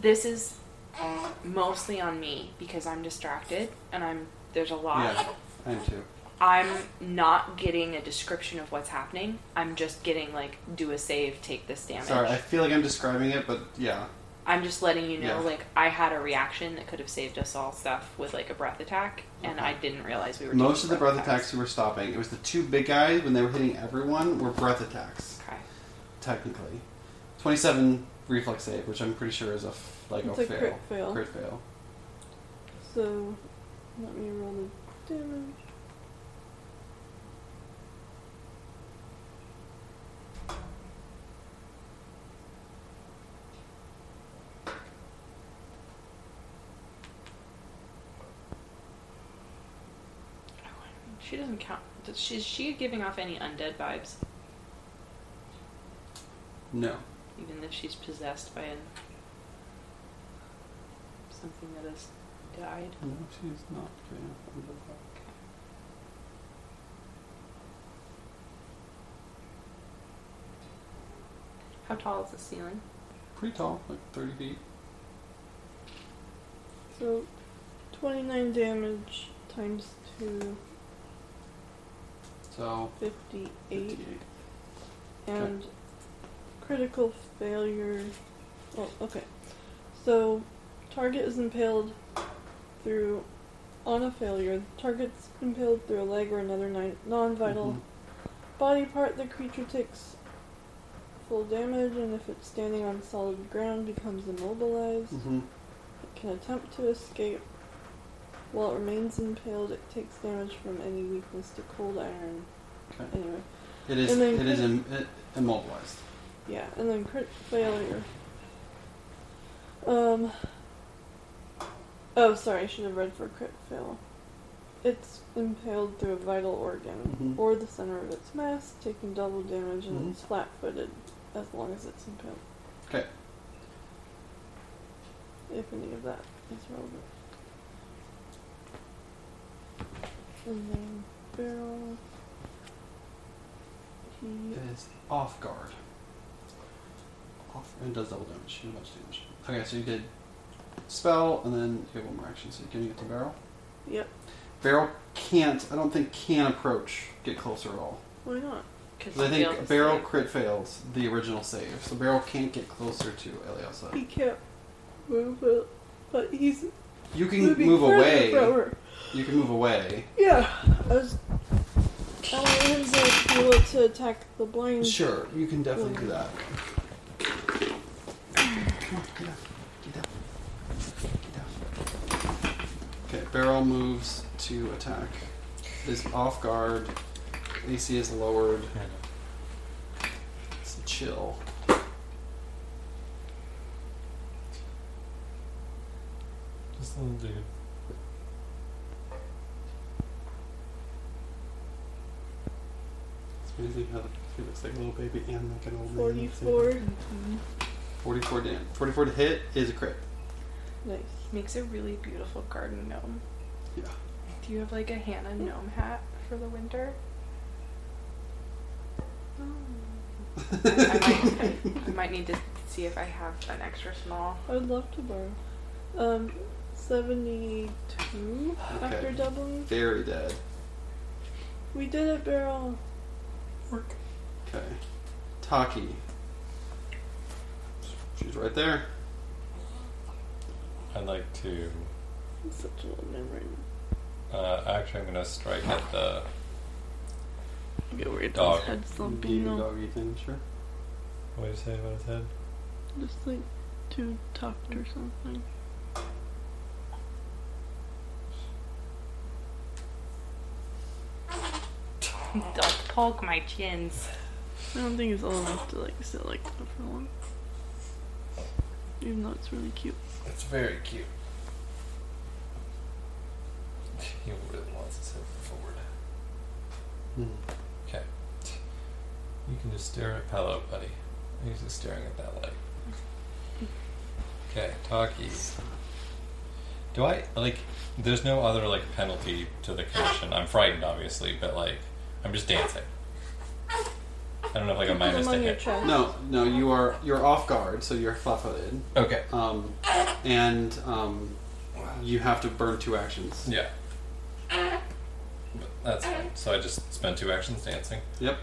Speaker 3: This is mostly on me because I'm distracted and I'm there's a lot.
Speaker 2: yeah. I am too.
Speaker 3: I'm not getting a description of what's happening. I'm just getting like do a save, take this damage.
Speaker 2: Sorry, I feel like I'm describing it, but yeah.
Speaker 3: I'm just letting you know
Speaker 2: Yeah.
Speaker 3: like I had a reaction that could have saved us all stuff with like a breath attack and
Speaker 2: Okay.
Speaker 3: I didn't realize we were
Speaker 2: Most of
Speaker 3: taking
Speaker 2: the breath attacks you were stopping. It was the two big guys when they were hitting everyone were breath attacks,
Speaker 3: attacks. Okay.
Speaker 2: technically. Twenty-seven reflex save, which I'm pretty sure is a f- like
Speaker 4: It's
Speaker 2: a,
Speaker 4: a
Speaker 2: fail.
Speaker 4: crit fail.
Speaker 2: Crit fail.
Speaker 4: So, let me roll the damage.
Speaker 3: She doesn't count. Does she, is she giving off any undead vibes,
Speaker 2: No.
Speaker 3: even if she's possessed by an, something that has died?
Speaker 2: No, she's not.
Speaker 3: How tall is the ceiling?
Speaker 2: Pretty tall, like thirty feet.
Speaker 4: So, 29 damage times 2,
Speaker 2: So
Speaker 4: 58.
Speaker 2: 58.
Speaker 4: and critical failure. Well, okay. So, target is impaled through on a failure. Target's impaled through a leg or another ni- non-vital body part. The creature takes full damage, and if it's standing on solid ground, becomes immobilized.
Speaker 2: Mm-hmm.
Speaker 4: It can attempt to escape. While it remains impaled, it takes damage from any weakness to cold iron.
Speaker 2: Mm-hmm. Okay.
Speaker 4: Anyway.
Speaker 2: It is.
Speaker 4: And then
Speaker 2: It is
Speaker 4: crit-
Speaker 2: Im- it, immobilized.
Speaker 4: Yeah, and then crit failure. Um. Oh, sorry, I should have read for crit fail. It's impaled through a vital organ
Speaker 2: Mhm.
Speaker 4: or the center of its mass, taking double damage, and
Speaker 2: Mhm.
Speaker 4: it's flat footed as long as it's impaled.
Speaker 2: 'Kay.
Speaker 4: If any of that is relevant. And then barrel. He
Speaker 2: It is off guard. Off and does double damage. You do much damage. Okay, so you did spell and then you have one more action. So you can get to barrel.
Speaker 4: Yep.
Speaker 2: Barrel can't. I don't think can approach. Get closer at all.
Speaker 4: Why not?
Speaker 3: 'Cause
Speaker 2: 'Cause I
Speaker 3: she failed to
Speaker 2: think barrel
Speaker 3: save.
Speaker 2: crit fails the original save, so barrel can't get closer to
Speaker 4: He
Speaker 2: Eliosa.
Speaker 4: can't move, but, but he's
Speaker 2: You can
Speaker 4: moving
Speaker 2: move
Speaker 4: further
Speaker 2: away.
Speaker 4: forward.
Speaker 2: You can move away.
Speaker 4: Yeah, I was. I wanted him to be able to attack the blind.
Speaker 2: Sure, you can definitely do that. Come on, get up. Get up. Get up. Okay, barrel moves to attack. Is off guard. AC is lowered.
Speaker 5: Yeah,
Speaker 2: It's chill.
Speaker 5: Just a little dude.
Speaker 2: It's amazing how he looks like a little baby and like an old man.
Speaker 4: Forty-four.
Speaker 2: 44 damage. 44 to hit is a crit.
Speaker 4: Nice.
Speaker 3: makes a really beautiful garden gnome.
Speaker 2: Yeah.
Speaker 3: Do you have like a Hannah gnome hat for the winter? I, I might, I might need to see if I have an extra small.
Speaker 4: I would love to borrow. Um, seventy-two after
Speaker 2: Okay.
Speaker 4: doubling.
Speaker 2: Very dead.
Speaker 4: We did it, Barrel.
Speaker 2: Okay. Taki. She's right there.
Speaker 5: I'd like to
Speaker 4: Such a little memory.
Speaker 5: Uh, actually, I'm gonna strike at the.
Speaker 4: I get worried that
Speaker 5: Dog.
Speaker 4: his head's
Speaker 2: Do
Speaker 4: slumping.
Speaker 2: your
Speaker 4: No,
Speaker 2: doggy thing, sure.
Speaker 5: What did you say about his head?
Speaker 4: just like too tucked or something.
Speaker 3: Don't poke my chins.
Speaker 4: I don't think he's old enough to like sit like that for long. Even though it's really cute.
Speaker 1: It's very cute. He really wants his head forward.
Speaker 2: Hmm.
Speaker 5: Okay. You can just stare at Palo, buddy. He's just staring at that light. Okay, Taki. Do I like? There's no other like penalty to the condition. I'm frightened, obviously, but like, I'm just dancing. I don't have like a minus to
Speaker 4: among your
Speaker 5: hit.
Speaker 4: chest.
Speaker 2: No, no, you are you're off guard, so you're flat-footed,
Speaker 5: Okay.
Speaker 2: um, and um, you have to burn two actions.
Speaker 5: Yeah. But that's fine. So I just spent two actions dancing.
Speaker 2: Yep.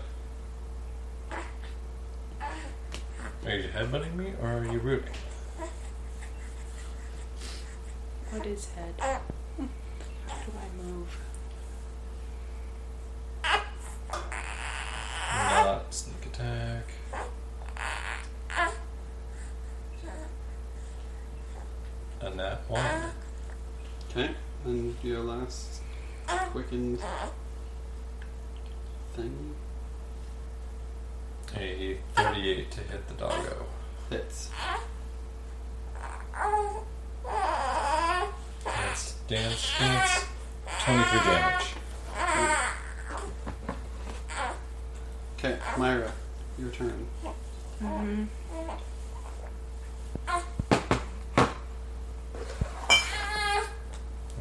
Speaker 5: Are you headbutting me or are you rooting?
Speaker 3: What is head? How do I move?
Speaker 5: Not sneak attack. And that one.
Speaker 2: Okay. And your last quickened thing
Speaker 5: A 38 to hit the doggo.
Speaker 2: hits.
Speaker 5: Dance, dance, dance. 23 damage.
Speaker 2: Okay, Myra, your turn.
Speaker 3: Mm-hmm.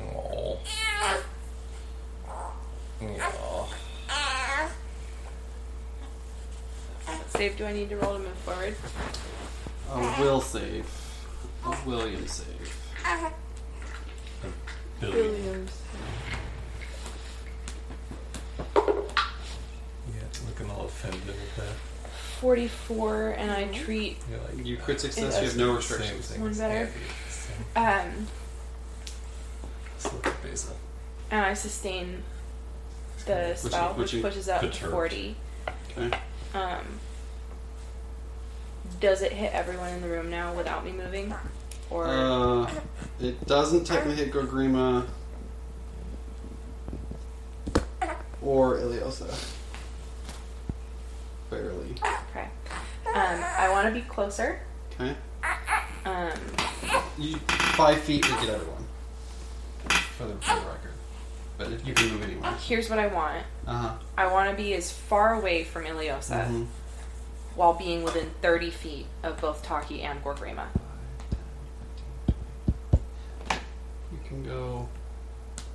Speaker 5: Aww. Aww.
Speaker 3: Save, do I need to roll to move forward?
Speaker 2: A will save. A William save.
Speaker 5: Billy.
Speaker 4: Williams.
Speaker 5: Yeah, looking all offended with that.
Speaker 3: 44, and I treat
Speaker 5: You're like,
Speaker 2: You crit success,
Speaker 5: "That's
Speaker 2: you have no
Speaker 5: the same
Speaker 2: restrictions.
Speaker 5: thing
Speaker 3: One
Speaker 5: as
Speaker 3: better.
Speaker 5: Andy." Same.
Speaker 3: Um,
Speaker 5: Let's look at Basil.
Speaker 3: and I sustain the
Speaker 2: you-
Speaker 3: spell,
Speaker 2: which
Speaker 3: which,
Speaker 2: you
Speaker 3: pushes up
Speaker 5: perturbed.
Speaker 3: forty.
Speaker 2: Okay.
Speaker 3: Um, does it hit everyone in the room now without me moving, or
Speaker 2: Uh, it doesn't technically hit Gogrima or Iliosa. Barely.
Speaker 3: okay? Um, I want to be closer.
Speaker 2: Okay.
Speaker 3: Um,
Speaker 2: You five feet to get everyone. For the, for the record. But if you can move anywhere.
Speaker 3: here's what I want.
Speaker 2: Uh huh.
Speaker 3: I want to be as far away from Iliosa
Speaker 2: Mhm.
Speaker 3: while being within thirty feet of both Taki and Gorgrima.
Speaker 2: You can go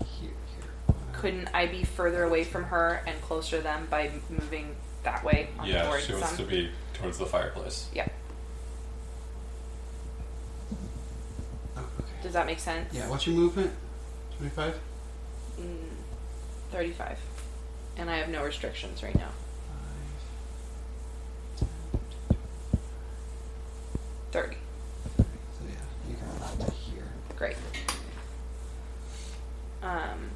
Speaker 2: here, here.
Speaker 3: Couldn't I be further away from her and closer to them by moving that way? On
Speaker 5: Yeah,
Speaker 3: towards
Speaker 5: she wants
Speaker 3: them?
Speaker 5: to be towards the fireplace.
Speaker 3: Yeah.
Speaker 2: Oh, okay.
Speaker 3: Does that make sense?
Speaker 2: Yeah, what's your movement? 25?
Speaker 3: Mm, 35. And I have no restrictions right now. 30.
Speaker 2: So yeah, you can move to here.
Speaker 3: Great. Um,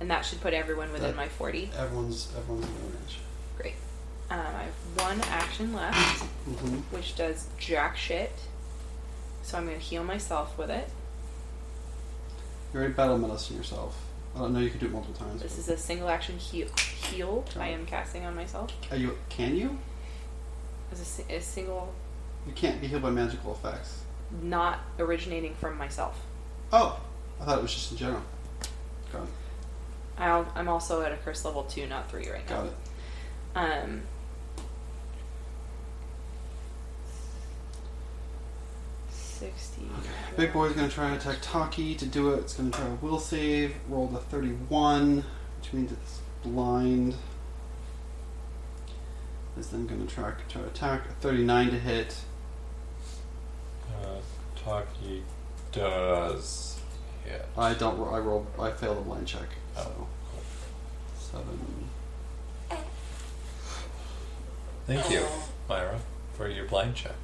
Speaker 3: and that should put everyone within
Speaker 2: That-
Speaker 3: my 40.
Speaker 2: Everyone's everyone's in range.
Speaker 3: Great. Um, I have one action left,
Speaker 2: Mm-hmm.
Speaker 3: which does jack shit. So I'm going to heal myself with it.
Speaker 2: You're already battle medicine yourself. I don't know. You can do it multiple times.
Speaker 3: This is a single action heal. Heal I am casting on myself.
Speaker 2: Are you? Can you?
Speaker 3: As a, si- a single,
Speaker 2: You can't be healed by magical effects.
Speaker 3: not originating from myself.
Speaker 2: Oh, I thought it was just in general. Got it.
Speaker 3: I'll, I'm also at a curse level 2, not 3 right now.
Speaker 2: Got it.
Speaker 3: Um, sixty.
Speaker 2: Big boy's gonna try and attack Taki. To do it, it's gonna try a will save. Rolled a 31, which means it's blind. Is then gonna try try to attack. A 39 to hit.
Speaker 5: Uh, Taki does hit.
Speaker 2: I don't. ro- I rolled. I failed a blind check. So
Speaker 5: cool.
Speaker 2: seven.
Speaker 5: Thank you,
Speaker 3: Oh.
Speaker 5: Myra, for your blind check.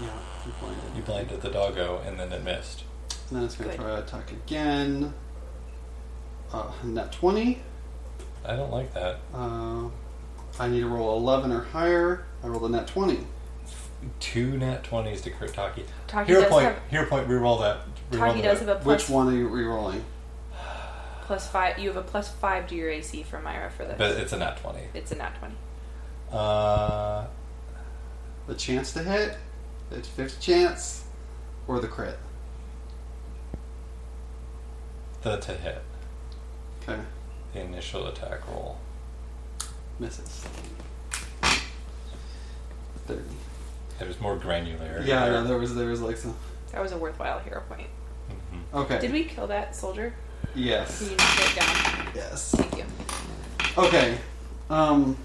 Speaker 2: Yeah, you blinded.
Speaker 5: You blinded the doggo and then it missed.
Speaker 2: And then it's going to
Speaker 3: Good.
Speaker 2: try to attack again. Uh, net 20.
Speaker 5: I don't like that.
Speaker 2: Uh, I need to roll 11 or higher. I rolled a net 20.
Speaker 5: Two nat twenties to crit Taki.
Speaker 3: Taki
Speaker 5: Hero
Speaker 3: does
Speaker 5: point.
Speaker 3: have-
Speaker 5: Hero point. Reroll that. Reroll
Speaker 3: Taki
Speaker 5: that.
Speaker 3: does have a plus
Speaker 2: Which one are you rerolling?
Speaker 3: plus five. You have a plus five to your AC from Myra for this.
Speaker 5: But it's a nat twenty.
Speaker 3: it's a nat twenty.
Speaker 5: Uh,
Speaker 2: The chance to hit, the fifth chance, or the crit?
Speaker 5: the to hit.
Speaker 2: Okay,
Speaker 5: The initial attack roll.
Speaker 2: misses. 30.
Speaker 5: There's more granularity.
Speaker 2: Yeah,
Speaker 5: there.
Speaker 2: no, there was there was like some.
Speaker 3: That was a worthwhile hero point.
Speaker 5: Mhm.
Speaker 2: Okay.
Speaker 3: Did we kill that soldier? Can
Speaker 2: Yes.
Speaker 3: you sit down?
Speaker 2: Yes.
Speaker 3: Thank you.
Speaker 2: Okay. Um.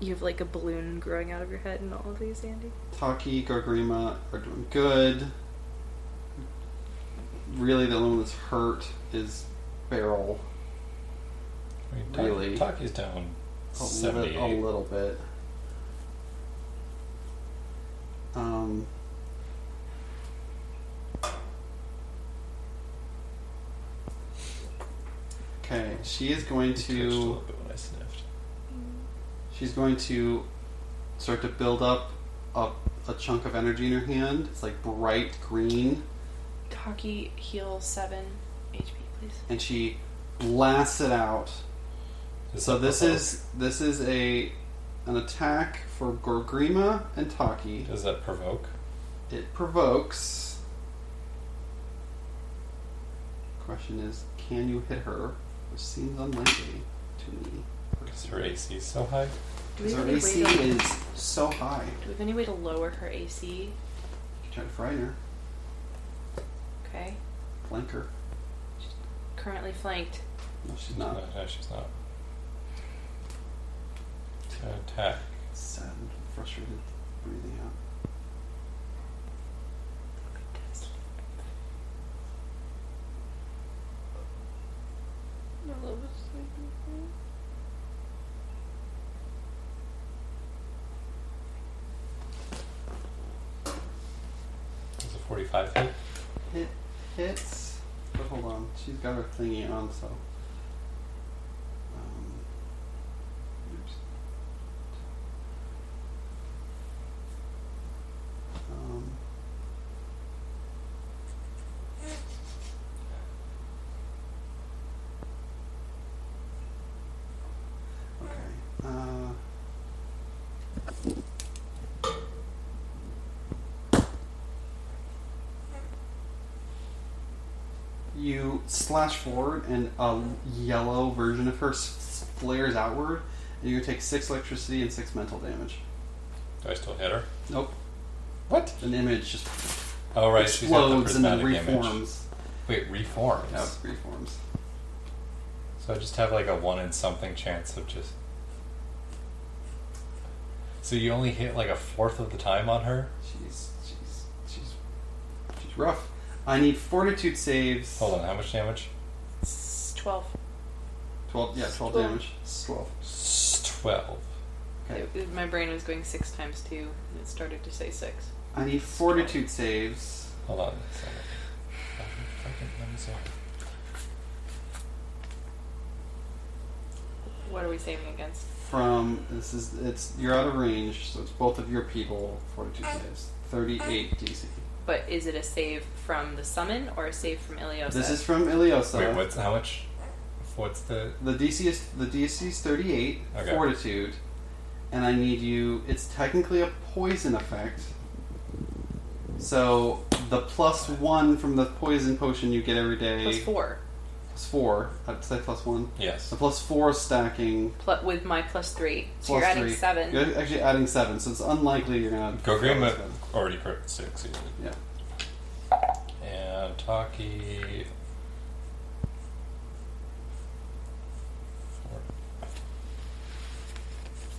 Speaker 3: You have like a balloon growing out of your head and all of these, Andy.
Speaker 2: Taki, Gargrima are doing good. Really, the only one that's hurt is Barrel.
Speaker 5: I mean,
Speaker 2: Really?
Speaker 5: Ta- Taki's down
Speaker 2: A, li- a
Speaker 5: 78.
Speaker 2: little bit. Um. Okay, she is going
Speaker 5: It twitched a little
Speaker 2: to.
Speaker 5: bit when I sniffed.
Speaker 2: She's going to start to build up a, a chunk of energy in her hand. It's like bright green.
Speaker 3: Taki heal seven HP, please.
Speaker 2: and she blasts it out. So
Speaker 5: that
Speaker 2: this
Speaker 5: provoke?
Speaker 2: is this is a an attack for Gorgrima and Taki.
Speaker 5: Does that provoke?
Speaker 2: It provokes. Question is, can you hit her? Which seems unlikely to me.
Speaker 5: Because her AC is so high.
Speaker 3: Do we
Speaker 2: Because
Speaker 3: have
Speaker 2: her
Speaker 3: any
Speaker 2: AC
Speaker 3: way to,
Speaker 2: is so high.
Speaker 3: Do we have any way to lower her AC?
Speaker 2: Try to frighten her,
Speaker 3: Okay.
Speaker 2: flank her.
Speaker 3: Currently flanked.
Speaker 2: No, she's not.
Speaker 5: No, no, she's not. To attack.
Speaker 2: Sad, and frustrated, breathing out.
Speaker 4: I love it so beautiful.
Speaker 5: Is it 45 hit?
Speaker 2: Hit hits. But hold on, she's got her thingy on, so. Um, oops. Um, okay. Uh, You slash forward, and a yellow version of her s- flares outward, and you take six electricity and six mental damage.
Speaker 5: Do I still hit her?
Speaker 2: Nope.
Speaker 5: What?
Speaker 2: An image just
Speaker 5: Oh, right. she's got the
Speaker 2: explodes and then
Speaker 5: prismatic image.
Speaker 2: reforms.
Speaker 5: Wait, reforms?
Speaker 2: Yeah, reforms.
Speaker 5: So I just have like a one in something chance of just. So you only hit like a fourth of the time on her?
Speaker 2: She's she's she's she's rough. I need fortitude saves.
Speaker 5: Hold on, how much damage?
Speaker 3: It's Twelve.
Speaker 2: Twelve. Yeah, twelve,
Speaker 4: Twelve.
Speaker 2: damage. Twelve.
Speaker 5: S- 12.
Speaker 2: Okay.
Speaker 3: It- it- my brain was going six times two, and it started to say six.
Speaker 2: I need fortitude saves.
Speaker 5: Hold on a second. Fucking- let me see.
Speaker 3: What are we saving against?
Speaker 2: from this is it's you're out of range, so it's both of your people. Forty-two saves, thirty-eight DC.
Speaker 3: But is it a save from the summon or a save from Iliosa?
Speaker 2: This is from Iliosa.
Speaker 5: Wait, what's how much? What's the.
Speaker 2: The DC is the DC is thirty-eight
Speaker 5: Okay.
Speaker 2: fortitude, and I need you. It's technically a poison effect. So the plus one from the poison potion you get every day
Speaker 3: plus four.
Speaker 2: plus four. I'd say plus one.
Speaker 5: Yes.
Speaker 2: The plus four stacking.
Speaker 3: Pl- with my plus three, so
Speaker 2: plus
Speaker 3: you're adding
Speaker 2: three.
Speaker 3: seven.
Speaker 2: You're actually adding seven, so it's unlikely you're gonna.
Speaker 5: Go green, but already crit 6. easily.
Speaker 2: Yeah.
Speaker 5: And Taki. Four.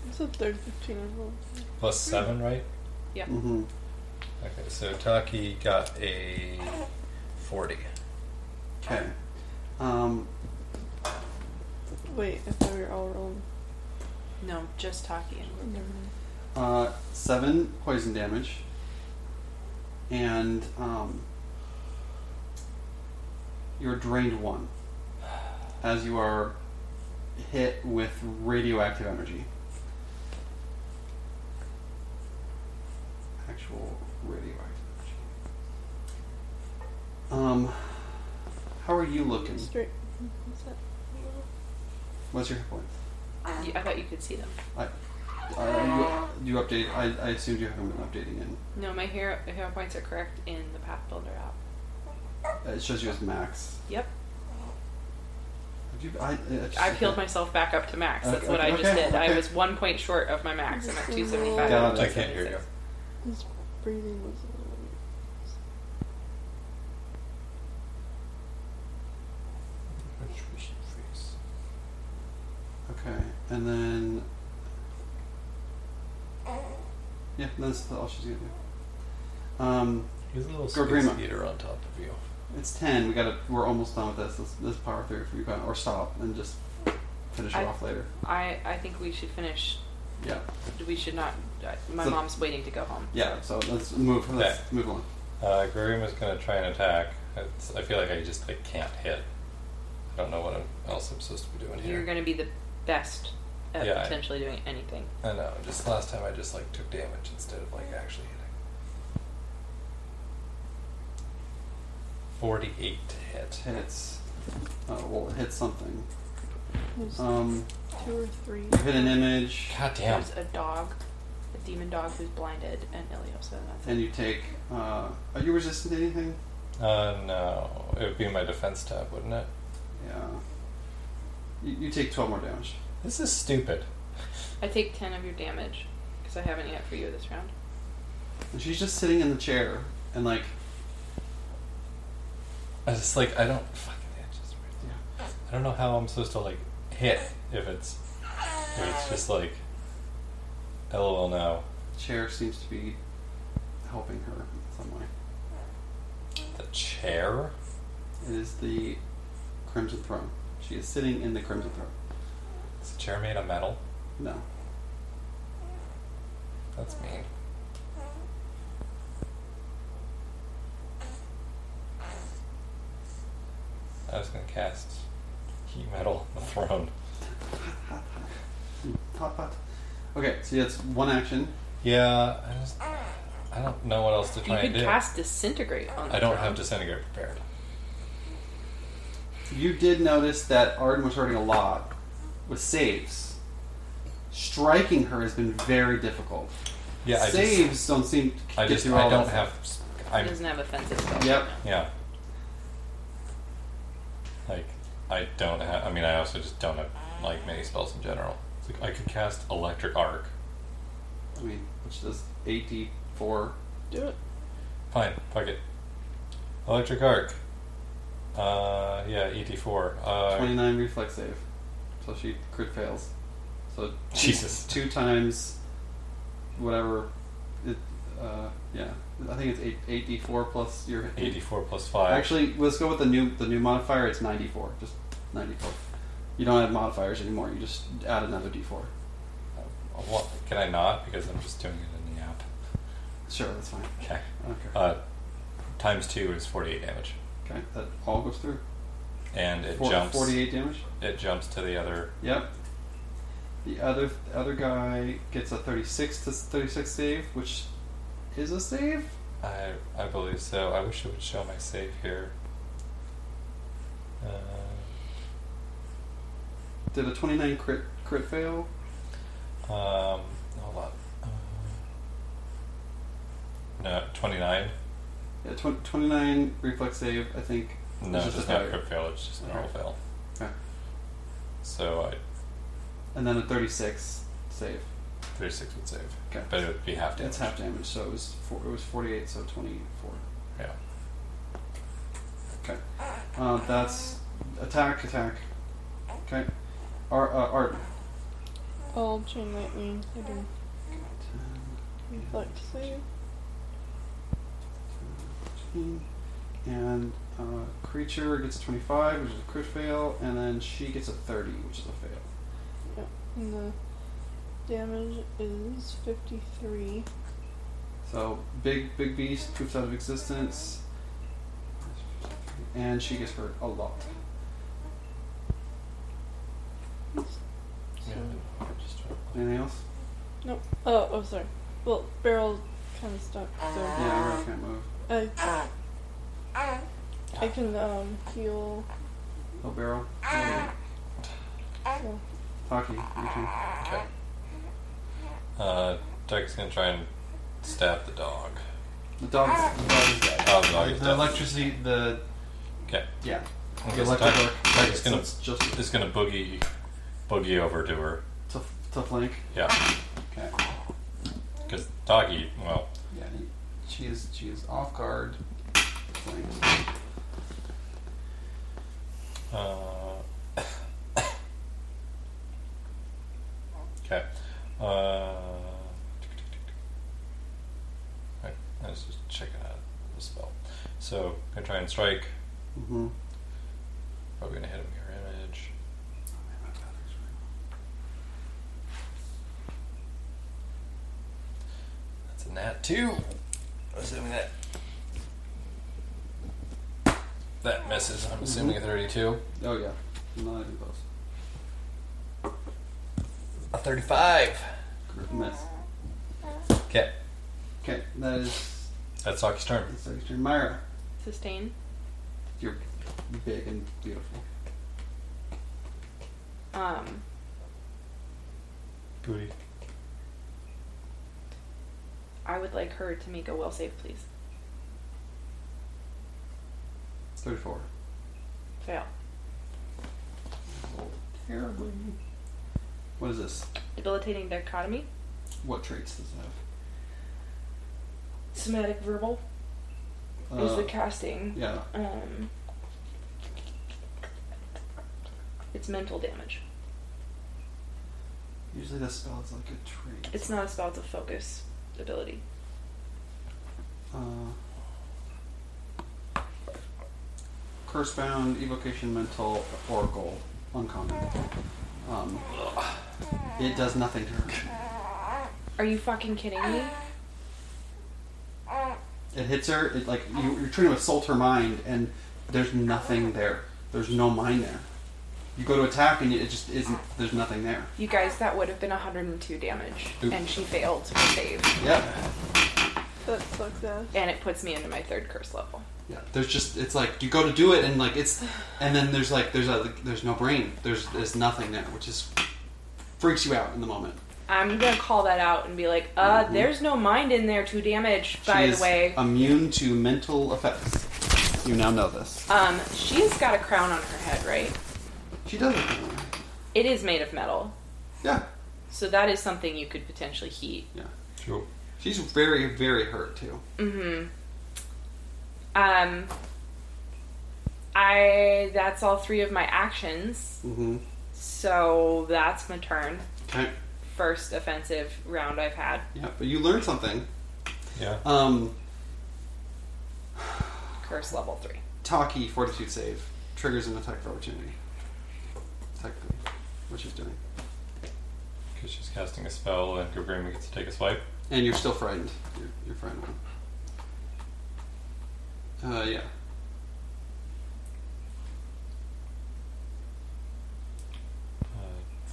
Speaker 4: It's a third 15 as well.
Speaker 5: Plus 7, right?
Speaker 2: Mm-hmm.
Speaker 5: Okay, so Taki got a 40.
Speaker 2: Okay. Um,
Speaker 4: Wait, I thought we were all wrong.
Speaker 3: No, just Taki.
Speaker 4: Um, Never mind.
Speaker 2: Uh, seven poison damage. And um, you're drained one as you are hit with radioactive energy. Actual radioactive energy. Um, how are you looking?
Speaker 4: Straight. What's that?
Speaker 2: What's your hit point?
Speaker 3: You- I thought you could see them.
Speaker 2: Are you, you update? I, I assumed you haven't been updating it.
Speaker 3: No, my hero, hero points are correct in the Pathfinder app.
Speaker 2: It shows you as max.
Speaker 3: Yep.
Speaker 2: Have you, I, I, just-
Speaker 3: I peeled myself back up to max. That's what I
Speaker 2: Okay,
Speaker 3: just
Speaker 2: okay,
Speaker 3: did.
Speaker 2: okay.
Speaker 3: I was one point short of my max. I'm at 275.
Speaker 2: Got it.
Speaker 5: I can't hear you.
Speaker 4: His breathing was a little weird.
Speaker 2: Okay, and then. Yeah, that's all she's gonna do. Um,
Speaker 5: He's a little
Speaker 2: Go
Speaker 5: space
Speaker 2: Grima.
Speaker 5: eater on top of you.
Speaker 2: it's ten. We gotta. We're almost done with this. Let's, let's power through if we can, or stop and just finish
Speaker 3: I-
Speaker 2: it off later.
Speaker 3: I, I think we should finish.
Speaker 2: Yeah,
Speaker 3: We should not. I- My
Speaker 2: So-
Speaker 3: mom's waiting to go home.
Speaker 2: yeah. So let's move. Let's move on.
Speaker 5: Uh, Grima is going to try and attack. It's, I feel like I just I can't hit. I don't know what I'm- else I'm supposed to be doing here.
Speaker 3: You're going to be the best at
Speaker 5: Yeah, I-
Speaker 3: potentially doing anything.
Speaker 5: I know. Just last time I just like took damage instead of like actually hitting. Forty-eight to hit.
Speaker 2: Hits. Uh, well, it hits something.
Speaker 4: There's
Speaker 2: Um,
Speaker 4: two or three.
Speaker 2: you hit an image,
Speaker 5: God damn.
Speaker 3: There's a dog, a demon dog who's blinded, and Iliosa. and That's it.
Speaker 2: and you take. Uh, are you resistant to anything?
Speaker 5: Uh, no. It would be my defense tab, wouldn't it?
Speaker 2: Yeah. You, you take twelve more damage.
Speaker 5: This is stupid.
Speaker 3: I take 10 of your damage because I haven't yet for you this round.
Speaker 2: And she's just sitting in the chair and like
Speaker 5: I just like I don't fucking it just I don't know how I'm supposed to like hit if it's if it's just like LOL now.
Speaker 2: chair seems to be helping her in some way.
Speaker 5: The chair?
Speaker 2: It is the Crimson Throne. She is sitting in the Crimson Throne.
Speaker 5: Is the chair made of metal?
Speaker 2: No.
Speaker 5: That's mean. I was gonna cast heat metal on the throne.
Speaker 2: Hmm, Hot pot. Okay, so that's one action.
Speaker 5: Yeah, I just I don't know what else to
Speaker 3: You
Speaker 5: try
Speaker 3: could
Speaker 5: and do.
Speaker 3: cast Disintegrate on the
Speaker 5: I don't
Speaker 3: throne.
Speaker 5: have disintegrate prepared.
Speaker 2: You did notice that Arden was hurting a lot with saves. Striking her has been very difficult.
Speaker 5: Yeah, I just
Speaker 2: saves don't seem to
Speaker 5: I
Speaker 2: get
Speaker 5: just
Speaker 2: through
Speaker 5: I
Speaker 2: all
Speaker 5: don't
Speaker 2: that.
Speaker 5: have
Speaker 3: It
Speaker 5: I'm
Speaker 3: doesn't have offensive spells.
Speaker 2: Yep.
Speaker 5: yeah. Like I don't have I mean I also just don't have like many spells in general. It's like I could cast electric arc.
Speaker 2: I mean, which does eighty-four.
Speaker 4: Do it.
Speaker 5: Fine, fuck it. Electric arc. Uh yeah, eighty four. Uh
Speaker 2: 29 reflex save. So she crit fails. So two-
Speaker 5: Jesus.
Speaker 2: two times whatever. It, uh, yeah, I think it's eight eight d four plus your hit.
Speaker 5: eighty four plus five.
Speaker 2: Actually, let's go with the new the new modifier. It's ninety four, just ninety four. You don't have modifiers anymore. You just add another d four.
Speaker 5: Uh, what, can I not? Because I'm just doing it in the app.
Speaker 2: Sure, that's fine.
Speaker 5: Okay.
Speaker 2: Okay,
Speaker 5: Uh times two is forty eight damage.
Speaker 2: okay, that all goes through.
Speaker 5: And it
Speaker 2: Four-
Speaker 5: jumps
Speaker 2: Forty-eight damage.
Speaker 5: it jumps to the other
Speaker 2: Yep. The other the other guy gets a thirty-six to thirty-six save, which is a save.
Speaker 5: I I believe so. I wish it would show my save here. Uh,
Speaker 2: Did a 29 crit crit fail?
Speaker 5: um, hold on. Uh, no, twenty nine.
Speaker 2: Yeah, tw- 29 reflex save, I think.
Speaker 5: No,
Speaker 2: It's just
Speaker 5: it's just
Speaker 2: a
Speaker 5: not
Speaker 2: failure.
Speaker 5: crit fail. It's just a normal fail.
Speaker 2: Okay.
Speaker 5: So
Speaker 2: And then a 36 save.
Speaker 5: I thirty six would save,
Speaker 2: Okay.
Speaker 5: but it would be half damage.
Speaker 2: That's half damage, so it was four, it was 48, so 24.
Speaker 5: Yeah.
Speaker 2: Okay. Uh, that's attack, attack. Okay. Ar- uh, Art.
Speaker 4: I'll chain lightning. I do. Reflex save.
Speaker 2: 15. And uh, creature gets 25, which is a crit fail, and then she gets a 30, which is a fail.
Speaker 4: And the damage is 53.
Speaker 2: So big big beast poofs out of existence, and she gets hurt a lot.
Speaker 5: Yeah, I know, I just tried to-
Speaker 2: Anything else?
Speaker 4: Nope. Oh, oh, sorry. Well, barrel's kind of stuck, so
Speaker 2: Yeah, Arrow can't move.
Speaker 4: I,
Speaker 3: Uh,
Speaker 4: I can um, heal.
Speaker 2: Oh, barrel.
Speaker 4: So.
Speaker 2: Taki, you too.
Speaker 5: Okay. Uh, Doug's gonna try and stab the dog.
Speaker 2: The dog. is- The dog is dead.
Speaker 5: Oh, the dog is
Speaker 2: the
Speaker 5: dead.
Speaker 2: electricity. The
Speaker 5: Okay.
Speaker 2: yeah.
Speaker 5: I
Speaker 2: The
Speaker 5: guess
Speaker 2: electric
Speaker 5: Doug,
Speaker 2: arc.
Speaker 5: Doug is
Speaker 2: So
Speaker 5: gonna
Speaker 2: it's just
Speaker 5: is gonna boogie boogie over to her.
Speaker 2: tough tough link.
Speaker 5: Yeah,
Speaker 2: Okay.
Speaker 5: because doggy. Well,
Speaker 2: Yeah. he- She is she is off guard. Flank.
Speaker 5: uh, okay. Uh, right, I was just checking out the spell. So gonna try and strike.
Speaker 2: Mm-hmm.
Speaker 5: Probably gonna hit a mirror image. That's a nat two. Assuming that that misses. I'm assuming a thirty-two,
Speaker 2: Oh yeah. Not even close.
Speaker 5: a thirty-five.
Speaker 2: Correct. Miss.
Speaker 5: Okay,
Speaker 2: Okay. That is.
Speaker 5: that's Aki's turn.
Speaker 2: That's like your Myra.
Speaker 3: Sustain.
Speaker 2: You're big and beautiful.
Speaker 3: Um,
Speaker 5: Booty.
Speaker 3: I would like her to make a will save, please.
Speaker 2: Thirty-four.
Speaker 3: Fail.
Speaker 2: Terribly. What is this?
Speaker 3: Debilitating dichotomy.
Speaker 2: What traits does it
Speaker 3: Somatic verbal
Speaker 2: have?
Speaker 3: is the
Speaker 2: Uh,
Speaker 3: casting.
Speaker 2: yeah.
Speaker 3: Um, it's mental damage.
Speaker 2: Usually the spell is like a trait.
Speaker 3: It's not a spell, it's a focus ability.
Speaker 2: Uh, Cursebound, Evocation, Mental, Oracle, Uncommon. Um, it does nothing to her.
Speaker 3: Are you fucking kidding me?
Speaker 2: It hits her. It like you, you're trying to assault her mind, and there's nothing there. There's no mind there. You go to attack, and it just isn't. There's nothing there.
Speaker 3: You guys, that would have been 102 damage.
Speaker 5: Oop.
Speaker 3: And she failed to save.
Speaker 2: Yeah,
Speaker 4: That sucks ass.
Speaker 3: And it puts me into my third curse level.
Speaker 2: yeah. There's just. It's like you go to do it, and like it's, and then there's like there's a there's no brain. There's there's nothing there, which is freaks you out in the moment.
Speaker 3: I'm gonna call that out and be like, uh, there's no mind in there to damage, by
Speaker 2: she
Speaker 3: the
Speaker 2: is
Speaker 3: way.
Speaker 2: immune to mental effects. You now know this.
Speaker 3: Um, she's got a crown on her head, right?
Speaker 2: She does it.
Speaker 3: It is made of metal.
Speaker 2: Yeah,
Speaker 3: So that is something you could potentially heat.
Speaker 2: yeah.
Speaker 5: Sure.
Speaker 2: She's very, very hurt too.
Speaker 3: Mm-hmm. Um I that's all three of my actions.
Speaker 2: Mm-hmm.
Speaker 3: So that's my turn.
Speaker 2: Okay.
Speaker 3: First offensive round I've had.
Speaker 2: Yeah, but you learned something.
Speaker 5: Yeah.
Speaker 2: Um,
Speaker 3: Curse level three.
Speaker 2: Taki fortitude save triggers an attack of opportunity. Technically, what she's doing,
Speaker 5: Because she's casting a spell and Gagrima gets to take a swipe.
Speaker 2: and you're still frightened. You're, you're frightened. Uh, yeah.
Speaker 5: Uh,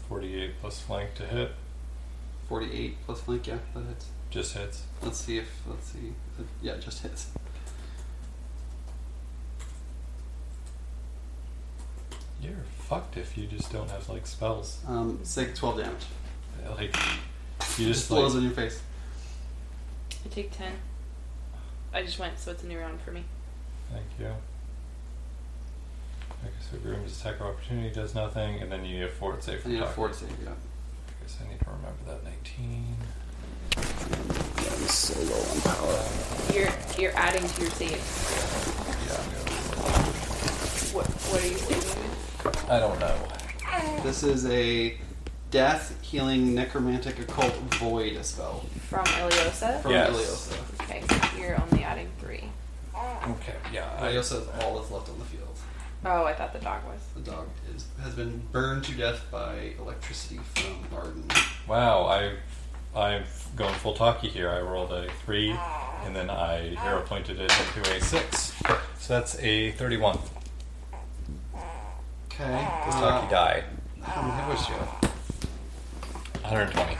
Speaker 5: Forty-eight plus flank to hit.
Speaker 2: Forty-eight plus flank. Yeah, that hits.
Speaker 5: Just hits.
Speaker 2: Let's see if let's see. If, yeah, it just hits.
Speaker 5: You're fucked if you just don't have like spells.
Speaker 2: Um, take twelve damage.
Speaker 5: Like you just
Speaker 2: Just blows
Speaker 5: like
Speaker 2: in your face.
Speaker 3: I take ten. I just went, so it's a new round for me.
Speaker 5: Thank you. Okay, so Grim's attack of opportunity does nothing, and then you need a fort save
Speaker 2: I
Speaker 5: from
Speaker 2: need a
Speaker 5: Doc.
Speaker 2: fort save. Yeah.
Speaker 5: I guess I need to remember that 19.
Speaker 2: so low on power.
Speaker 3: You're you're adding to your saves.
Speaker 5: Yeah, I'm
Speaker 3: What what are you saving? with?
Speaker 5: gonna, I don't know.
Speaker 2: This is a death healing necromantic occult void spell
Speaker 3: From Iliosa?
Speaker 2: from
Speaker 5: Yes.
Speaker 2: Iliosa.
Speaker 3: Okay, so you're only adding three.
Speaker 5: Okay, yeah. I,
Speaker 2: Iliosa is all that's left on the field.
Speaker 3: Oh, I thought the dog was.
Speaker 2: The dog is, has been burned to death by electricity from Arden.
Speaker 5: Wow, I, I've gone full talkie here. I rolled a three, and then I arrow pointed it into a six. So that's a thirty-one.
Speaker 2: Okay.
Speaker 5: This
Speaker 2: Ah.
Speaker 5: talkie died.
Speaker 2: How many hit was you?
Speaker 5: One hundred twenty.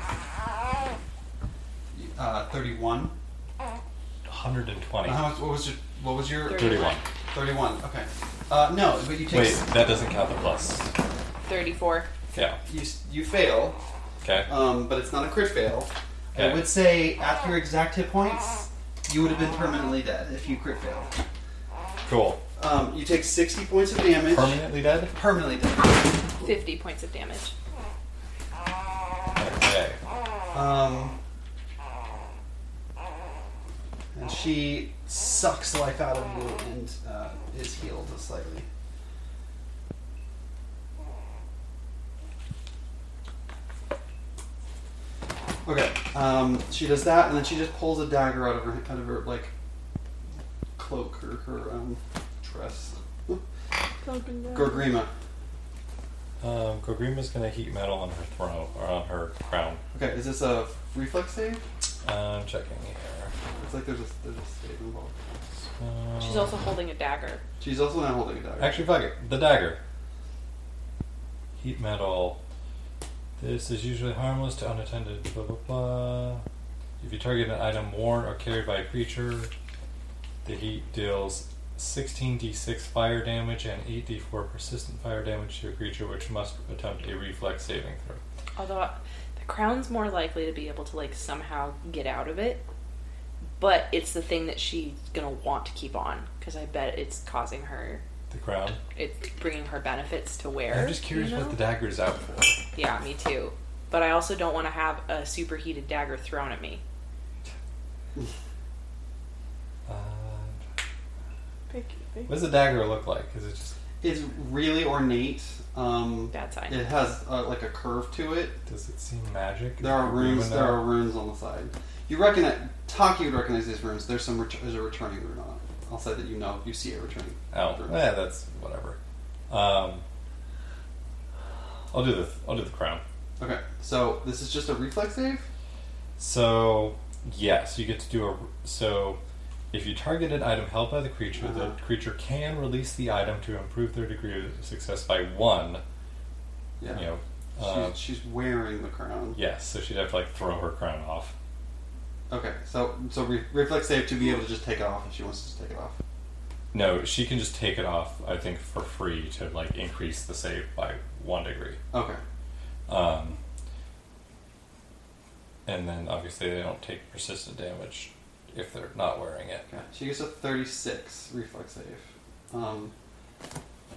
Speaker 2: Uh, Thirty-one.
Speaker 5: One hundred and twenty.
Speaker 2: Uh, how much? What was your? What was your?
Speaker 3: Thirty.
Speaker 5: Thirty-one.
Speaker 2: Thirty-one. Okay. Uh, no, but you take.
Speaker 5: Wait, that doesn't count the plus.
Speaker 3: 34.
Speaker 5: Yeah.
Speaker 2: You s- you fail,
Speaker 5: Okay.
Speaker 2: um, but it's not a crit fail. I
Speaker 5: Okay.
Speaker 2: would say at your exact hit points, you would have been permanently dead if you crit failed.
Speaker 5: Cool.
Speaker 2: Um, you take sixty points of damage.
Speaker 5: Permanently dead.
Speaker 2: Permanently dead.
Speaker 3: 50 points of damage.
Speaker 5: Okay.
Speaker 2: Um, and she sucks life out of you and uh, is healed slightly. Okay, um, she does that, and then she just pulls a dagger out of her out of her like cloak or her um, dress.
Speaker 4: Falcon down.
Speaker 2: Gorgrima.
Speaker 5: Um, Gogrima's gonna heat metal on her throne or on her crown.
Speaker 2: Okay, is this a reflex save?
Speaker 5: I'm checking here.
Speaker 2: It's like there's a there's a save involved.
Speaker 5: So-
Speaker 3: She's also holding a dagger.
Speaker 2: She's also not holding a dagger.
Speaker 5: Actually, fuck it. The dagger. Heat metal. This is usually harmless to unattended. Blah blah blah. If you target an item worn or carried by a creature, the heat deals 16d6 fire damage and 8d4 persistent fire damage to a creature, which must attempt a reflex saving throw.
Speaker 3: Although uh, the crown's more likely to be able to like somehow get out of it, but it's the thing that she's gonna want to keep on because I bet it's causing her,
Speaker 5: The crown.
Speaker 3: it's bringing her benefits to wear.
Speaker 5: I'm just curious
Speaker 3: you know?
Speaker 5: what the dagger is out for.
Speaker 3: Yeah, me too. But I also don't want to have a superheated dagger thrown at me.
Speaker 5: Uh,
Speaker 4: Picky, picky.
Speaker 5: what does the dagger look like? Is it just
Speaker 2: It's really ornate. Um,
Speaker 3: Bad sign.
Speaker 2: it has uh, like a curve to it.
Speaker 5: does it seem magic?
Speaker 2: There are
Speaker 5: Would we
Speaker 2: runes.
Speaker 5: know?
Speaker 2: There are runes on the side. You recognize Taki would recognize these runes. There's some ret- there's a returning rune on it. I'll say that you know you see it returning.
Speaker 5: Oh,
Speaker 2: rune.
Speaker 5: yeah, that's whatever. Um, I'll do the I'll do the crown.
Speaker 2: Okay, so this is just a reflex save.
Speaker 5: So yes, you get to do a so. If you target an item held by the creature, the
Speaker 2: Uh-huh.
Speaker 5: creature can release the item to improve their degree of success by one.
Speaker 2: Yeah,
Speaker 5: You know, uh,
Speaker 2: she's, she's wearing the crown.
Speaker 5: yes. So she'd have to like throw her crown off.
Speaker 2: Okay, so so re- reflex save to be able to just take it off if she wants to just take it off.
Speaker 5: No, she can just take it off. I think for free to like increase the save by one degree.
Speaker 2: Okay,
Speaker 5: Um, and then obviously they don't take persistent damage if they're not wearing it.
Speaker 2: okay. She gets a 36 reflex save. Um,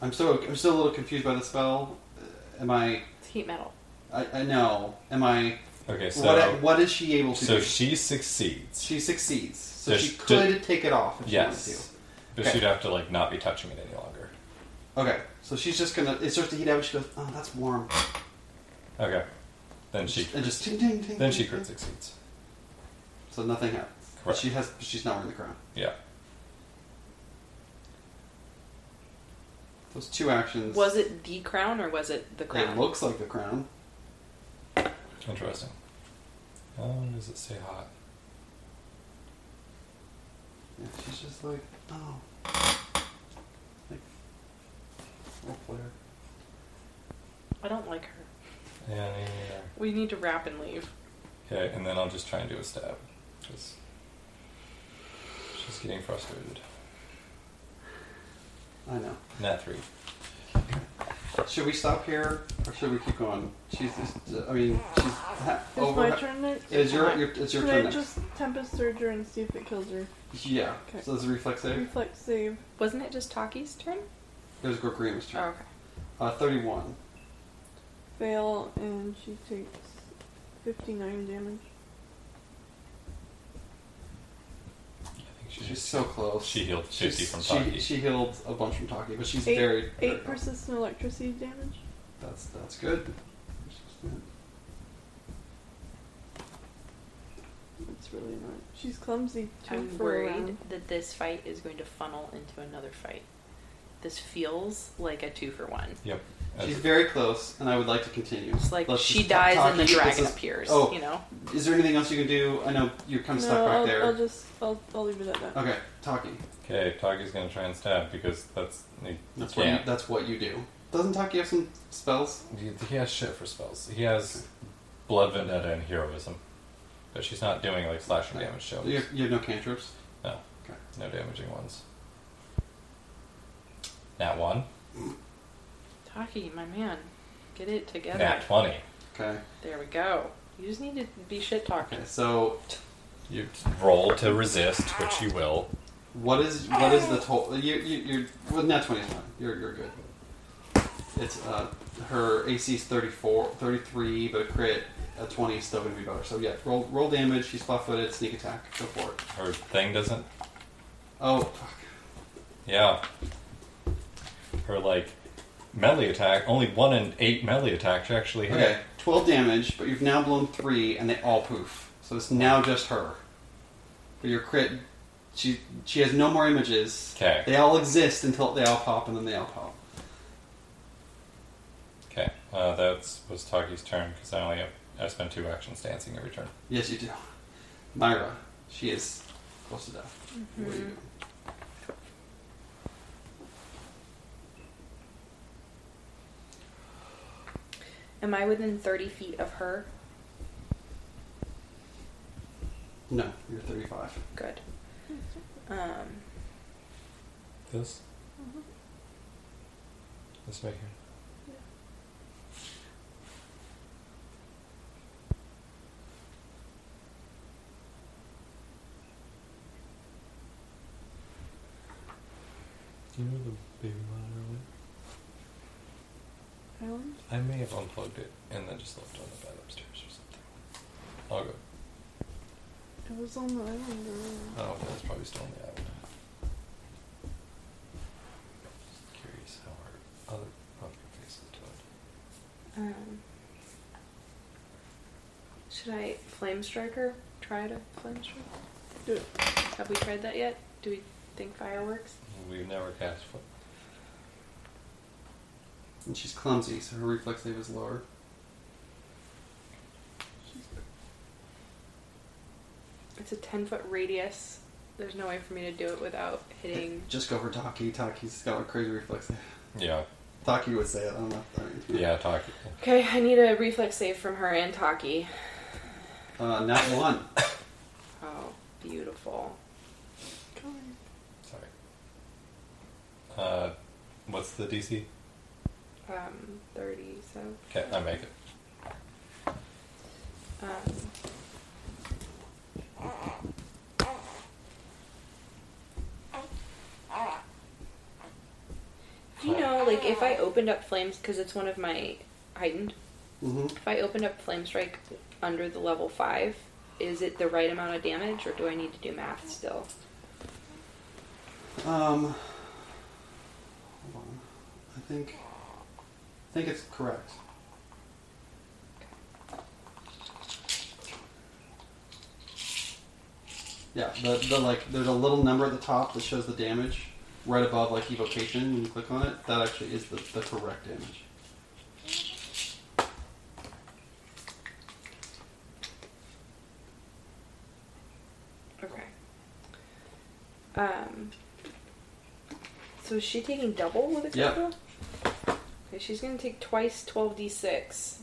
Speaker 2: I'm so I'm still a little confused by the spell. Uh, am I?
Speaker 3: It's heat metal.
Speaker 2: I, I know. Am I?
Speaker 5: Okay, so
Speaker 2: what, what is she able to
Speaker 5: so
Speaker 2: do?
Speaker 5: she succeeds,
Speaker 2: She succeeds. So
Speaker 5: So
Speaker 2: she
Speaker 5: she-
Speaker 2: could take it off if she
Speaker 5: Yes.
Speaker 2: wanted
Speaker 5: but
Speaker 2: Okay.
Speaker 5: she'd have to like not be touching it any longer.
Speaker 2: to. Okay. So she's just gonna. It starts to heat up. She goes, "Oh, that's warm."
Speaker 5: Okay, then she
Speaker 2: and just ting ting ting.
Speaker 5: then she
Speaker 2: ting,
Speaker 5: crit
Speaker 2: ting.
Speaker 5: succeeds.
Speaker 2: So nothing happens.
Speaker 5: Correct.
Speaker 2: She has. She's not wearing the crown.
Speaker 5: Yeah,
Speaker 2: Those two actions.
Speaker 3: Was it the crown or was it the crown?
Speaker 2: It looks like the crown.
Speaker 5: interesting. How long does it stay hot?
Speaker 2: Yeah, she's just like, oh. Like, oh, role player.
Speaker 3: I don't like her.
Speaker 5: Yeah, I mean, yeah.
Speaker 3: We need to wrap and leave.
Speaker 5: Okay, and then I'll just try and do a stab. 'cause she's getting frustrated.
Speaker 2: I know.
Speaker 5: Nat three.
Speaker 2: Should we stop here or should we keep going? She's just. I mean, she's ha-
Speaker 4: It's
Speaker 2: over.
Speaker 4: my turn next.
Speaker 2: It is your, your. It's your
Speaker 4: Can
Speaker 2: turn
Speaker 4: I
Speaker 2: next.
Speaker 4: just tempest surge her and see if it kills her?
Speaker 2: Yeah.
Speaker 4: Okay.
Speaker 2: So there's a reflex save.
Speaker 4: Reflex save.
Speaker 3: Wasn't it just Taki's turn?
Speaker 2: There's Gorgrima's
Speaker 3: Oh,
Speaker 2: turn.
Speaker 3: okay.
Speaker 2: Uh, 31.
Speaker 4: Fail, and she takes 59 damage.
Speaker 5: I think she
Speaker 2: She's so close.
Speaker 5: she healed
Speaker 2: She's-
Speaker 5: fifty from
Speaker 2: she-
Speaker 5: Taki.
Speaker 2: She, healed a bunch from Taki, but she's
Speaker 4: Eight-
Speaker 2: very. very
Speaker 4: 8 persistent electricity damage.
Speaker 2: That's that's good.
Speaker 4: It's really not. She's clumsy too
Speaker 3: I'm
Speaker 4: for a
Speaker 3: worried
Speaker 4: round.
Speaker 3: that this fight is going to funnel into another fight. this feels like a two for one.
Speaker 5: Yep.
Speaker 2: She's
Speaker 5: That's-
Speaker 2: very close, and I would like to continue.
Speaker 3: It's like
Speaker 2: Let's
Speaker 3: she
Speaker 2: just stop
Speaker 3: dies and
Speaker 2: talking.
Speaker 3: the
Speaker 2: This
Speaker 3: dragon
Speaker 2: is-
Speaker 3: appears.
Speaker 2: Oh.
Speaker 3: You know,
Speaker 2: Is there anything else you can do? I know you're kind of
Speaker 4: no,
Speaker 2: stuck back
Speaker 4: I'll,
Speaker 2: there.
Speaker 4: I'll just I'll, I'll leave it at that.
Speaker 2: Okay, talking.
Speaker 5: Okay, Tagi's gonna try and stab because that's. He,
Speaker 2: That's what you,
Speaker 5: can't.
Speaker 2: that's what you do. Doesn't Taki have some spells?
Speaker 5: He, he has shit for spells. He has blood vendetta and heroism, but she's not doing like slashing damage shows.
Speaker 2: You have, you have no cantrips.
Speaker 5: No damaging ones. Nat one.
Speaker 3: Taki, my man, get it together.
Speaker 5: Nat twenty.
Speaker 2: Okay.
Speaker 3: There we go. You just need to be shit talking.
Speaker 2: Okay. So
Speaker 5: You roll to resist, which you will.
Speaker 2: what is what is the total? You you you're well, not twenty one. You're you're good. It's uh her AC is 34, 33, but a crit a twenty is still gonna be better. So yeah, roll roll damage. She's flat footed. Sneak attack. Go for it.
Speaker 5: Her thing doesn't.
Speaker 2: Oh fuck.
Speaker 5: Yeah. Her like melee attack. Only one in eight melee attacks actually hit.
Speaker 2: Okay, 12 damage, but you've now blown three, and they all poof. So it's now just her. But your crit, she she has no more images.
Speaker 5: 'Kay.
Speaker 2: They all exist until they all pop, and then they all pop.
Speaker 5: Okay, uh, that was Taki's turn because I only have, I spend two actions dancing every turn.
Speaker 2: Yes, you do. Myra, she is close to death. What do you do?
Speaker 3: Am I within thirty feet of her?
Speaker 2: No, you're 35.
Speaker 3: Good. Um,
Speaker 5: This? Mm-hmm. This right here. Do you know the baby monitor went?
Speaker 4: Island?
Speaker 5: I may have unplugged it and then just left it on the bed upstairs or something. I'll go.
Speaker 4: It was on the island. earlier.
Speaker 5: Oh, well, it's probably still on the island. Just curious how our other pumpkin face is doing.
Speaker 3: um, should I flame striker? Try to flame strike?
Speaker 4: Do it.
Speaker 3: Have we tried that yet? Do we think fireworks?
Speaker 5: We've never cast foot.
Speaker 2: And she's clumsy, so her reflex save is lower.
Speaker 3: It's a ten foot radius. There's no way for me to do it without hitting.
Speaker 2: Just go for Taki. Taki's got a crazy reflex save.
Speaker 5: Yeah,
Speaker 2: Taki would say it. I don't know. I mean,
Speaker 5: yeah, talk.
Speaker 3: Okay, I need a reflex save from her and Taki.
Speaker 2: Uh, not one.
Speaker 3: Oh, beautiful.
Speaker 4: Come on.
Speaker 5: Sorry. Uh, what's the DC?
Speaker 3: Um, thirty. So.
Speaker 5: Okay, I make it.
Speaker 3: Um, do you know, like, if I opened up flames, because it's one of my heightened,
Speaker 2: Mm-hmm.
Speaker 3: if I opened up flame strike under the level five, is it the right amount of damage, or do I need to do math still?
Speaker 2: Um, hold on. I think I think it's correct. Yeah, the, the like there's a little number at the top that shows the damage right above like evocation when you click on it. That actually is the, the correct damage.
Speaker 3: Okay. Um. So is she taking double with a
Speaker 2: Yeah.
Speaker 3: critical? Okay, she's gonna take twice twelve d six.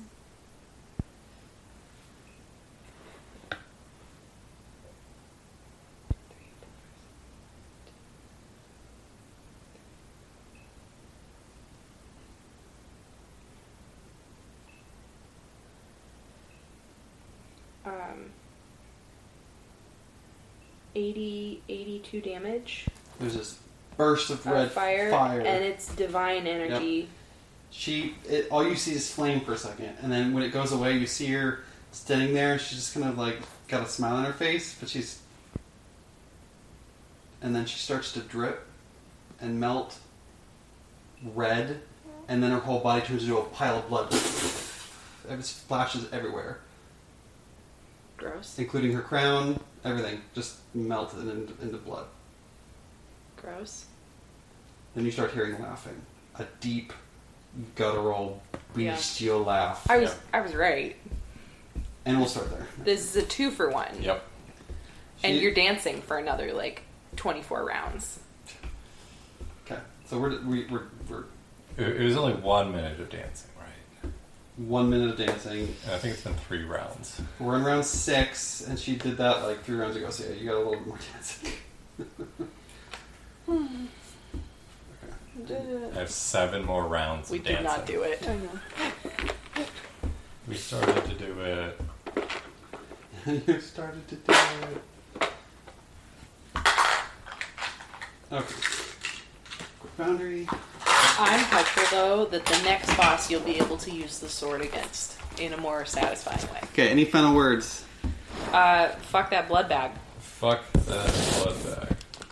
Speaker 3: Um, 80, 82 damage
Speaker 2: There's this burst of
Speaker 3: of
Speaker 2: red
Speaker 3: fire,
Speaker 2: fire.
Speaker 3: and it's divine energy.
Speaker 2: she it, all you see is flame for a second and then when it goes away you see her standing there and she's just kind of like got a smile on her face but she's and then she starts to drip and melt red and then her whole body turns into a pile of blood it splashes everywhere
Speaker 3: Gross.
Speaker 2: including her crown everything just melted into, into blood
Speaker 3: Gross.
Speaker 2: Then you start hearing laughing. A deep, guttural,
Speaker 3: Yeah.
Speaker 2: bestial laugh.
Speaker 3: I was I was right.
Speaker 2: and we'll start there.
Speaker 3: This is a two for one.
Speaker 5: Yep.
Speaker 3: And
Speaker 2: She-
Speaker 3: you're dancing for another like twenty four rounds.
Speaker 2: Okay. So we're, we, we're, we're
Speaker 5: It, it was only one minute of dancing, right?
Speaker 2: one minute of dancing.
Speaker 5: And I think it's been three rounds.
Speaker 2: We're in round six, and she did that like three rounds ago, so yeah, you got a little bit more dancing. okay.
Speaker 4: Did it.
Speaker 5: I have seven more rounds
Speaker 3: We
Speaker 5: of
Speaker 3: did
Speaker 5: dancing.
Speaker 3: not do it.
Speaker 4: I know.
Speaker 5: We started to do it.
Speaker 2: you started to do it. Okay. Quick boundary.
Speaker 3: I'm hopeful though that the next boss you'll be able to use the sword against in a more satisfying way.
Speaker 2: Okay, any final words?
Speaker 3: Uh, fuck that blood bag.
Speaker 5: Fuck the